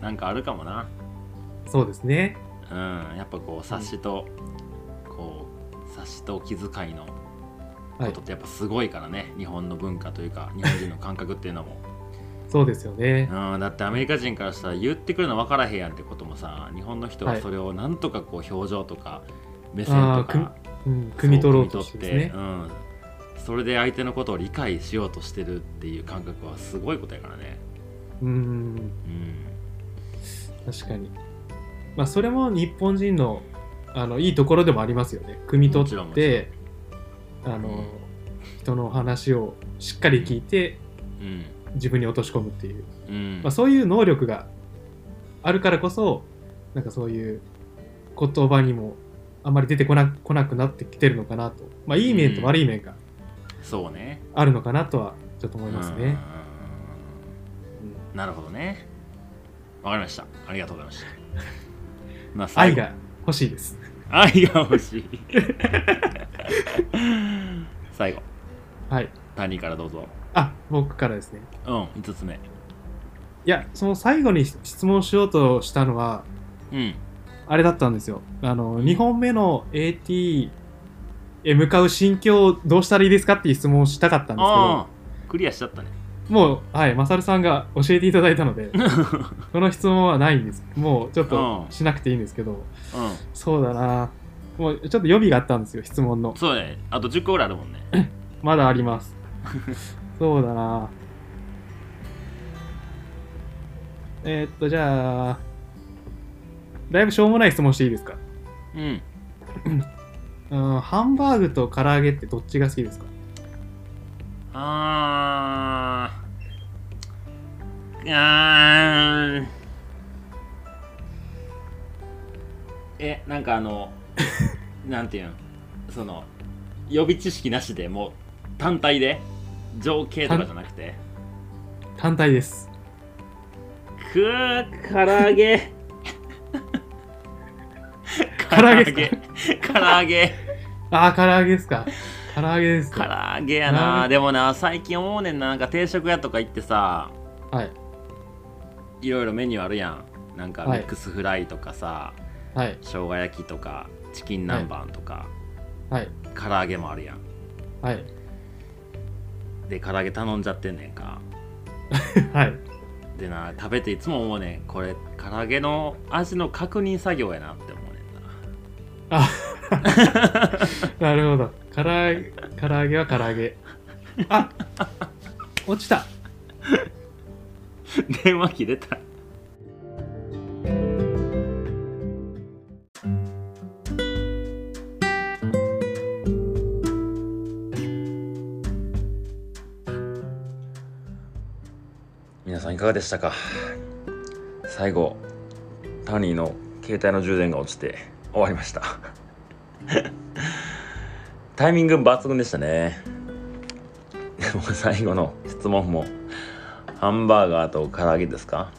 A: なんかあるかもな
B: そうですね。
A: うんやっぱこう察しと、こう察しと気遣いの
B: は
A: こ
B: い
A: とっ。てやっぱすごいからね、日本の文化というか日本人の感覚っていうの
B: (laughs)
A: も
B: そうですよね。
A: うんだってアメリカ人からしたら言ってくるの分からへんやんってこともさ日本の人ははいそれをなんとかこう表情とか目線
B: あ
A: と
B: あ
A: か、
B: うん、汲み取ろう
A: そ
B: と
A: う
B: し
A: 汲
B: て
A: み取っ
B: です
A: て
B: ね
A: う。ん、それで相手のことを理解しようとしてるっていう感覚はすごいことやからね
B: うん、
A: うん
B: 確かに。まあ、それも日本人の、あの、いいところでもありますよね。汲み取
A: もちろん
B: っ
A: もちろ
B: て、あの、人の話をしっかり聞いて、
A: うん
B: 自分に落とし込むっていう。
A: うん
B: まあ、そういう能力があるからこそなんかそういう言葉にもあんまり出てこなこなくなってきてるのかなと、まあ、いい面と悪い面が
A: そうね
B: あるのかなとはちょっと思いますね。うん
A: うんなるほどねわかりましたありがとうございましたまあ最
B: (laughs) 愛
A: 後
B: が欲しいです。
A: 愛が欲しい最後
B: はい。
A: 谷からどうぞ
B: あ、僕からですね。
A: うん5つ目
B: いや、その最後に質問しようとしたのは、
A: うん
B: あれだったんですよ。あの、2本目の AT へ向かう心境をどうしたらいいですかっていう質問をしたかったんですけど
A: あ、あクリアしちゃったね (laughs)
B: もう、はい、マサルさんが教えていただいたので、この質問はないんです。もうちょっと
A: うん
B: しなくていいんですけど、
A: う
B: そうだな。もうちょっと予備があったんですよ、質問の
A: ん。そうだねあと10個ぐらいあるもんね
B: まだあり
A: (laughs)
B: ます。そうだな。えーっと、じゃあ、だいぶしょうもない質問していいですか
A: うん
B: うん、ハンバーグと唐揚げってどっちが好きですか
A: あーあーえなんかあの (laughs) なんていうんその予備知識なしでもう単体で情景とかじゃなくて
B: 単体です。
A: くー唐揚 (laughs) げ
B: 唐揚げっ
A: 唐揚げ
B: ああ、唐揚げですか。唐揚げです
A: 唐
B: か。
A: 揚げや
B: なるほ
A: な
B: ど
A: でもな最近思うねんななんか定食屋とか行ってさ
B: はい。
A: いろいろメニューあるやんなんかミ
B: はい
A: ックスフライとかさ、
B: はい。
A: 生姜焼きとかチキン南蛮とか、
B: はい。
A: 唐揚げもあるやん
B: はい。 (laughs)
A: で唐揚げ頼んじゃってんねんか
B: はい。
A: でな食べていつも思うねんこれ唐揚げの味の確認作業やなって思うねん
B: なるほど。から唐揚げは唐揚げ。あ落ちた。
A: (laughs)
D: 電話切れた
A: 皆さんいかがでしたか最後タニーの携帯の充電が落ちて終わりました (laughs) タイミング抜群でしたね (laughs) でも最後の質問もハンバーガーと唐揚げですか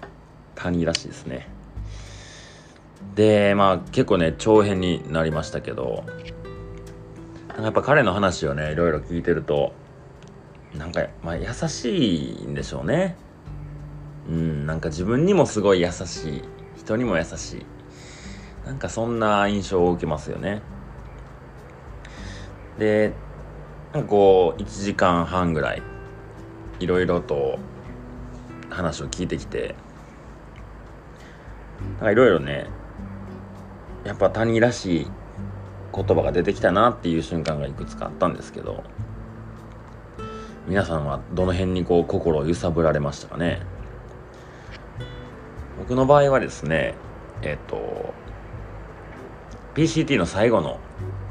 A: タニーらしいですね。で、まあ結構ね、長編になりましたけど、なんかやっぱ彼の話をね、いろいろ聞いてると、なんか、まあ優しいんでしょうね。うん、なんか自分にもすごい優しい。人にも優しい。なんかそんな印象を受けますよね。で、なんかこう、1時間半ぐらい、いろいろと話を聞いてきていろいろねやっぱ谷らしい言葉が出てきたなっていう瞬間がいくつかあったんですけど皆さんはどの辺にこう心を揺さぶられましたかね僕の場合はですねえっ、ー、と PCT の最後の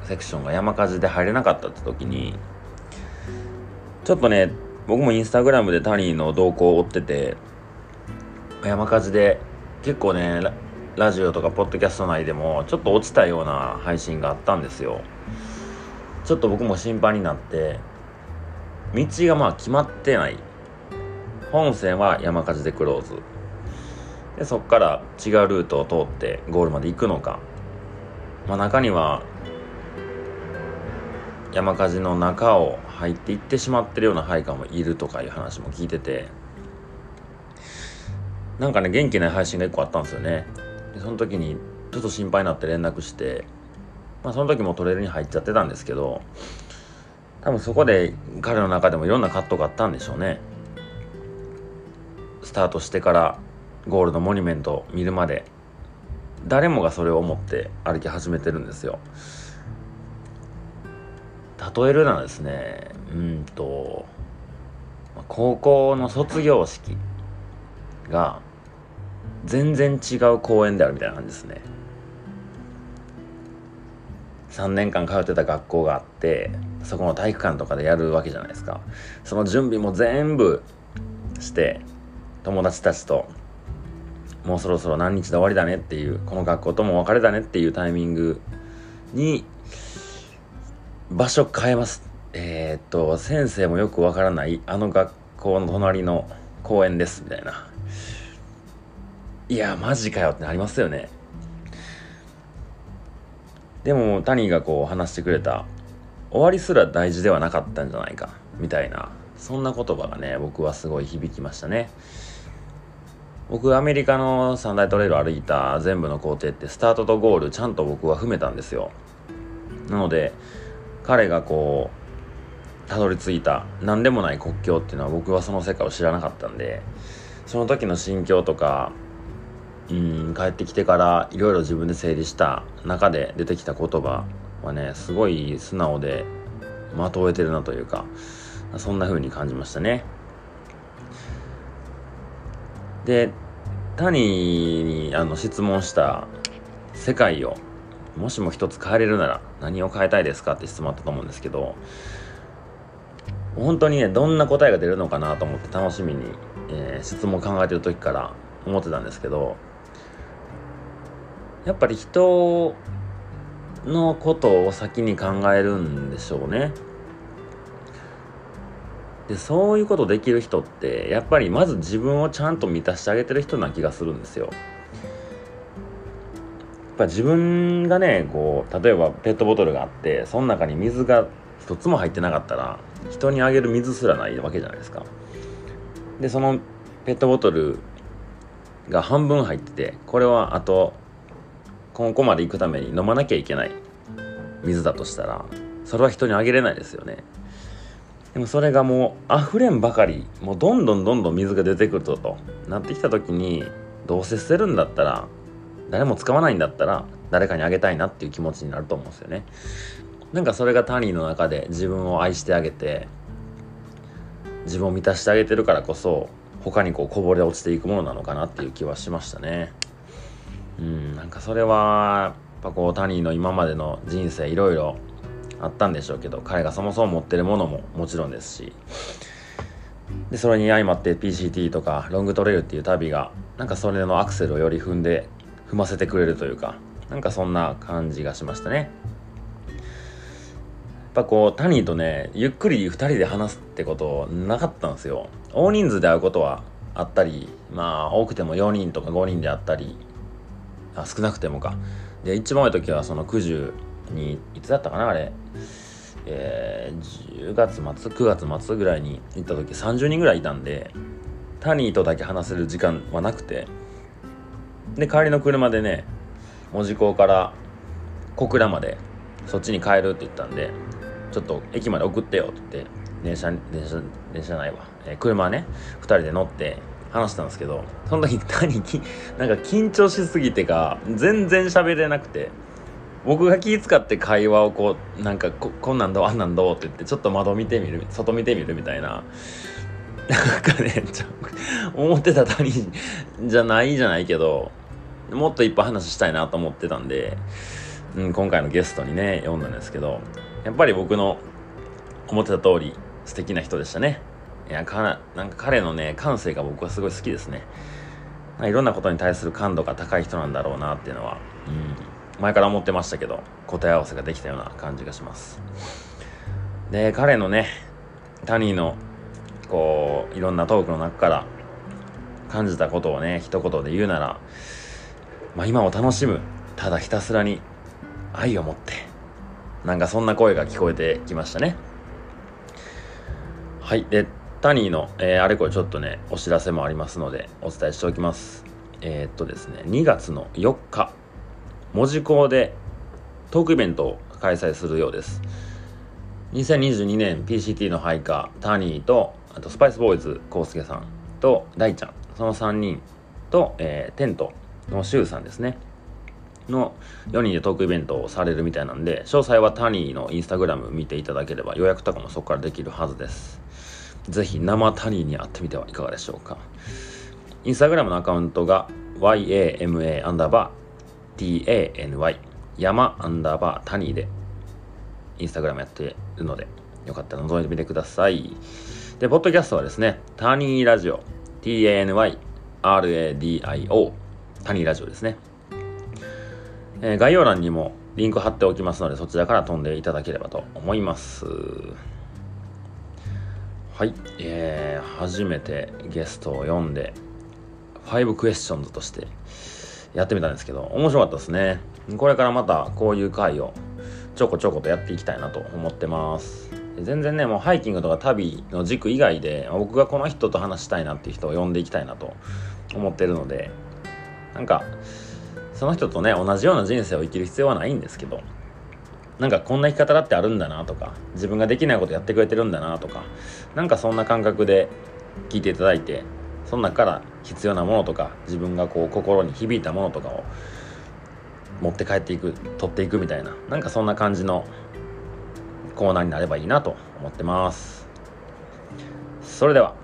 A: セクションが山火事で入れなかったって時にちょっとね僕もインスタグラムでタニーの動向を追ってて山火事で結構ねラジオとかポッドキャスト内でもちょっと落ちたような配信があったんですよちょっと僕も心配になって道がまあ決まってない本線は山火事でクローズでそっから違うルートを通ってゴールまで行くのか、まあ、中には山火事の中を入っていってしまってるような配下もいるとかいう話も聞いててなんかね元気な配信が1個あったんですよねでその時にちょっと心配になって連絡してまあその時もトレールに入っちゃってたんですけど多分そこで彼の中でもいろんなカットがあったんでしょうねスタートしてからゴールのモニュメントを見るまで誰もがそれを思って歩き始めてるんですよ例えるならですねうんと高校の卒業式が全然違う公園であるみたいな感じですね3年間通ってた学校があってそこの体育館とかでやるわけじゃないですかその準備も全部して友達たちともうそろそろ何日で終わりだねっていうこの学校とも別れだねっていうタイミングに場所変えますえー、っと先生もよくわからないあの学校の隣の公園ですみたいないやマジかよってなりますよねでも谷がこう話してくれた終わりすら大事ではなかったんじゃないかみたいなそんな言葉がね僕はすごい響きましたね僕アメリカの三大トレイル歩いた全部の工程ってスタートとゴールちゃんと僕は踏めたんですよなので彼がこうたどり着いた何でもない国境っていうのは僕はその世界を知らなかったんでその時の心境とかうん帰ってきてからいろいろ自分で整理した中で出てきた言葉はねすごい素直でまとえてるなというかそんな風に感じましたねで谷にあの質問した世界をもしも一つ変えれるなら何を変えたいですかって質問あったと思うんですけど本当にねどんな答えが出るのかなと思って楽しみに、えー、質問を考えてる時から思ってたんですけどやっぱり人のことを先に考えるんでしょうね。でそういうことできる人ってやっぱりまず自分をちゃんと満たしてあげてる人な気がするんですよ。やっぱ自分がねこう例えばペットボトルがあってその中に水が一つも入ってなかったら人にあげる水すらないわけじゃないですかでそのペットボトルが半分入っててこれはあと今後まで行くために飲まなきゃいけない水だとしたらそれは人にあげれないですよねでもそれがもう溢れんばかりもうどんどんどんどん水が出てくるぞとなってきた時にどうせ捨てるんだったら誰も使わないんだったら誰かにあげたいなっていう気持ちになると思うんですよねなんかそれがタニーの中で自分を愛してあげて自分を満たしてあげてるからこそ他にこうこぼれ落ちていくものなのかなっていう気はしましたねうんなんかそれはやっぱこうタニーの今までの人生いろいろあったんでしょうけど彼がそもそも持ってるものももちろんですしでそれに相まって PCT とかロングトレイルっていう旅がなんかそれのアクセルをより踏んで踏ませてくれるというかなんかそんな感じがしましたねやっぱこうタニーとねゆっくり2人で話すってことなかったんですよ大人数で会うことはあったりまあ多くても4人とか5人であったりあ少なくてもかで一番多い時はその九十にいつだったかなあれえー、10月末9月末ぐらいに行った時30人ぐらいいたんでタニーとだけ話せる時間はなくてで帰りの車でね門司港から小倉までそっちに帰るって言ったんでちょっと駅まで送ってよって言って電車電車電車じゃないわ、えー、車ね2人で乗って話したんですけどその時何きなんか緊張しすぎてか全然喋れなくて僕が気使って会話をこうなんかここんなんどうあんなんどうって言ってちょっと窓見てみる外見てみるみたいななんかねちょ思ってた谷じゃないじゃないけどもっといっぱい話したいなと思ってたんで、うん、今回のゲストにね読んだんですけどやっぱり僕の思ってた通り素敵な人でしたね。いやかななんか彼のね感性が僕はすごい好きですねいろんなことに対する感度が高い人なんだろうなっていうのは、うん、前から思ってましたけど答え合わせができたような感じがしますで彼のねタニーのこういろんなトークの中から感じたことをね一言で言うなら、まあ、今を楽しむただひたすらに愛を持ってなんかそんな声が聞こえてきましたねはいでタニーの、えー、あれこれちょっとね、お知らせもありますので、お伝えしておきます。えー、っとですね、2月の4日、門司港でトークイベントを開催するようです。2022年 PCT の配下、タニーと、あとスパイスボーイズ、コウスケさんと、大ちゃん、その3人と、えー、テントのシュウさんですね。の4人でトークイベントをされるみたいなんで、詳細はタニーのインスタグラム見ていただければ予約とかもそこからできるはずです。ぜひ生タニーに会ってみてはいかがでしょうか。インスタグラムのアカウントが yama アンダーバー tany 山アンダーバータニーでインスタグラムやってるのでよかったら覗いてみてください。で、ポッドキャストはですね、タニーラジオ tany radio タニーラジオですね。えー、概要欄にもリンク貼っておきますのでそちらから飛んでいただければと思います。はい、えー、初めてゲストを呼んで5クエスチョンズとしてやってみたんですけど面白かったですねこれからまたこういう回をちょこちょことやっていきたいなと思ってます全然ねもうハイキングとか旅の軸以外で僕がこの人と話したいなっていう人を呼んでいきたいなと思ってるのでなんかその人とね同じような人生を生きる必要はないんですけどなんかこんな生き方だってあるんだなとか自分ができないことやってくれてるんだなとかなんかそんな感覚で聞いていただいてその中から必要なものとか自分がこう心に響いたものとかを持って帰っていく取っていくみたいななんかそんな感じのコーナーになればいいなと思ってますそれでは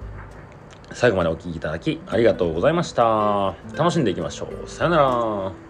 A: 最後までお聴きいただきありがとうございました楽しんでいきましょうさよなら